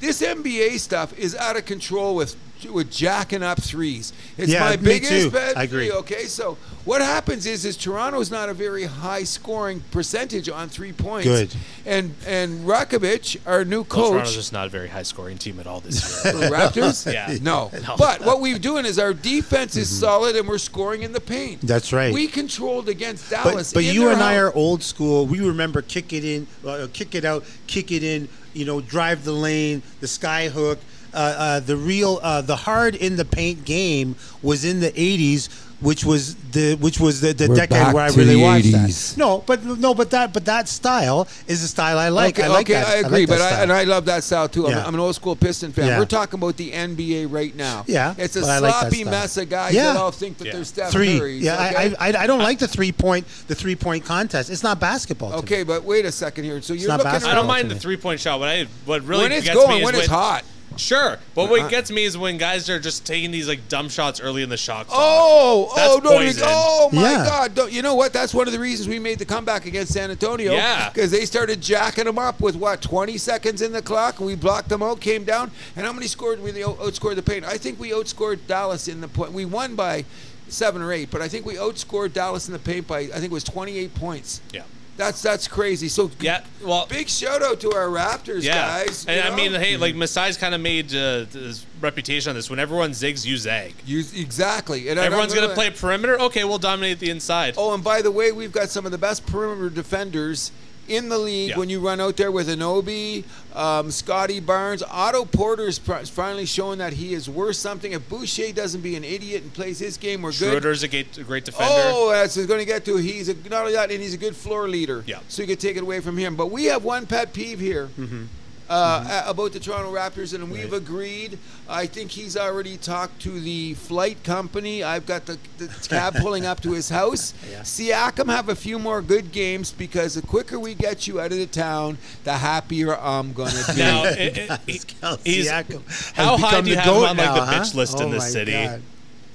this NBA stuff is out of control with with jacking up threes. It's
Yeah,
my
me
biggest
too.
pet
I agree.
peeve, Okay, so what happens is is Toronto's not a very high scoring percentage on three points.
Good.
And and Rakovic, our new
Well,
coach,
Toronto's just not a very high scoring team at all this year.
the Raptors?
Yeah.
No.
No.
But what we're doing is our defense is solid and we're scoring in the paint.
Mm-hmm. That's right.
We controlled against
But,
Dallas.
but
in
you
their
and I
house.
are old school. We remember kick it in, uh, kick it out, kick it in. You know, drive the lane, the sky hook. Uh, uh, the real, uh, the hard in the paint game was in the '80s, which was the which was the, the
We're
decade
back
where I
to
really
the
watched
80s.
that. No, but no, but that but that style is the style I like.
Okay,
I like
okay,
that.
I agree,
like that
but I,
style.
and I love that style too. I'm,
Yeah.
I'm an old school Piston fan.
Yeah.
We're talking about the NBA right now.
Yeah,
it's a
but I like that
sloppy
style.
mess of guys
Yeah.
that all think that
Yeah.
they're Steph
three.
Curry.
yeah, I-
okay?
I, I I don't like the three point the three point contest. It's not basketball. to me.
okay, but wait a second here. So you're
not
looking
basketball.
I don't
Well,
mind
to
the
me.
three point shot. What I what really
when it's
gets me
going,
is
when it's hot. Uh-huh.
Sure, but what gets me is when guys are just taking these like dumb shots early in the shot clock.
Oh,
That's
oh, don't
poison.
even- oh my
Yeah.
God! Don't, you know what? That's one of the reasons we made the comeback against San Antonio.
Yeah.
because they started jacking them up with what 20 seconds in the clock. We blocked them out, came down, and how many scored? We out- outscored the paint. I think we outscored Dallas in the point. We won by seven or eight, but I think we outscored Dallas in the paint by I think it was 28 points.
Yeah.
That's that's crazy. So g-
Yeah, well-
big shout out to our Raptors
yeah,
guys.
and
you
I
know?
mean, hey, like Masai's kind of made uh, his reputation on this. When everyone zigs, you zag.
You, exactly. And I don't
Everyone's gonna
know-
play perimeter. Okay, we'll dominate the inside.
Oh, and by the way, we've got some of the best perimeter defenders in the league
Yeah.
when you run out there with Anobi, um, Scotty Barnes, Otto Porter's pr- finally showing that he is worth something. If Boucher doesn't be an idiot and plays his game, we're good.
Schroeder's a great, a great defender.
Oh, that's going to get to. He's a, not only that, and he's a good floor leader.
Yeah.
So you could take it away from him. But we have one pet peeve here.
Mm-hmm.
Uh, a- About the Toronto Raptors, and we've agreed. I think he's already talked to the flight company. I've got the, the cab pulling up to his house. Siakam have a few more good games because the quicker we get you out of the town, the happier I'm gonna be.
Now, it, it, he-
Pascal
he's-
Oh, Siakam has
how high
become
do you
the
have him
GOAT
on like the
now,
bitch
huh?
list in
Oh
this
my
city?
God.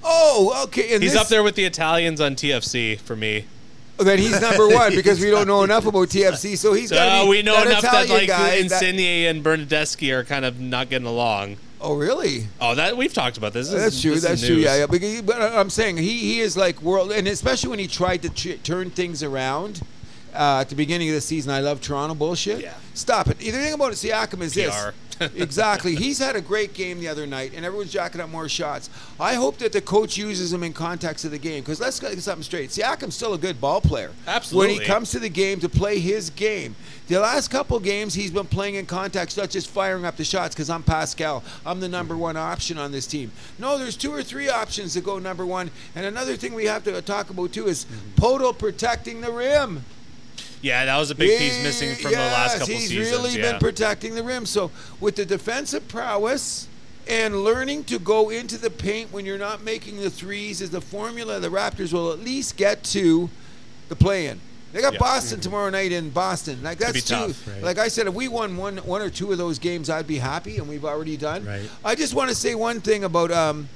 oh, okay. And
He's
this-
up there with the Italians on TFC for me.
That he's number one because we don't know enough about TFC, so he's got to
Uh,
be
we know
that
enough
Italian
that like
guy. that-
Insigne and Bernadeschi are kind of not getting along.
oh, really?
Oh, that we've talked about this. This
That's
is-
true.
this is
That's true. Yeah,
news.
yeah. Because, he- but uh, I'm saying he, he is like world, and especially when he tried to ch- turn things around uh, at the beginning of the season. I love Toronto bullshit.
Yeah.
Stop it. The thing about Siakam is
PR.
this. exactly. He's had a great game the other night, and everyone's jacking up more shots. I hope that the coach uses him in context of the game because let's get something straight. Siakam's still a good ball player. When
Absolutely.
he comes to the game to play his game. The last couple games, he's been playing in contact, not just firing up the shots. Because I'm Pascal, I'm the number one option on this team. No, there's two or three options to go number one. And another thing we have to talk about too is Poto protecting the rim.
Yeah, that was a big piece missing from the last
Yes,
couple
he's
seasons.
really
yeah.
been protecting the rim. So with the defensive prowess and learning to go into the paint when you're not making the threes is the formula the Raptors will at least get to the play-in. They got
Yeah. Mm-hmm.
Boston tomorrow night in Boston. Like that's
be
too.
tough, right.
Like I said, if we won one one or two of those games, I'd be happy, and we've already done.
Right.
I just want to say one thing about. Um,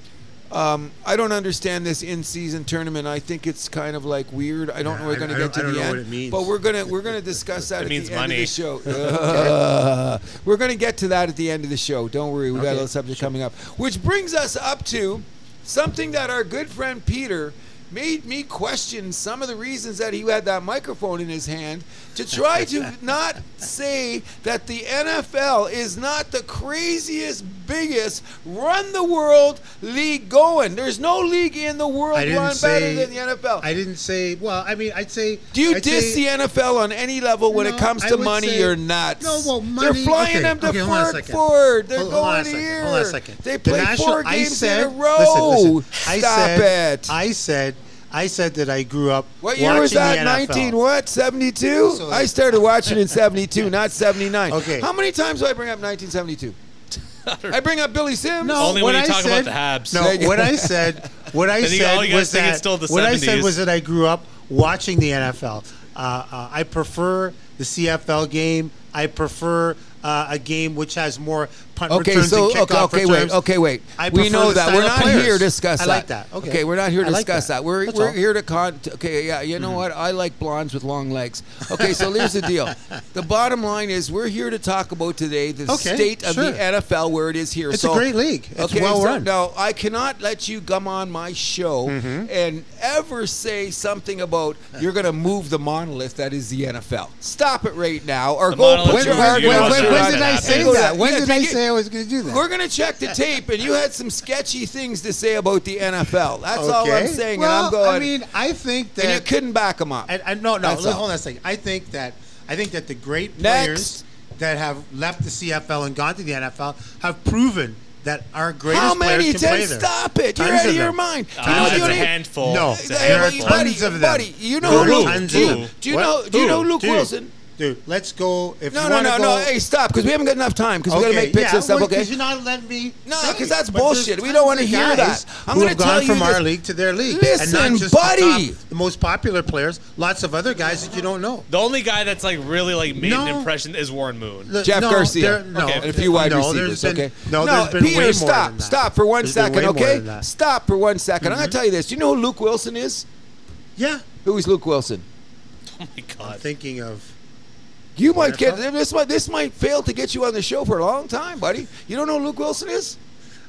um, I don't understand this in-season tournament. I think it's kind of like weird. I don't know. We're
I-
going
I
to
don't-
get to
I don't
the
know
end,
what it means.
but we're gonna we're gonna discuss that
It
at
means
the
money.
end of the show. Uh, we're gonna get to that at the end of the show. Don't worry, we got a
Okay,
little subject coming up, which brings us up to something that our good friend Peter made me question some of the reasons that he had that microphone in his hand to try to not say that the NFL is not the craziest, biggest, run the world league going. There's no league in the world
I didn't
run
say
better than the NFL.
I didn't say. Well, I mean, I'd say.
Do you
I'd
diss
say,
the NFL on any level when
No,
it comes
I
to
would
money?
say-
you're nuts.
No, well,
They're
money-
flying
okay,
them to
okay, hold on a
Fort
second.
Ford. They're
Hold-
going
hold on a
here.
second, Hold on a second.
They
The
play
national-
four
I
games
said-
in a row.
Listen, listen. I
Stop
said,
it.
I said. I said that I grew up.
what year was
watching the
that?
NFL.
19 what? 72?
So-
I started watching in 72, not 79.
Okay.
How many times do I bring up 1972? I bring up Billy Sims.
No,
Only
what
when you
I
talk
said,
about the Habs.
Like-
No, what I said, what I
Then "Oh, you- all
said
you gotta
was
think it's
that
still the
what I said
70s.
was that I grew up watching the NFL. Uh, uh, I prefer the CFL game. I prefer uh, a game which has more punt
Okay,
returns
so
and
okay,
kickoff
okay, wait,
returns.
okay, wait.
I
we
prefer
know
the
that
style
we're
of
not
players.
here to discuss
I like that. Okay,
we're not here to
I like
discuss that.
that.
We're
That's
we're
all. Hmm.
here to con. to- Okay, yeah, you know what? I like blondes with long legs. Okay, so here's the deal. The bottom line is we're here to talk about today the
Okay,
state of
sure.
the NFL where it is here.
It's a
so,
great league. It's well
so
run.
Now I cannot let you come on my show
Mm-hmm.
and ever say something about you're going to move the monolith that is the NFL. Stop it right now, or
The
go
monolith
put
is
your
you.
hard
You
work
want
on
to
it.
run that happen.
Go that- yeah, take it-
I was going to do
we're gonna check the tape, and you had some sketchy things to say about the NFL. That's all I'm
Okay.
saying,
well,
and I'm going.
I mean, I think that
and you couldn't back them up.
I, I, no, no.
That's
look,
all.
hold on a second. I think that I think that the great
Next.
players that have left the CFL and gone to the NFL have proven that our greatest
How many?
players can play
Ten?
there.
Stop it! You're
Tons
out of
of
your
them.
mind.
Uh,
You know what
it's
you
a
need-
handful.
No.
It's a
Hey,
There are
handful.
buddy,
tons of them.
buddy, you know
There are
Luke.
tons
do
of
you,
them.
do you
What?
know? Do you know
Dude,
Luke
dude,
Wilson?
Dude, let's go. If
No,
you
no,
wanna
no,
go,
no. Hey, stop! Because we haven't got enough time. Because we got to make picks and stuff.
well,
Okay.
'cause you're not letting me.
No,
say
'cause that's
it. But there's
bullshit. We
tons
don't wanna
of
hear
guys
that. I'm
who
gonna
have
tell
gone
you
from
this.
our league to their league, and
Listen,
not just
buddy.
The, top, the most popular players. Lots of other guys that you don't know.
The only guy that's like really like made an
No.
impression is Warren Moon.
The-
Jeff
no,
Garcia,
there- no,
Okay.
and a few wide
no,
receivers.
There's been,
okay,
No, there's been
Peter,
way more
stop,
than that.
stop for one
There's been
second,
way more than
okay?
that. Mm-hmm.
Stop for one second. I'm gonna tell you this. Do you know who Luke Wilson is?
Yeah,
Who is Luke Wilson?
Oh my
I'm
god.
thinking of.
You might get
NFL?
this might this might fail to get you on the show for a long time, buddy. You don't know who Luke Wilson is?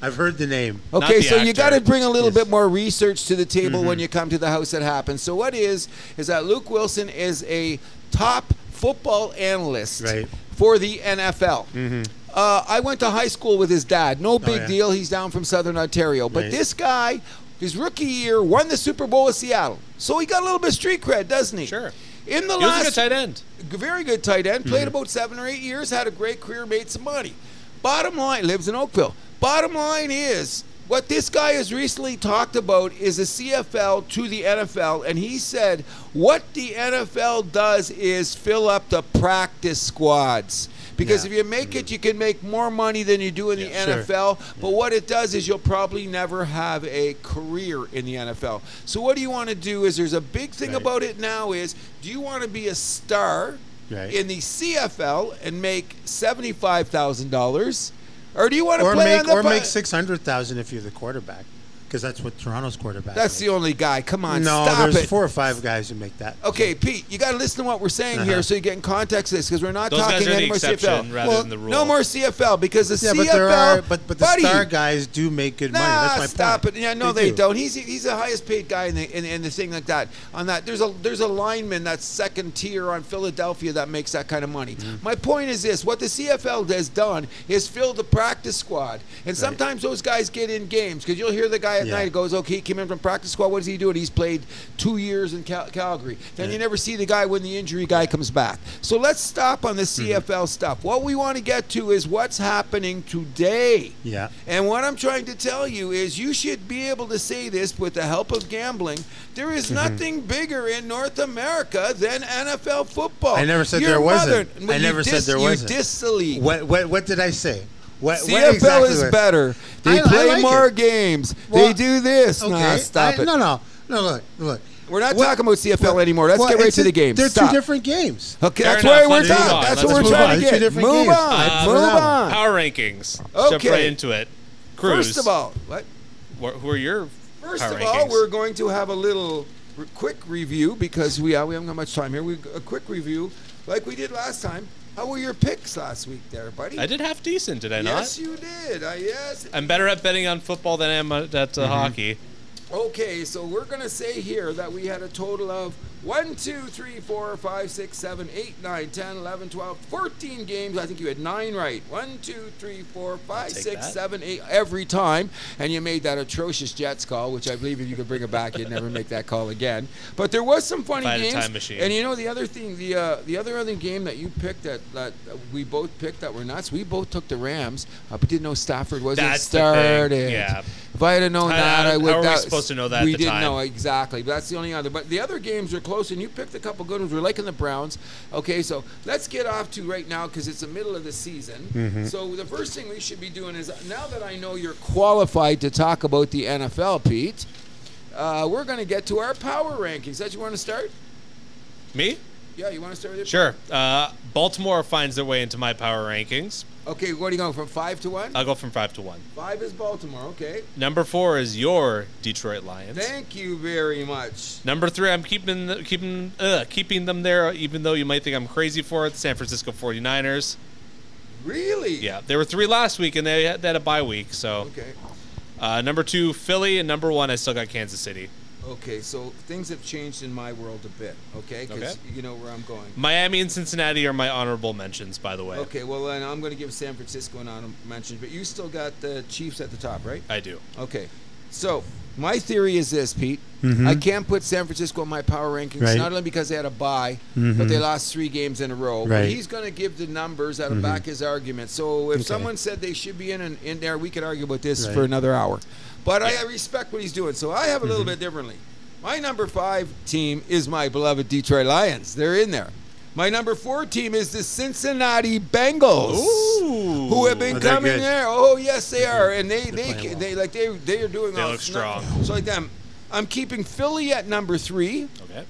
I've heard the name.
Not
Okay,
the
so you
actor.
got
Mm-hmm.
to bring a little
Yes.
bit more research to the table when you come to the house that happens. So what is is that Luke Wilson is a top football analyst
Right.
for the NFL.
Mm-hmm.
Uh, I went to high school with his dad.
Oh,
No big
yeah.
deal. He's down from Southern Ontario, but
Right.
this guy, his rookie year, won the Super Bowl with Seattle. So he got a little bit of street cred, doesn't he?
Sure.
In the
He was a good
last
tight end.
g- very good tight end.
Mm-hmm.
Played about seven or eight years, had a great career, made some money. Bottom line, lives in Oakville. Bottom line is what this guy has recently talked about is a CFL to the NFL, and he said what the NFL does is fill up the practice squads. Because if you make it, you can make more money than you do in
Mm-hmm. Yeah,
the
sure.
NFL. But what it does is you'll probably never have a career in the NFL. So what do you want to do? Is there's a big thing
Right.
about it now is do you want to be a star
Right.
in the CFL and make seventy five thousand dollars, or do you want to
or
play on
make
the
or
bu-
make six hundred thousand if you're the quarterback, because that's what Toronto's quarterback.
That's
is.
the only guy. Come on,
no.
stop
there's
it.
four or five guys who make that.
Okay, Pete, you got to listen to what we're saying
Uh-huh.
here so you get in context to this because we're not
Those
talking
guys are the
anymore
exception
CFL.
rather
Well,
than the rule.
No more CFL because the
Yeah,
CFL.
but there are but but the
buddy,
star guys do make good money. That's my
stop
point.
it. Yeah, no, they,
do.
do. not He's he's the highest paid guy in the in, in the thing like that. On that, there's a there's a lineman that's second tier on Philadelphia that makes that kind of money.
Mm-hmm.
My point is this: what the CFL has done is fill the practice squad, and sometimes those guys get in games because you'll hear the guy at
Yeah.
night goes, "Okay, he came in from practice squad. What does he doing? He's played two years in Cal- Calgary." Then you never see the guy when the injury guy comes back. So let's stop on the
Mm-hmm.
CFL stuff. What we want to get to is what's happening today.
Yeah.
And what I'm trying to tell you is you should be able to say this with the help of gambling. There
Mm-hmm.
is nothing bigger in North America than NFL football.
I never said
Your
there wasn't.
mother-
I
you
never said
dis-
there wasn't.
You diss the league.
What what what did I say? What,
CFL
what exactly
is
was-
better. They
I- I
play
like
more
it.
games. they
Well,
do this. Nah,
I-
stop it.
No, no, no. Look, look.
We're not talking about CFL anymore. Let's
well,
get right
it's
to
a-
the game.
They're
Stop.
two different games.
Okay,
Fair
that's
enough.
where we're
Let's move
talking.
on.
That's
Let's
what we're
move
trying
on.
to
Two
get.
different
Move
games.
on.
Uh,
Move
Power
on.
Power rankings. Jump
Okay.
right into it. Cruz.
First of all, what?
wh- who are your
First
power
of all,
rankings?
we're going to have a little r- quick review because we, uh, we haven't got much time here. We A quick review, like we did last time. How were your picks last week there, buddy?
I did half decent, did I
yes,
not?
you did. I yes.
I'm better at betting on football than I am at at,
Mm-hmm.
uh, hockey.
Okay, so we're going to say here that we had a total of 1, 2, 3, 4, 5, 6, 7, 8, 9, 10, 11, 12, 14 games. I think you had 9 right. 1, 2, 3, 4, 5,
take
6,
that.
7, 8 every time. And you made that atrocious Jets call, which I believe if you could bring it back, you'd never make that call again. But there was some funny
If I had a
games.
time machine.
And you know, the other thing, the uh, the other other game that you picked that, that we both picked that were nuts, we both took the Rams. Uh, but didn't know Stafford wasn't
That's the thing,
started.
yeah.
If I had known
How-
that,
how-
I would.
how were we
that-
supposed to know that at
We
the
didn't
time?
know exactly. But that's the only other. But the other games are close, and you picked a couple good ones. We're liking the Browns. Okay, so let's get off to right now because it's the middle of the season.
Mm-hmm.
So the first thing we should be doing is now that I know you're qualified to talk about the NFL, Pete. Uh, we're going to get to our power rankings. That you want to start?
Me?
Yeah, you want to start with it?
Sure. Uh, Baltimore finds their way into my power rankings.
Okay, what are you going from five to one?
I'll go from five to one.
five is Baltimore. Okay,
Number four is your Detroit Lions.
thank you very much.
Number three, I'm keeping keeping uh, keeping them there, even though you might think I'm crazy for it. San Francisco 49ers.
Really?
Yeah, there were three last week, and they had, they had a bye week. So
Okay.
uh, number two, Philly, and number one, I still got Kansas City.
Okay, so things have changed in my world a bit, okay? Because
Okay.
you know where I'm going.
Miami and Cincinnati are my honorable mentions, by the way.
Okay, well, then I'm going to give San Francisco an honorable mention, but you still got the Chiefs at the top, right?
I do.
Okay, so my theory is this, Pete. I can't put San Francisco in my power rankings,
Mm-hmm. Right. Mm-hmm.
not only because they had a bye, but they lost three games in a row. But
Right. Mm-hmm.
he's going to give the numbers that'll back his argument. So if someone said they should be in an, in there, we could argue about this
Right.
for another hour. But I respect what he's doing, so I have a
Mm-hmm.
little bit differently. My number five team is my beloved Detroit Lions. They're in there. My number four team is the Cincinnati Bengals,
Ooh.
who have been
Oh, they're
coming
good.
there. Oh yes, they are, and they they
playing well.
they like they they are doing.
They
all
look
snap-
strong.
So like them, I'm keeping Philly at number three.
Okay.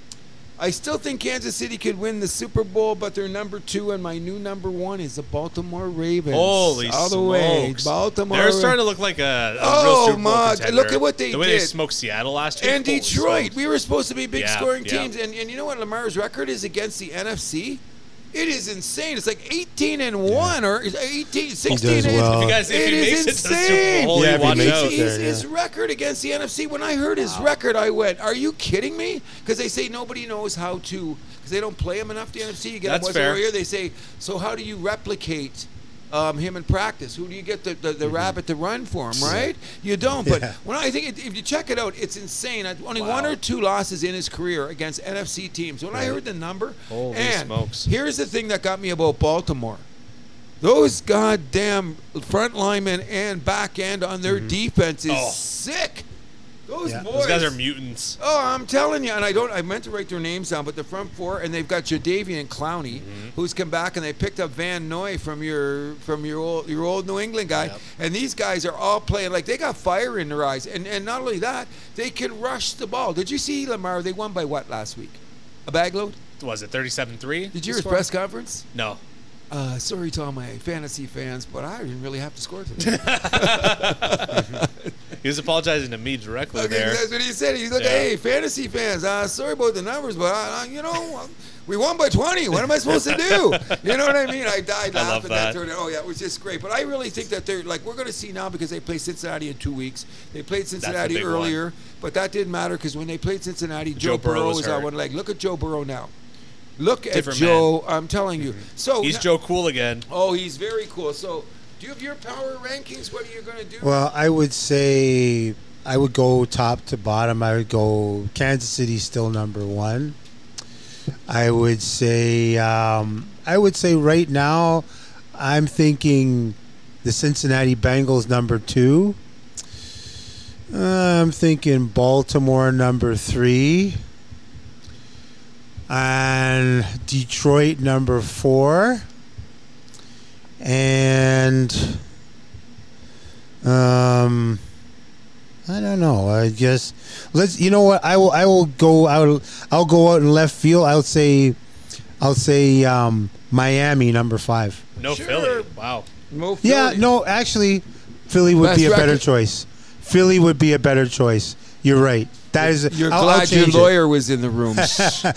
I still think Kansas City could win the Super Bowl, but they're number two, and my new number one is the Baltimore Ravens.
Holy
all the way,
smokes.
Baltimore.
They're starting to look like a, a
Oh,
real Super Bowl
my-
contender.
look at what they
the way
did.
they smoked Seattle last year.
and
Holy
Detroit.
smokes.
We were supposed to be big
Yeah,
scoring
yeah.
teams, and, and you know what Lamar's record is against the NFC. It is insane. It's like 18 and one or 18, 16
does
and
well.
If you guys, if
It
he
is
makes it to the Super
insane.
Bowl,
Yeah,
you
if he
watch
makes
out.
it
his,
there,
his record against the NFC. When I heard his record, I went, "Are you kidding me?" Because they say nobody knows how to, because they don't play him enough. The NFC, you get
That's
once
fair.
every year. They say, "So how do you replicate um, him in practice? Who do you get the, the,
Mm-hmm.
the rabbit to run for him, right? You don't. But
Yeah.
when I think it, if you check it out, it's insane. I- Only one or two losses in his career against NFC teams. When I heard the number,
Holy
and
smokes.
here's the thing that got me about Baltimore. Those goddamn front linemen and back end on their defense is
Oh.
sick. Those
Yeah.
boys.
Those guys are mutants.
Oh, I'm telling you, and I don't. I meant to write their names down, but the front four, and they've got Jadavian and Clowney, who's come back, and they picked up Van Noy from your from your old your old New England guy, and these guys are all playing like they got fire in their eyes, and and not only that, they can rush the ball. Did you see Lamar? They won by what last week? A bag load?
Was it 37-3?
Did you
the
hear his
score?
press conference?
No.
Uh, sorry to all my fantasy fans, but I didn't really have to score today.
He was apologizing to me directly
Okay,
there.
That's what he said. He's like,
Yeah.
hey, fantasy fans, uh, sorry about the numbers, but uh, uh, you know, um, we won by 20. What am I supposed to do? You know what I mean? I died
I
laughing
love that.
that. third. Oh yeah, it was just great. But I really think that they're like we're going to see now because they play Cincinnati in two weeks. They played Cincinnati
big one.
earlier, but that didn't matter because when they played Cincinnati, Joe,
Joe Burrow
Burrow
was
was out
hurt.
one leg. Look at Joe Burrow now. Look
Different Mm-hmm.
at Joe. I'm telling you. So
He's
n-
Joe Cool again.
Oh, he's very cool. So. Do you have your power rankings? What are you going to do?
Well, I would say I would go top to bottom. I would go Kansas City still number one. I would say um, I would say right now I'm thinking the Cincinnati Bengals number two. Uh, I'm thinking Baltimore number three. And Detroit number four. And um, I don't know. I guess let's. You know what? I will. I will go out. I'll go out in left field. I'll say. I'll say um, Miami number five.
No
Sure.
Philly. Wow.
Mo
Yeah.
Philly.
No, actually, Philly would
Best
be a better
record.
choice. Philly would be a better choice. You're right. That is.
You're
I'll, I'll
glad your
change it.
lawyer was in the room.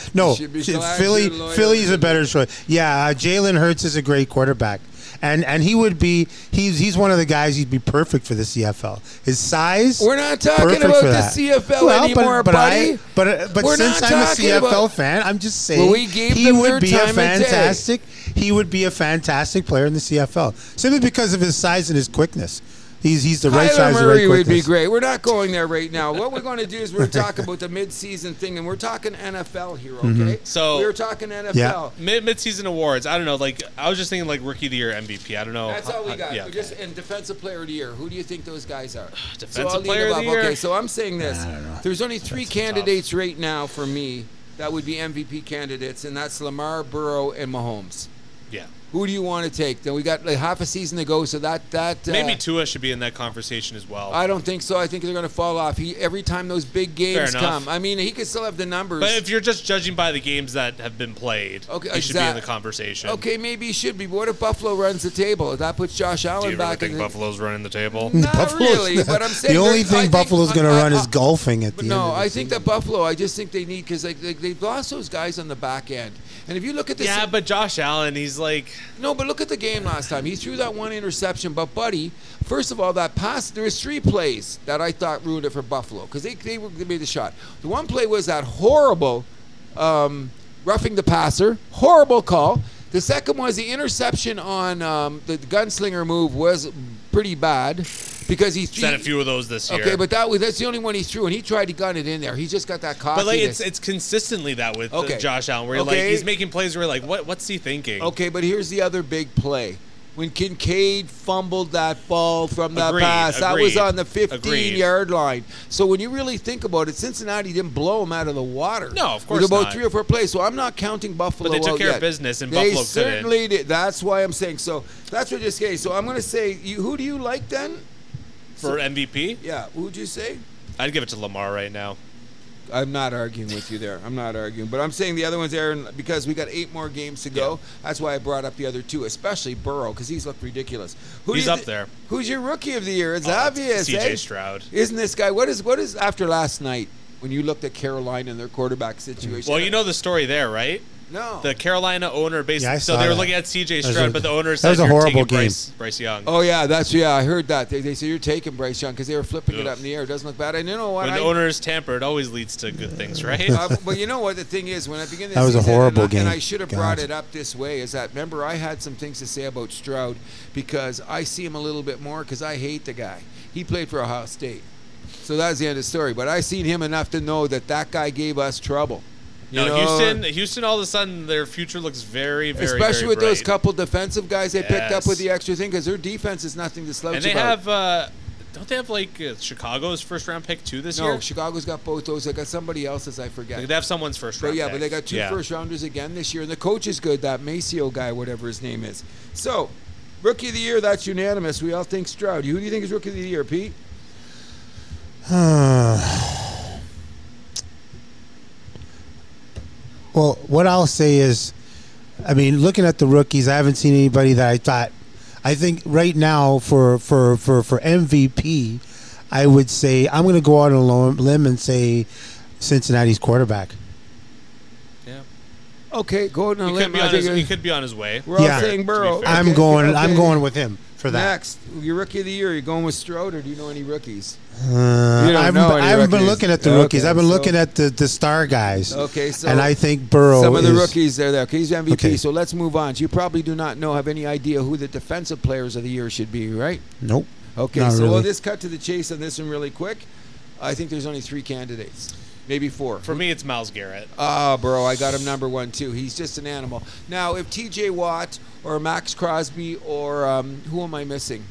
No,
You should be glad
Philly.
your lawyer
Philly's a
didn't-
better choice. Yeah, uh, Jalen Hurts is a great quarterback, and and he would be. He's he's one of the guys. He'd be perfect for the CFL. His size.
We're not talking
perfect
about
for
the
that.
CFL
Well,
anymore,
but, but
buddy.
I, but uh, but
We're
since
not
I'm a
talking
CFL
about-
fan, I'm just saying
Well, we gave
he
them
would
their
be a
time and day.
fantastic. He would be a fantastic player in the CFL simply because of his size and his quickness. He's he's the right
Kyler
size, the
Murray
right
would be
quickness.
great. We're not going there right now. What we're going to do is we're talking about the mid-season thing, and we're talking NFL here, okay?
So-
we're talking NFL.
Mm-hmm. Yeah.
Mid mid-season awards. I don't know. Like I was just thinking like rookie of the year MVP. I don't know.
That's
how-
all we
how-
got.
Uh, Yeah.
We're just in defensive player of the year. Who do you think those guys are?
Defensive
all the
player of the
above.
year?
Okay, so I'm saying this. There's only three candidates right now for me that would be MVP candidates, and that's Lamar, Burrow, and Mahomes.
yeah.
Who do you want to take? Then we got like half a season to go, so that that uh,
Maybe Tua should be in that conversation as well.
I don't think so. I think they're going to fall off. He, every time those big games
enough.
come, I mean, he could still have the numbers.
but if you're just judging by the games that have been played,
Okay,
he should be in the
exact-
conversation.
okay, maybe he should be. But what if Buffalo runs the table? That puts Josh Allen
Do you really
back
think
in. the,
Buffalo's running the table?
not
Buffalo's-
really, but I'm saying
the only
they're- I
thing
think-
Buffalo's going to
I-
run
I-
is golfing at
But
the end. of
no,
the
I
season.
think that Buffalo. I just think they need because like, they, they've lost those guys on the back end. And if you look at this,
Yeah, but Josh Allen, he's like
No, but look at the game last time. He threw that one interception, but buddy, first of all, that pass. There was three plays that I thought ruined it for Buffalo because they, they were- they made the shot. The one play was that horrible um, roughing the passer, horrible call. The second was the interception on um, the gunslinger move was pretty bad because he
he's had a few of those this year.
Okay, but that was that's the only one he threw, and he tried to gun it in there. He just got that caught.
But like it's it's consistently that with uh,
Okay.
Josh Allen, where you're like
Okay.
he's making plays where you're like, what what's he thinking?
Okay, but here's the other big play. When Kincaid fumbled that ball from that
Agreed,
pass, that was
agreed,
on the 15
agreed.
yard line. So when you really think about it, Cincinnati didn't blow him out of the water.
No, of
With
course
about
not.
three or four plays. So I'm not counting Buffalo.
they took
out
care of
yet.
business and
They
Buffalo couldn't.
certainly did. That's why I'm saying. So that's what just case. So I'm going to say, you, who do you like then?
For MVP,
Yeah, who'd you say?
I'd give it to Lamar right now.
I'm not arguing with you there. I'm not arguing, but I'm saying the other one's Aaron because we got eight more games to go. That's why I brought up the other two, especially Burrow because he's looked ridiculous. Who do
He's
you
up there.
Who's your rookie of the year? It's
Oh,
obvious.
C.J.
eh?
Stroud.
Isn't this guy? What is what is after last night when you looked at Carolina and their quarterback situation?
Well, you know the story there, right?
No.
The Carolina owner basically.
Yeah, I
so
saw
they were
that.
looking at C.J.
That was
Stroud,
a-
but the owner
that
said
was a
"You're
horrible
taking
game."
Bryce, Bryce Young.
Oh yeah, that's yeah. I heard that. They, they said you're taking Bryce Young because they were flipping it up in the air. It doesn't look bad. And you know what?
when
I,
the owner is tampered, it always leads to good things, right?
uh, well, you know what the thing is when I begin this
That was a
season,
horrible
and I, and I
game.
should have
God.
brought it up this way is that remember I had some things to say about Stroud because I see him a little bit more because I hate the guy. He played for Ohio State, so that's the end of the story. But I seen him enough to know that that guy gave us trouble. You
no,
know?
Houston, Houston, all of a sudden, their future looks very, very,
especially
very
with those
bright.
couple defensive guys they picked up
Yes.
with the extra thing because their defense is nothing to slouch
And they
about.
have, uh, don't they have like uh, Chicago's first round pick too this
no,
year?
Chicago's got both those. They got somebody else's. I
They
forget.
could have someone's first
So
round.
yeah,
pick.
but they got two
Yeah.
first rounders again this year, and the coach is good. That Maceo guy, whatever his name is. So, rookie of the year, that's unanimous. We all think Stroud. Who do you think is rookie of the year, Pete?
Well, what I'll say is, I mean, looking at the rookies, I haven't seen anybody that I thought. I think right now for for for for MVP, I would say I'm going to go out on a lo- limb and say Cincinnati's quarterback.
Yeah.
Okay, Gordon.
He could, be on his, he could be on his way.
We're all
Yeah.
saying Burrow.
To be fair.
I'm
Okay,
going.
okay.
I'm going with him for that.
Next, your rookie of the year. You're going with Stroud, or do you know any rookies?
Uh,
You don't
I haven't,
know
been-
any
I haven't been
rookies.
looking at the
Okay,
rookies. I've been
so-
looking at the, the star guys.
Okay, so
and I think Burrow.
Some of the
is-
rookies are there. Okay, he's MVP.
Okay.
So let's move on. You probably do not know, have any idea who the defensive players of the year should be, right?
Nope.
Okay,
Not
so
really.
we'll just cut to the chase on this one really quick. I think there's only three candidates, maybe four.
For me, it's Miles Garrett.
Ah, bro, I got him number one too. He's just an animal. Now, if T.J. Watt or Max Crosby or um, who am I missing?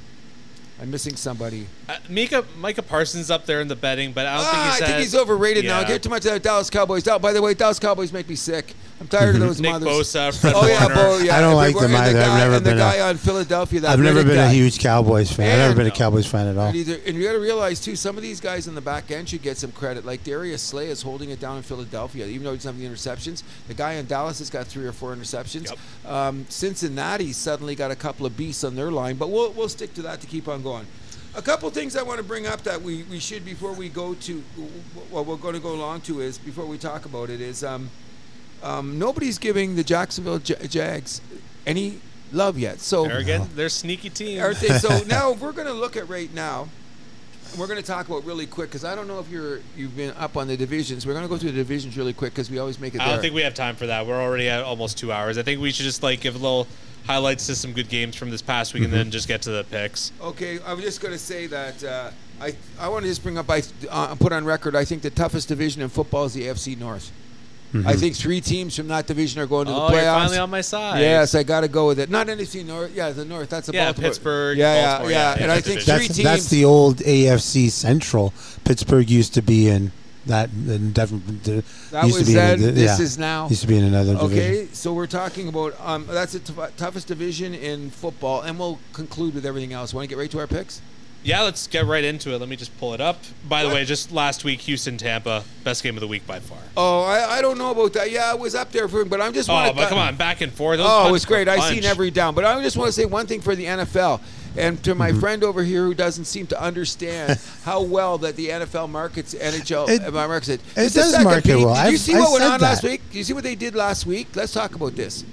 I'm micing somebody.
Uh, Mika, Micah Parsons up there in the betting, but I don't think
Ah,
he's.
I think
had-
he's overrated now. I
Yeah.
get too much of that Dallas Cowboys. Oh, by the way, Dallas Cowboys make me sick. I'm tired of those
Nick
mothers.
Bosa, Fred
oh yeah,
Warner.
Bo, yeah.
I don't
And
like
the-
them
and the
either. I've
guy-
never
and the
been
guy
a-
on Philadelphia. That
I've never
Riddick
been
guy.
a huge Cowboys fan. I've never been a
And-
Cowboys fan at all.
And, either, and you got to realize too, some of these guys on the back end should get some credit. Like Darius Slay is holding it down in Philadelphia, even though he doesn't have the interceptions. The guy in Dallas has got three or four interceptions. Um, Cincinnati suddenly got a couple of beasts on their line, but we'll we'll stick to that to keep on going. A couple things I want to bring up that we, we should before we go to what we're going to go along to is before we talk about it is um, um, nobody's giving the Jacksonville Ja- Jags any love yet. So
They're again, they're sneaky team.
Aren't they? So now we're going to look at right now. and We're going to talk about really quick because I don't know if you're you've been up on the divisions. We're going to go through the divisions really quick because we always make it.
I
there.
don't think we have time for that. We're already at almost two hours. I think we should just like give a little highlights to some good games from this past week,
Mm-hmm.
and then just get to the picks.
Okay, I was just going to say that uh, I I want to just bring up I uh, put on record I think the toughest division in football is the AFC North.
Mm-hmm.
I think three teams from that division are going to
Oh,
the
you're
playoffs.
finally on my side.
Yes, I got to go with it. Not NFC North. Yeah, the North. That's a
Yeah,
Baltimore.
Pittsburg,
Yeah, yeah,
Baltimore,
yeah.
yeah,
And I
it's a
think
division.
three
That's
teams.
that's the old AFC Central. Pittsburgh used to be in that. In definitely
That
used
was
to be
then,
In, a-
this
yeah.
is now.
Used to be in another division.
Okay, so we're talking about um, that's the t- toughest division in football, and we'll conclude with everything else. Want to get right to our picks?
Yeah, let's get right into it. Let me just pull it up. By the way, just last week, Houston Tampa, best game of the week by far.
Oh, I, I don't know about that. Yeah, I was up there for him, but I'm just.
Oh,
wanna
but
cut-
come on, back and forth. Those
Oh, it
punches
was great.
were
I seen
punched.
every down, but I just want to say one thing for the NFL, and to my friend over here who doesn't seem to understand how well that the NFL markets NHL
It-
uh, markets it.
it
Just a
does
second,
market
Pete.
well.
Did you
I've-
see
I
what went
said
on last
that.
week? You see what they did last week? Let's talk about this.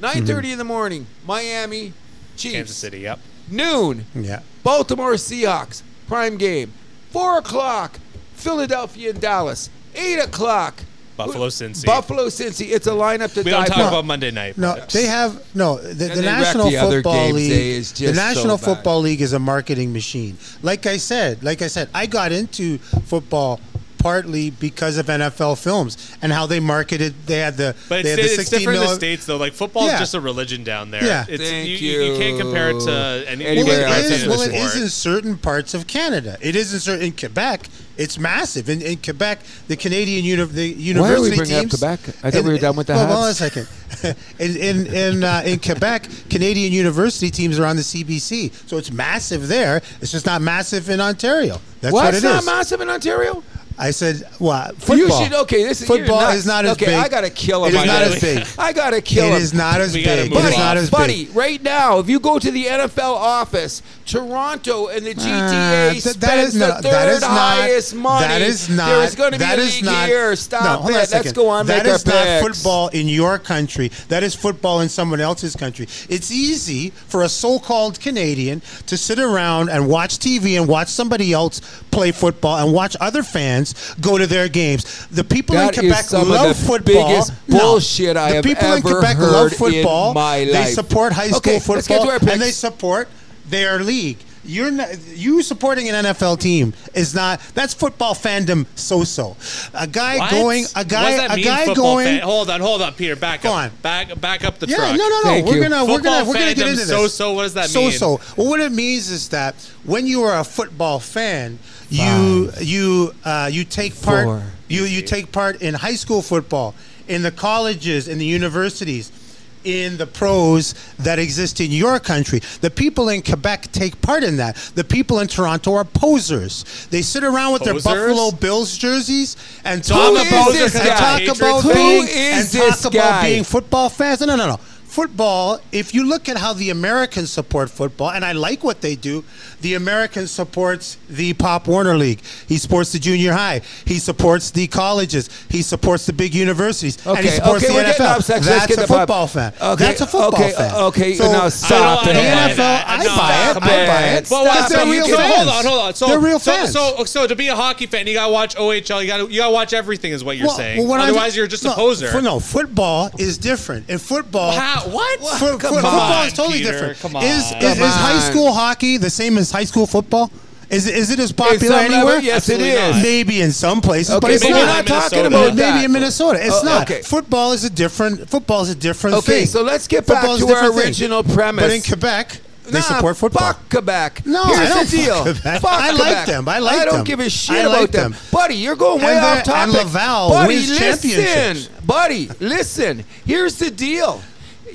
Nine thirty in the morning, Miami Chiefs.
Kansas City. Yep.
Noon,
Yeah.
Baltimore Seahawks, prime game. Four o'clock, Philadelphia and Dallas. Eight o'clock,
Buffalo, Cincy.
Buffalo Cincy. It's a lineup to
We
die
don't talk
for.
about Monday night.
No,
but-
they have no. The, the
they wreck
National
the other
Football
games, they
League.
is
The
just so
National
bad.
Football League is a marketing machine. Like I said, like I said, I got into football partly because of NFL films and how they marketed. They had the.
But it's,
they had the
it's
16
different in the
million
states, though. Like football
Yeah.
is just a religion down there.
Yeah.
It's,
Thank
you, you can't compare it to any
Well, it
anywhere
Well,
else
it is.
in
Well,
the
it is
sport.
in certain parts of Canada. It is in certain in Quebec. It's massive in, in Quebec. The Canadian uni- the
Why are
university
we bringing up
teams,
Quebec? I thought we were done with the
Well, hold on a
Habs.
second. in in in, uh, in Quebec, Canadian university teams are on the CBC, so it's massive there. It's just not massive in Ontario. That's
What?
what
It's
it is.
not massive in Ontario?
I said, "Well, football.
You should okay. This is
football
you're nuts.
is not as
okay,
big.
I gotta kill him.
It is
on
not
this.
as big.
I gotta kill him.
It is not as
We gotta
big.
move
It
Buddy,
is
on.
not as
buddy,
big.
right now, if you go to the NFL office, Toronto and the GTA
Uh, th-
spends
that is
the
not-
third
that is not-
highest money.
That is not.
There is going to be
that
a
is
league
not,
here. Stop
no, hold on a
it. Let's
second.
go on.
That
make
is
our
not
picks.
football in your country. That is football in someone else's country. It's easy for a so-called Canadian to sit around and watch TV and watch somebody else play football and watch other fans go to their games. The people
That is
in Quebec
some of
love
the
football.
biggest
No.
bullshit I
the
have
people in
ever
Quebec
heard
love
in
football.
my
They
life.
support high school
Okay,
football
let's get to our
and they
picks.
support their league. You're not you supporting an NFL team is not that's football fandom so so. A guy
What?
going a
What
guy
does that
a
mean,
guy
football
going
fan? Hold on, hold on, Peter. Back
Go
up.
on.
Back, back up the
yeah,
truck.
no, no, no.
Thank
we're
you.
gonna we're
Football
gonna we're gonna get
fandom,
into this.
so-so, what does that
so,
mean?
So Well, what it means is that when you are a football fan, you you uh, you take part
Four.
you you take part in high school football, in the colleges, in the universities, in the pros that exist in your country. The people in Quebec take part in that. The people in Toronto are posers. They sit around with
Posers?
their Buffalo Bills jerseys and
I'm
talk
a
about
poser 'cause
and
I
talk
hate Patriots.
about
Who
being
is
and
this
talk about
guy?
being football fans. No, no, no. Football, if you look at how the Americans support football, and I like what they do, the American supports the Pop Warner League. He supports the junior high. He supports the colleges. He supports the big universities. and he
Okay,
supports
okay,
the
we're
NFL.
getting off sex. Let's
That's
get
a
the pop-
football fan.
Okay,
That's a football
okay,
fan.
uh, okay,
so uh,
now stop
the
it.
NFL,
I
I,
don't
buy it.
buy
I
that.
buy
No,
it.
stop
Well,
Stop
wait,
it.
Because they're
You
real
can't-
fans.
Hold on, hold on. So,
they're real
so,
fans.
So, so to be a hockey fan, you gotta watch OHL. You gotta you gotta watch everything, is what you're saying.
when I'm-
Otherwise, you're just
no,
a poser.
For, no, football is different. In football,
How- what?
Fo-
Come
fo- football
on,
is totally
Peter,
different.
come on.
Is, is,
Come
is high
on.
school hockey the same as high school football? Is, is it as
some
popular
level,
anywhere?
yes, it
Absolutely
is.
not.
Maybe in some places, but
Okay,
it's
but
maybe
we're
not
not
in
talking
Minnesota.
about
maybe
that.
in Minnesota. It's
Oh,
not.
okay.
Football is a different. Football is a different
Okay,
thing.
so let's get back
Football is a
to our
different thing.
original premise.
But in Quebec, they
Nah,
support football.
Fuck Quebec.
No,
Here's
I don't
the
fuck
deal.
Quebec.
Fuck
I like
Quebec.
them. I like
I don't
them.
give a shit
I
about
like
them.
them.
buddy. You're going way
And
off
the- and
topic.
Laval
buddy,
wins championships.
listen, buddy, listen. Here's the deal.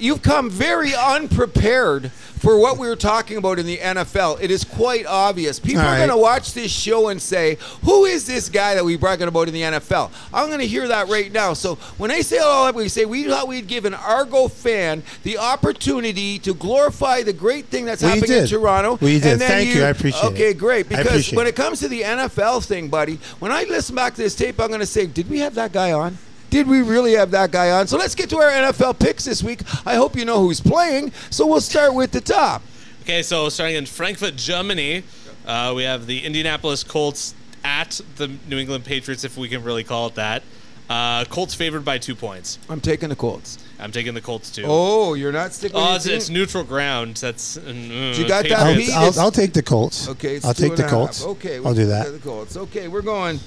You've come very unprepared for what we were talking about in the NFL. It is quite obvious. People
All
are
right.
going to watch this show and say, "Who is this guy that we bragging about in the NFL?" I'm going to hear that right now. So when I say all that, we say we thought we'd give an Argo fan the opportunity to glorify the great thing that's
We
happening in
did.
Toronto.
We did.
And then
Thank you. I appreciate it.
Okay, great.
I
Because
appreciate
when
it.
it comes to the NFL thing, buddy, when I listen back to this tape, I'm going to say, did we have that guy on? Did we really have that guy on? So let's get to our NFL picks this week. I hope you know who's playing. So we'll start with the top.
Okay, so starting in Frankfurt, Germany, uh, we have the Indianapolis Colts at the New England Patriots, if we can really call it that. Uh, Colts favored by two points.
I'm taking the Colts.
I'm taking the Colts too.
Oh, you're not sticking
Oh,
with
it's,
your
it's
team?
neutral ground. That's mm,
You got that,
Patriots.
Pete?
I'll,
It's-
I'll, I'll take the Colts.
Okay, it's
I'll
two
take
and
the
a half.
Colts.
Okay,
I'll do that.
The Colts. Okay, we're going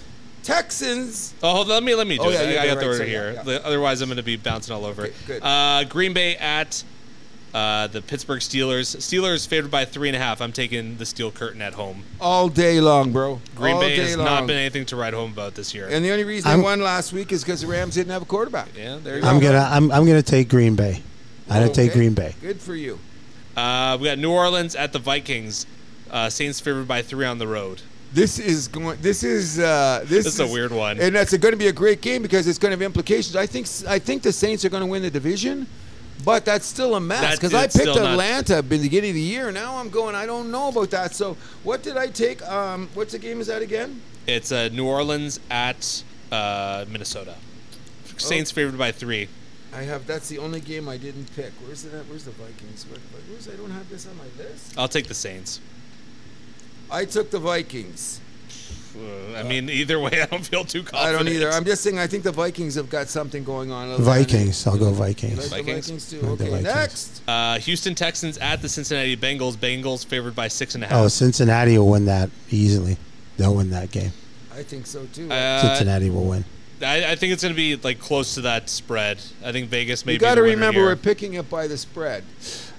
Texans.
Oh, hold on, let me let me do
Oh,
it.
yeah,
I-
you
I
do it
got the
right
order
side,
here.
yeah,
The- Otherwise, I'm going to be bouncing all over.
Okay, good.
Uh, Green Bay at uh, the Pittsburgh Steelers. Steelers favored by three and a half. I'm taking the steel curtain at home.
All day long, bro.
Green
All
Bay
day
has
long.
not been anything to write home about this year.
And the only reason
I'm-
they won last week is because the Rams didn't have a quarterback.
yeah, there you go.
I'm gonna I'm, I'm gonna take Green Bay. I'm gonna
Oh,
take
Okay,
Green Bay.
Oh, Good for you.
Uh, we got New Orleans at the Vikings. Uh, Saints favored by three on the road.
This is going. This is uh, this,
This is a weird one.
and that's going to be a great game because it's going to have implications. I think I think the Saints are going to win the division, but that's still a mess
That's-
because I
it's
picked
still not-
Atlanta at the beginning of the year. Now I'm going. I don't know about that. So what did I take? Um, what's the game? Is that again?
It's uh, New Orleans at uh, Minnesota.
Oh.
Saints favored by three.
I have. That's the only game I didn't pick. Where's the Where's the Vikings? Where, where's I don't have this on my list.
I'll take the Saints.
I took the Vikings.
Uh, I mean, either way, I don't feel too confident.
I don't either. I'm just saying. I think the Vikings have got something going on. other than-
Vikings. I'll
You
go
like
Vikings.
the
Vikings?
Vikings too.
Like the
Okay,
Vikings.
next.
Uh, Houston Texans at the Cincinnati Bengals. Bengals favored by six and a
Oh,
half.
Cincinnati will win that easily. They'll win that game.
I think so too.
uh,
Cincinnati will win.
I, I think it's going to be like close to that spread. I think Vegas maybe.
you got to remember
here.
we're picking it by the spread.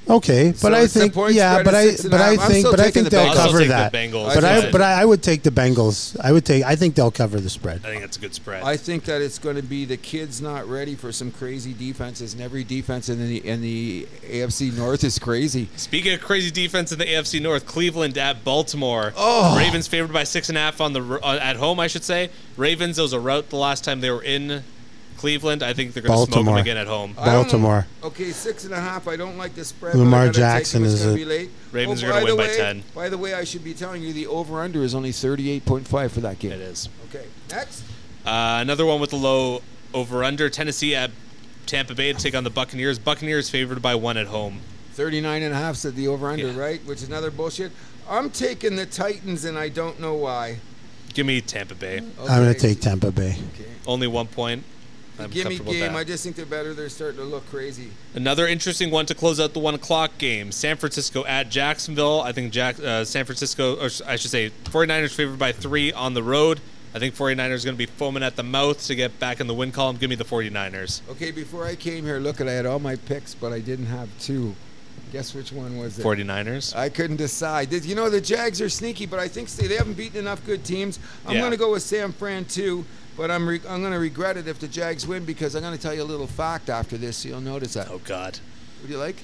Okay, but
So
I
it's the
think
point
yeah,
spread
but
is
I
six and
but
a
I
half. I'm
think
still
but I
taking
think
the
they'll
Bengals.
I'll
cover
still take the
that.
Bengals.
But I
But-
but I, I would take the Bengals. I would take I think they'll cover the spread.
I think that's a good spread.
I think that it's going to be the kids not ready for some crazy defenses, and every defense in the in the AFC North is crazy.
Speaking of crazy defense in the AFC North, Cleveland at Baltimore.
Oh.
Ravens favored by six and a half on the r- on, at home, I should say. Ravens. It was a rout the last time they were in Cleveland. I think they're going to smoke them
Baltimore.
again at home.
I don't-
Baltimore.
Okay, six and a half. I don't like the spread. but I
Lamar
gotta take them.
Jackson
It's
is
gonna
a-
be late.
Ravens
Oh,
are gonna
the
win by
way-
10.
By the way, I should be telling you the over under is only thirty eight point five for that game.
It is
Okay, next.
uh, another one with the low over under. Tennessee at Tampa Bay to take on the Buccaneers. Buccaneers favored by one at home.
39 and a half said the over under,
Yeah.
right? Which is another bullshit. I'm taking the Titans and I don't know why.
Give me Tampa Bay.
I'm going
Okay.
to take Tampa Bay.
Okay.
Only one point. I'm
Gimme
comfortable with
game.
that.
I just think they're better. They're starting to look crazy.
Another interesting one to close out the one o'clock game. San Francisco at Jacksonville. I think Jack, uh, San Francisco, or I should say, 49ers favored by three on the road. I think 49ers going to be foaming at the mouth to get back in the win column. Give me the 49ers.
Okay, before I came here, look at I had all my picks, but I didn't have two. Guess which one was it?
49ers.
I couldn't decide. Did- You know the Jags are sneaky, but I think they they haven't beaten enough good teams. I'm
Yeah.
going to go with San Fran too, but I'm re- I'm going to regret it if the Jags win because I'm going to tell you a little fact after this. So you'll notice that.
Oh God.
Would you like?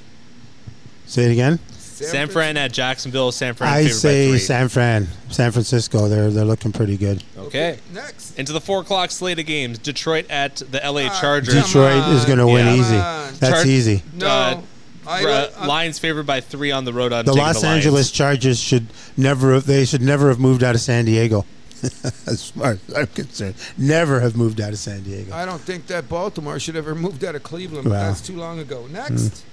Say it again.
San Fran at Jacksonville. San Fran
I
favored by
say
three.
San Fran, San Francisco. They're they're looking pretty good.
okay.
Next.
Into the four o'clock slate of games. Detroit at the LA
Ah,
Chargers.
Come
Detroit is
on,
going to win
come
easy.
on.
That's
Char-
easy.
No.
Uh,
I
Ra-
don't- I'm-
Lions favored by three on the road. On
The Los Angeles Chargers should never have, they should never have moved out of San Diego. as far as I'm concerned, never have moved out of San Diego.
I don't think that Baltimore should have ever moved out of Cleveland, but
Wow. Hmm.
that's too long ago. Next.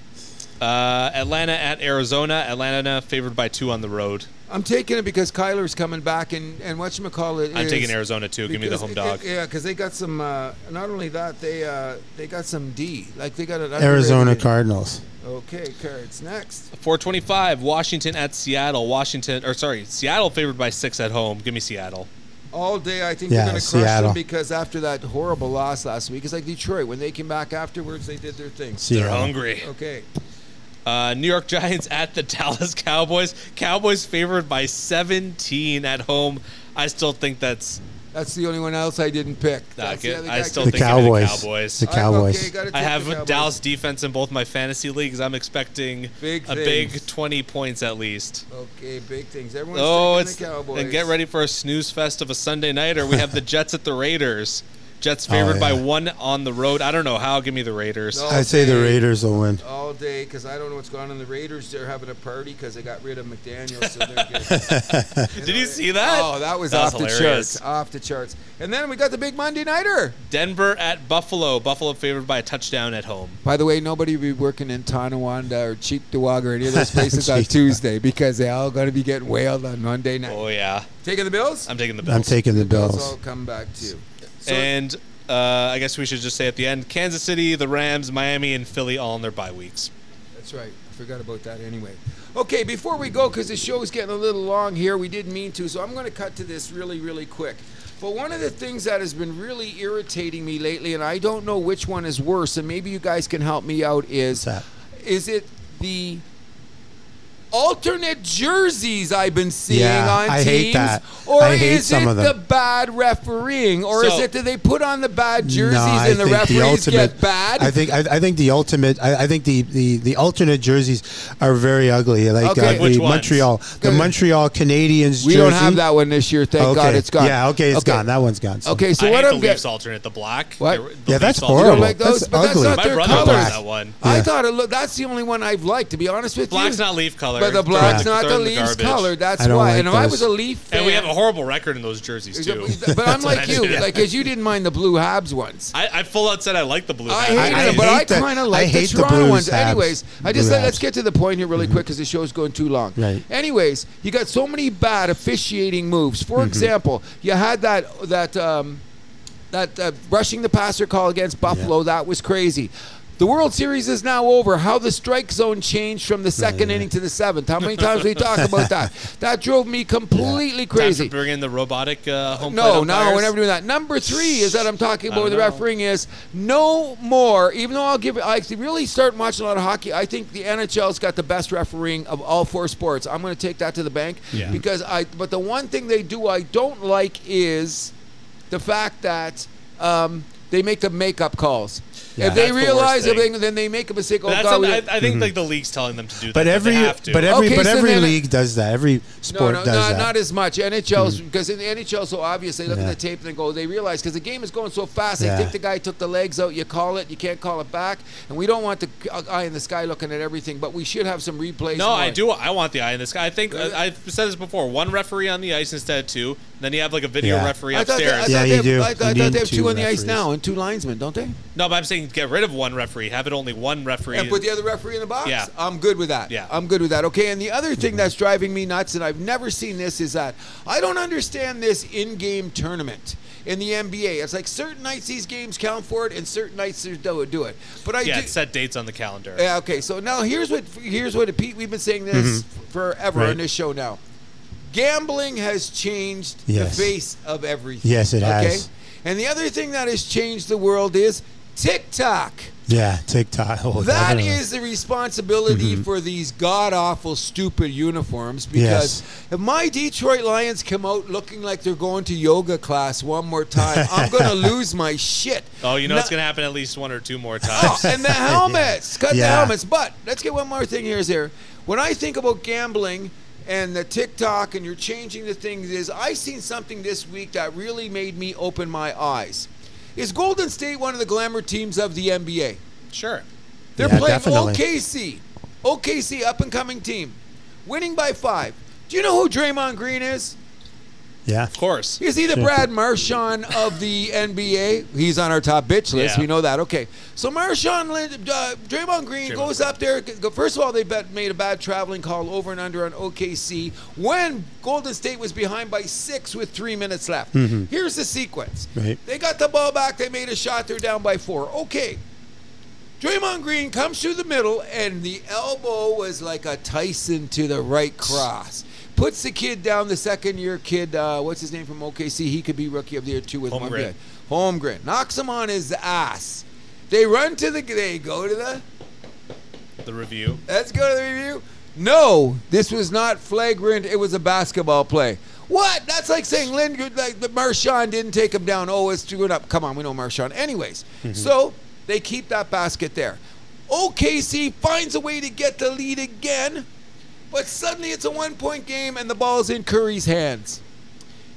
Uh, Atlanta at Arizona. Atlanta favored by two on the road.
I'm taking it because Kyler's coming back, and, and whatchamacallit
I'm
is-
taking Arizona too. Give me the
because
home
it-
dog.
it- yeah, because they got some. Uh, not only that, they uh, they got some D. Like they got an
Arizona
underrated-
Cardinals.
Okay, cards next.
425, Washington at Seattle. Washington, or sorry, Seattle favored by six at home. Give me Seattle.
All day, I think
Yeah,
they're going to crush
Seattle.
them because after that horrible loss last week, it's like Detroit when they came back afterwards, they did their thing.
They're
Seattle.
hungry.
Okay,
Uh, New York Giants at the Dallas Cowboys. Cowboys favored by 17 at home. I still think that's. uh,
that's the only one else I didn't pick. That's
good.
the other
I
guy
still
The
think give me the
Cowboys.
Cowboys.
The
I'm
Cowboys.
gotta
I
take
have
the Cowboys.
Dallas defense in both my fantasy leagues. I'm expecting
Big
a big
things.
20 points at least.
Okay, big things. Everyone's
Oh,
taking
it's
the Cowboys.
and get ready for a snooze fest of a Sunday nighter. We have the Jets at the Raiders. Jets
Oh,
favored by
yeah.
one on the road. I don't know how. Give me the Raiders.
No.
I say the Raiders will win.
all day because I don't know what's going on in the Raiders. They're having a party because they got rid of McDaniel, so they're good.
Did you see that?
Oh, that was
That was
off the
hilarious.
charts, off the charts. And then we got the big Monday nighter.
Denver at Buffalo. Buffalo favored by a touchdown at home.
By the way, nobody will be working in Tonawanda or Cheektowaga or any of those places on Tuesday because they all going to be getting wailed on Monday night.
Oh yeah,
Taking the Bills.
I'm taking the Bills.
I'm taking the
Bills all
Bills.
come back to you.
and uh, I guess we should just say at the end: Kansas City, the Rams, Miami, and Philly all in their bye weeks.
That's right. I forgot about that anyway. Okay, before we go, because the show is getting a little long here, we didn't mean to, so I'm going to cut to this really, really quick. But one of the things that has been really irritating me lately, and I don't know which one is worse, and maybe you guys can help me out, is
that?
is it the alternate jerseys I've been seeing
Yeah,
on
I
teams,
hate that.
or
I hate
is
some
it
of them.
the bad refereeing, or is
So-
it that they put on the bad jerseys
No, I
and the
think
referees get bad?
I think I, I think the ultimate. I, I think the, the, the alternate jerseys are very ugly. Like
Okay.
uh,
Which
the
ones?
Montreal, the
Good.
Montreal Canadiens.
We
jersey.
don't have that one this year. Thank God it's gone.
Yeah, okay, it's
it's
gone. That one's gone. so.
Okay, so
I
what
hate
I'm
the Leafs
getting.
alternate the black.
What?
The- the
Yeah, that's
Leafs
You
alternate.
horrible.
don't
Uh,
like those,
That's
but that's
ugly.
not
My
their
brother
colors.
loves that one.
I
Yeah.
thought it looked. That's the only one I've liked, to be honest with
Black's
you.
not leaf color,
but the
Throw it-
black's
throw
not
it
the
in
leaf's
garbage.
color. That's
I don't
why.
like
and if I was a
those.
leaf fan,
And we have a horrible record in those jerseys too.
but I'm like you,
Yeah.
like as you didn't mind the blue Habs ones.
I, I full out said I like the blue.
I
Jackets.
hated
I
them, but I
hate the-
kind
I
of like the
hate the
Toronto
Blues
ones.
Habs.
Anyways, I just
Blue
let, let's
Habs. Mm-hmm.
get to the point here really quick because the show's going too long.
Right.
Anyways, you got so many bad officiating moves. For
Mm-hmm.
example, you had that that um, that uh, rushing the passer call against Buffalo. That was crazy. The World Series is now over. How the strike zone changed from the second inning to the seventh. How many times we talk about that? That drove me completely crazy.
Time to bring in the robotic uh, home
No,
plate
no,
umpires.
we're never doing that. Number three is that I'm talking about
I
with the
know.
refereeing is no more. Even though I'll give, I really start watching a lot of hockey. I think the NHL's got the best refereeing of all four sports. I'm going to take that to the bank
Yeah.
because I. But the one thing they do I don't like is the fact that um, they make the makeup calls.
Yeah,
if they
that's the worst
realize
thing.
everything, then they make a mistake. Oh,
But that's
God, we
I,
didn't-
I think like the league's telling them to do that.
But
that
every
they have to.
but every
Okay,
but
so
every
then-
league does that. Every
No,
sport
no, no,
does that. Hmm.
not as much. NHL's because in the NHL, so obvious they look
Yeah.
at the tape and they go, they realize because the game is going so fast. They
Yeah.
think the guy took the legs out. You call it, you can't call it back, and we don't want the g- eye in the sky looking at everything. But we should have some replays.
No, I
going.
do. I want the eye in the sky. I think I, I've said this before. One referee on the ice instead of two. Then you have like a video
Yeah.
referee
I thought they, I
upstairs.
thought
Yeah,
they
you
have,
do.
I,
You
thought- I thought
need
they have two,
two
on the
referees.
ice now and two linesmen, don't they?
no, but I'm saying get rid of one referee. Have it only one referee.
And put the other referee in the box.
Yeah.
I'm good with that.
Yeah.
I'm good with that. Okay. And the other thing that's driving me nuts, and I've never seen this, is that I don't understand this in-game tournament in the NBA. It's like certain nights these games count for it, and certain nights they don't do it. But I
yeah,
do.
set dates on the calendar.
Yeah, okay. So now here's what here's what Pete. We've been saying this forever
Mm-hmm.
on
Right.
this show now. Gambling has changed
Yes.
the face of everything.
Yes, it
okay?
has.
And the other thing that has changed the world is TikTok.
Yeah, TikTok. Oh,
That
definitely. Mm-hmm.
is the responsibility for these god awful, stupid uniforms. Because
Yes.
if my Detroit Lions come out looking like they're going to yoga class one more time, I'm going to lose my shit.
Oh, you know
No-
it's gonna happen at least one or two more
Oh,
times.
and the helmets. Cut the
Yeah.
helmets. But let's get one more thing here. Is here when I think about gambling and the TikTok and you're changing the things is I seen something this week that really made me open my eyes. Is Golden State one of the glamour teams of the NBA?
sure.
They're
Yeah,
playing
definitely.
OKC. OKC up and coming team. Winning by five. Do you know who Draymond Green is?
yeah.
Of course.
Is he the Brad Marchand of the NBA? He's on our top bitch list.
Yeah.
We know that. Okay. So Marchand, Lin- uh, Draymond Green
Draymond
goes up there. g- go- First of all, they bet, made a bad traveling call over and under on OKC when Golden State was behind by six with three minutes left. Here's the sequence.
Mm-hmm. Right.
They got the ball back. They made a shot. They're down by four. Okay. Draymond Green comes through the middle, and the elbow was like a Tyson to the right cross. Puts the kid down, the second year kid, uh, what's his name from OKC? He could be rookie of the year too with one
Holmgren.
bit. Holmgren knocks him on his ass. They run to the, they go to the,
The review.
let's go to the review. No, this was not flagrant. It was a basketball play. What? That's like saying Lindgren, like the Marshawn didn't take him down. Oh, it's screwed up. Come on, we know Marshawn. Anyways,
Mm-hmm.
so they keep that basket there. OKC finds a way to get the lead again, but suddenly it's a one-point game and the ball's in Curry's hands.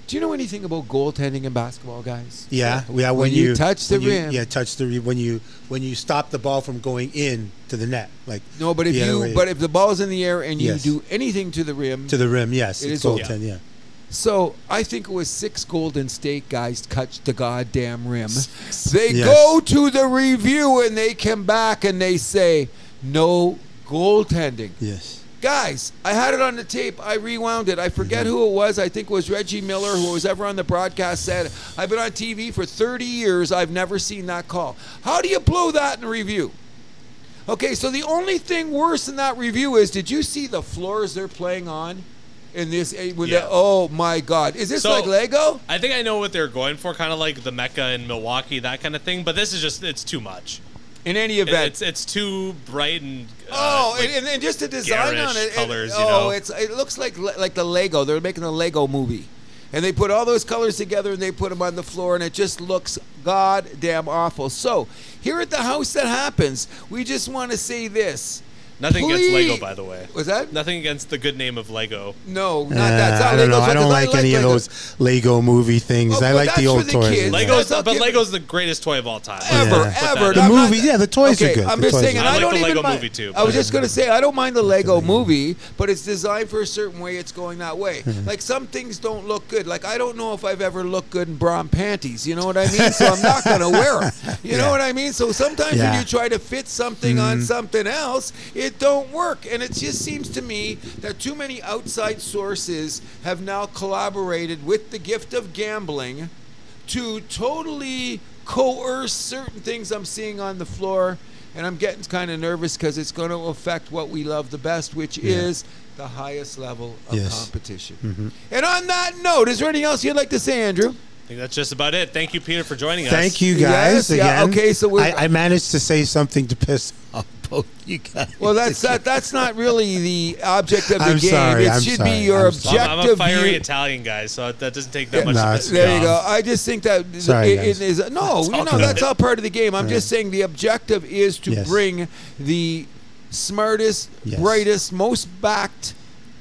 Do you know anything about goaltending in basketball, guys?
Yeah, yeah. When,
When you touch the
when you-
rim.
yeah, touch the rim. When you when you stop the ball from going in to the net, like
No, but if
the other
you
way-
but if the ball's in the air and you
Yes.
do anything to the rim,
to the rim, yes,
It
it's
is over.
goaltend. Yeah,
So I think it was six Golden State guys touched the goddamn rim. They
Yes.
go to the review and they come back and they say no goaltending.
yes.
Guys, I had it on the tape. I rewound it. I forget who it was. I think it was Reggie Miller, who was ever on the broadcast, said, I've been on TV for 30 years. I've never seen that call. How do you blow that in review? Okay, so the only thing worse than that review is did you see the floors they're playing on? In this, eh, with
Yeah.
the, oh my God, is this
So-
like Lego?
I think I know what they're going for, kind of like the Mecca in Milwaukee, that kind of thing. But this is just—it's too much.
In any
It-
event,
it's it's too bright and. Uh,
Oh,
like-
and, and, and just the design on
garish
it. it-
colors,
oh,
you know?
it's it looks like le- like the Lego. They're making a Lego movie, and they put all those colors together and they put them on the floor, and it just looks goddamn awful. So here at the house, that happens. We just want to say this.
Nothing
Please-
against Lego, by the way.
Was that
Nothing against the good name of Lego.
no?
Uh,
Not that. It's not
I don't
Legos,
know. I
because
don't like any of
Legos.
those Lego movie things.
Oh,
I
but
like
that's
the
for
old
the
toys.
kids.
yeah.
Lego-
Lego's,
That's
but
okay.
Lego's the greatest toy of all time.
ever,
Yeah.
Put that
ever.
out
The
I'm
movie-
not-
yeah, the toys are
okay,
good.
I'm
The
just
toys
saying,
are
and I,
good. I like
don't
the
even
Lego
mind,
movie too,
I was
but-
just gonna say, I don't mind the Lego movie, but it's designed for a certain way. It's going that way.
Mm-hmm.
Like some things don't look good. Like I don't know if I've ever looked good in bra and panties. You know what I mean? So I'm not gonna wear them. You know what I mean? So sometimes when
Yeah.
you try to fit something on something else, it don't work. And it just seems to me that too many outside sources have now collaborated with the gift of gambling to totally coerce certain things I'm seeing on the floor. and I'm getting kind of nervous because it's going to affect what we love the best, which is the highest level of
Yes.
competition. And on that note, is there anything else you'd like to say, Andrew?
I think that's just about it. Thank you, Peter, for joining us.
Thank you
Yes,
guys
yeah,
again.
okay, so we're-
I, I managed to say something to piss off both you guys.
Well, that's that, that's not really the object of the
I'm
game.
sorry,
it
I'm
should
sorry,
be your
I'm sorry.
objective
I'm, I'm a fiery
view.
Italian guy, so that doesn't take that much.
No,
of
it's-
it.
There you
Yeah.
go. I just think that th-
Sorry,
it- it
guys.
is no, you
all
know,
good.
that's all part of the game. I'm just saying the objective is to
Yes.
bring the smartest,
Yes.
brightest, most backed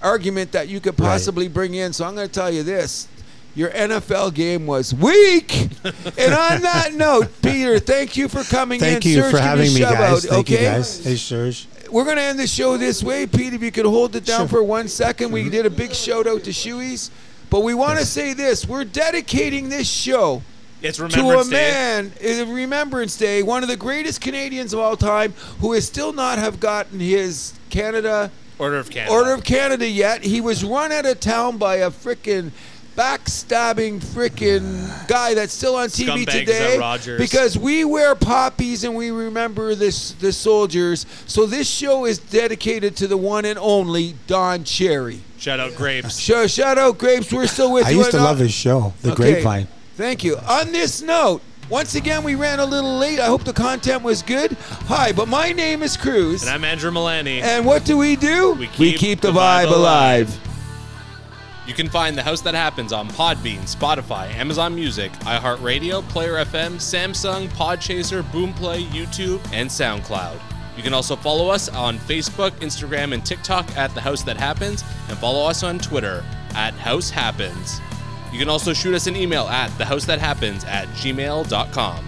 argument that you could
Right.
possibly bring in. So I'm going to tell you this. Your NFL game was weak. and on that note, Peter, thank you for coming
Thank
in.
you
Serge,
for
give
having me,
shout
guys.
out,
Thank
okay?
you, guys. Hey, Serge.
We're going to end the show this way, Pete. If you could hold it down
Sure.
for one second, we did a big shout out to Shoeys. But we want to say this we're dedicating this show
It's
to a
Remembrance Day.
man, uh, Remembrance Day, one of the greatest Canadians of all time, who has still not have gotten his Canada
Order of Canada.
Order of Canada yet. He was run out of town by a frickin' backstabbing frickin' guy that's still on TV
Scumbags at
today.
Rogers.
Because we wear poppies and we remember this the soldiers. So this show is dedicated to the one and only Don Cherry.
Shout out Grapes.
Sure, shout out Grapes. We're still with
I
you.
used to
and-
love his show, The
Okay.
Grapevine.
Thank you. On this note, once again we ran a little late. I hope the content was good. Hi, but my name is Cruz.
And I'm Andrew Milani.
And what do we do?
We keep
the, vibe alive.
You can find The House That Happens on Podbean, Spotify, Amazon Music, iHeartRadio, Player FM, Samsung, Podchaser, Boomplay, YouTube, and SoundCloud. You can also follow us on Facebook, Instagram, and TikTok at The House That Happens, and follow us on Twitter at House Happens. You can also shoot us an email at thehousethathappens at gmail.com.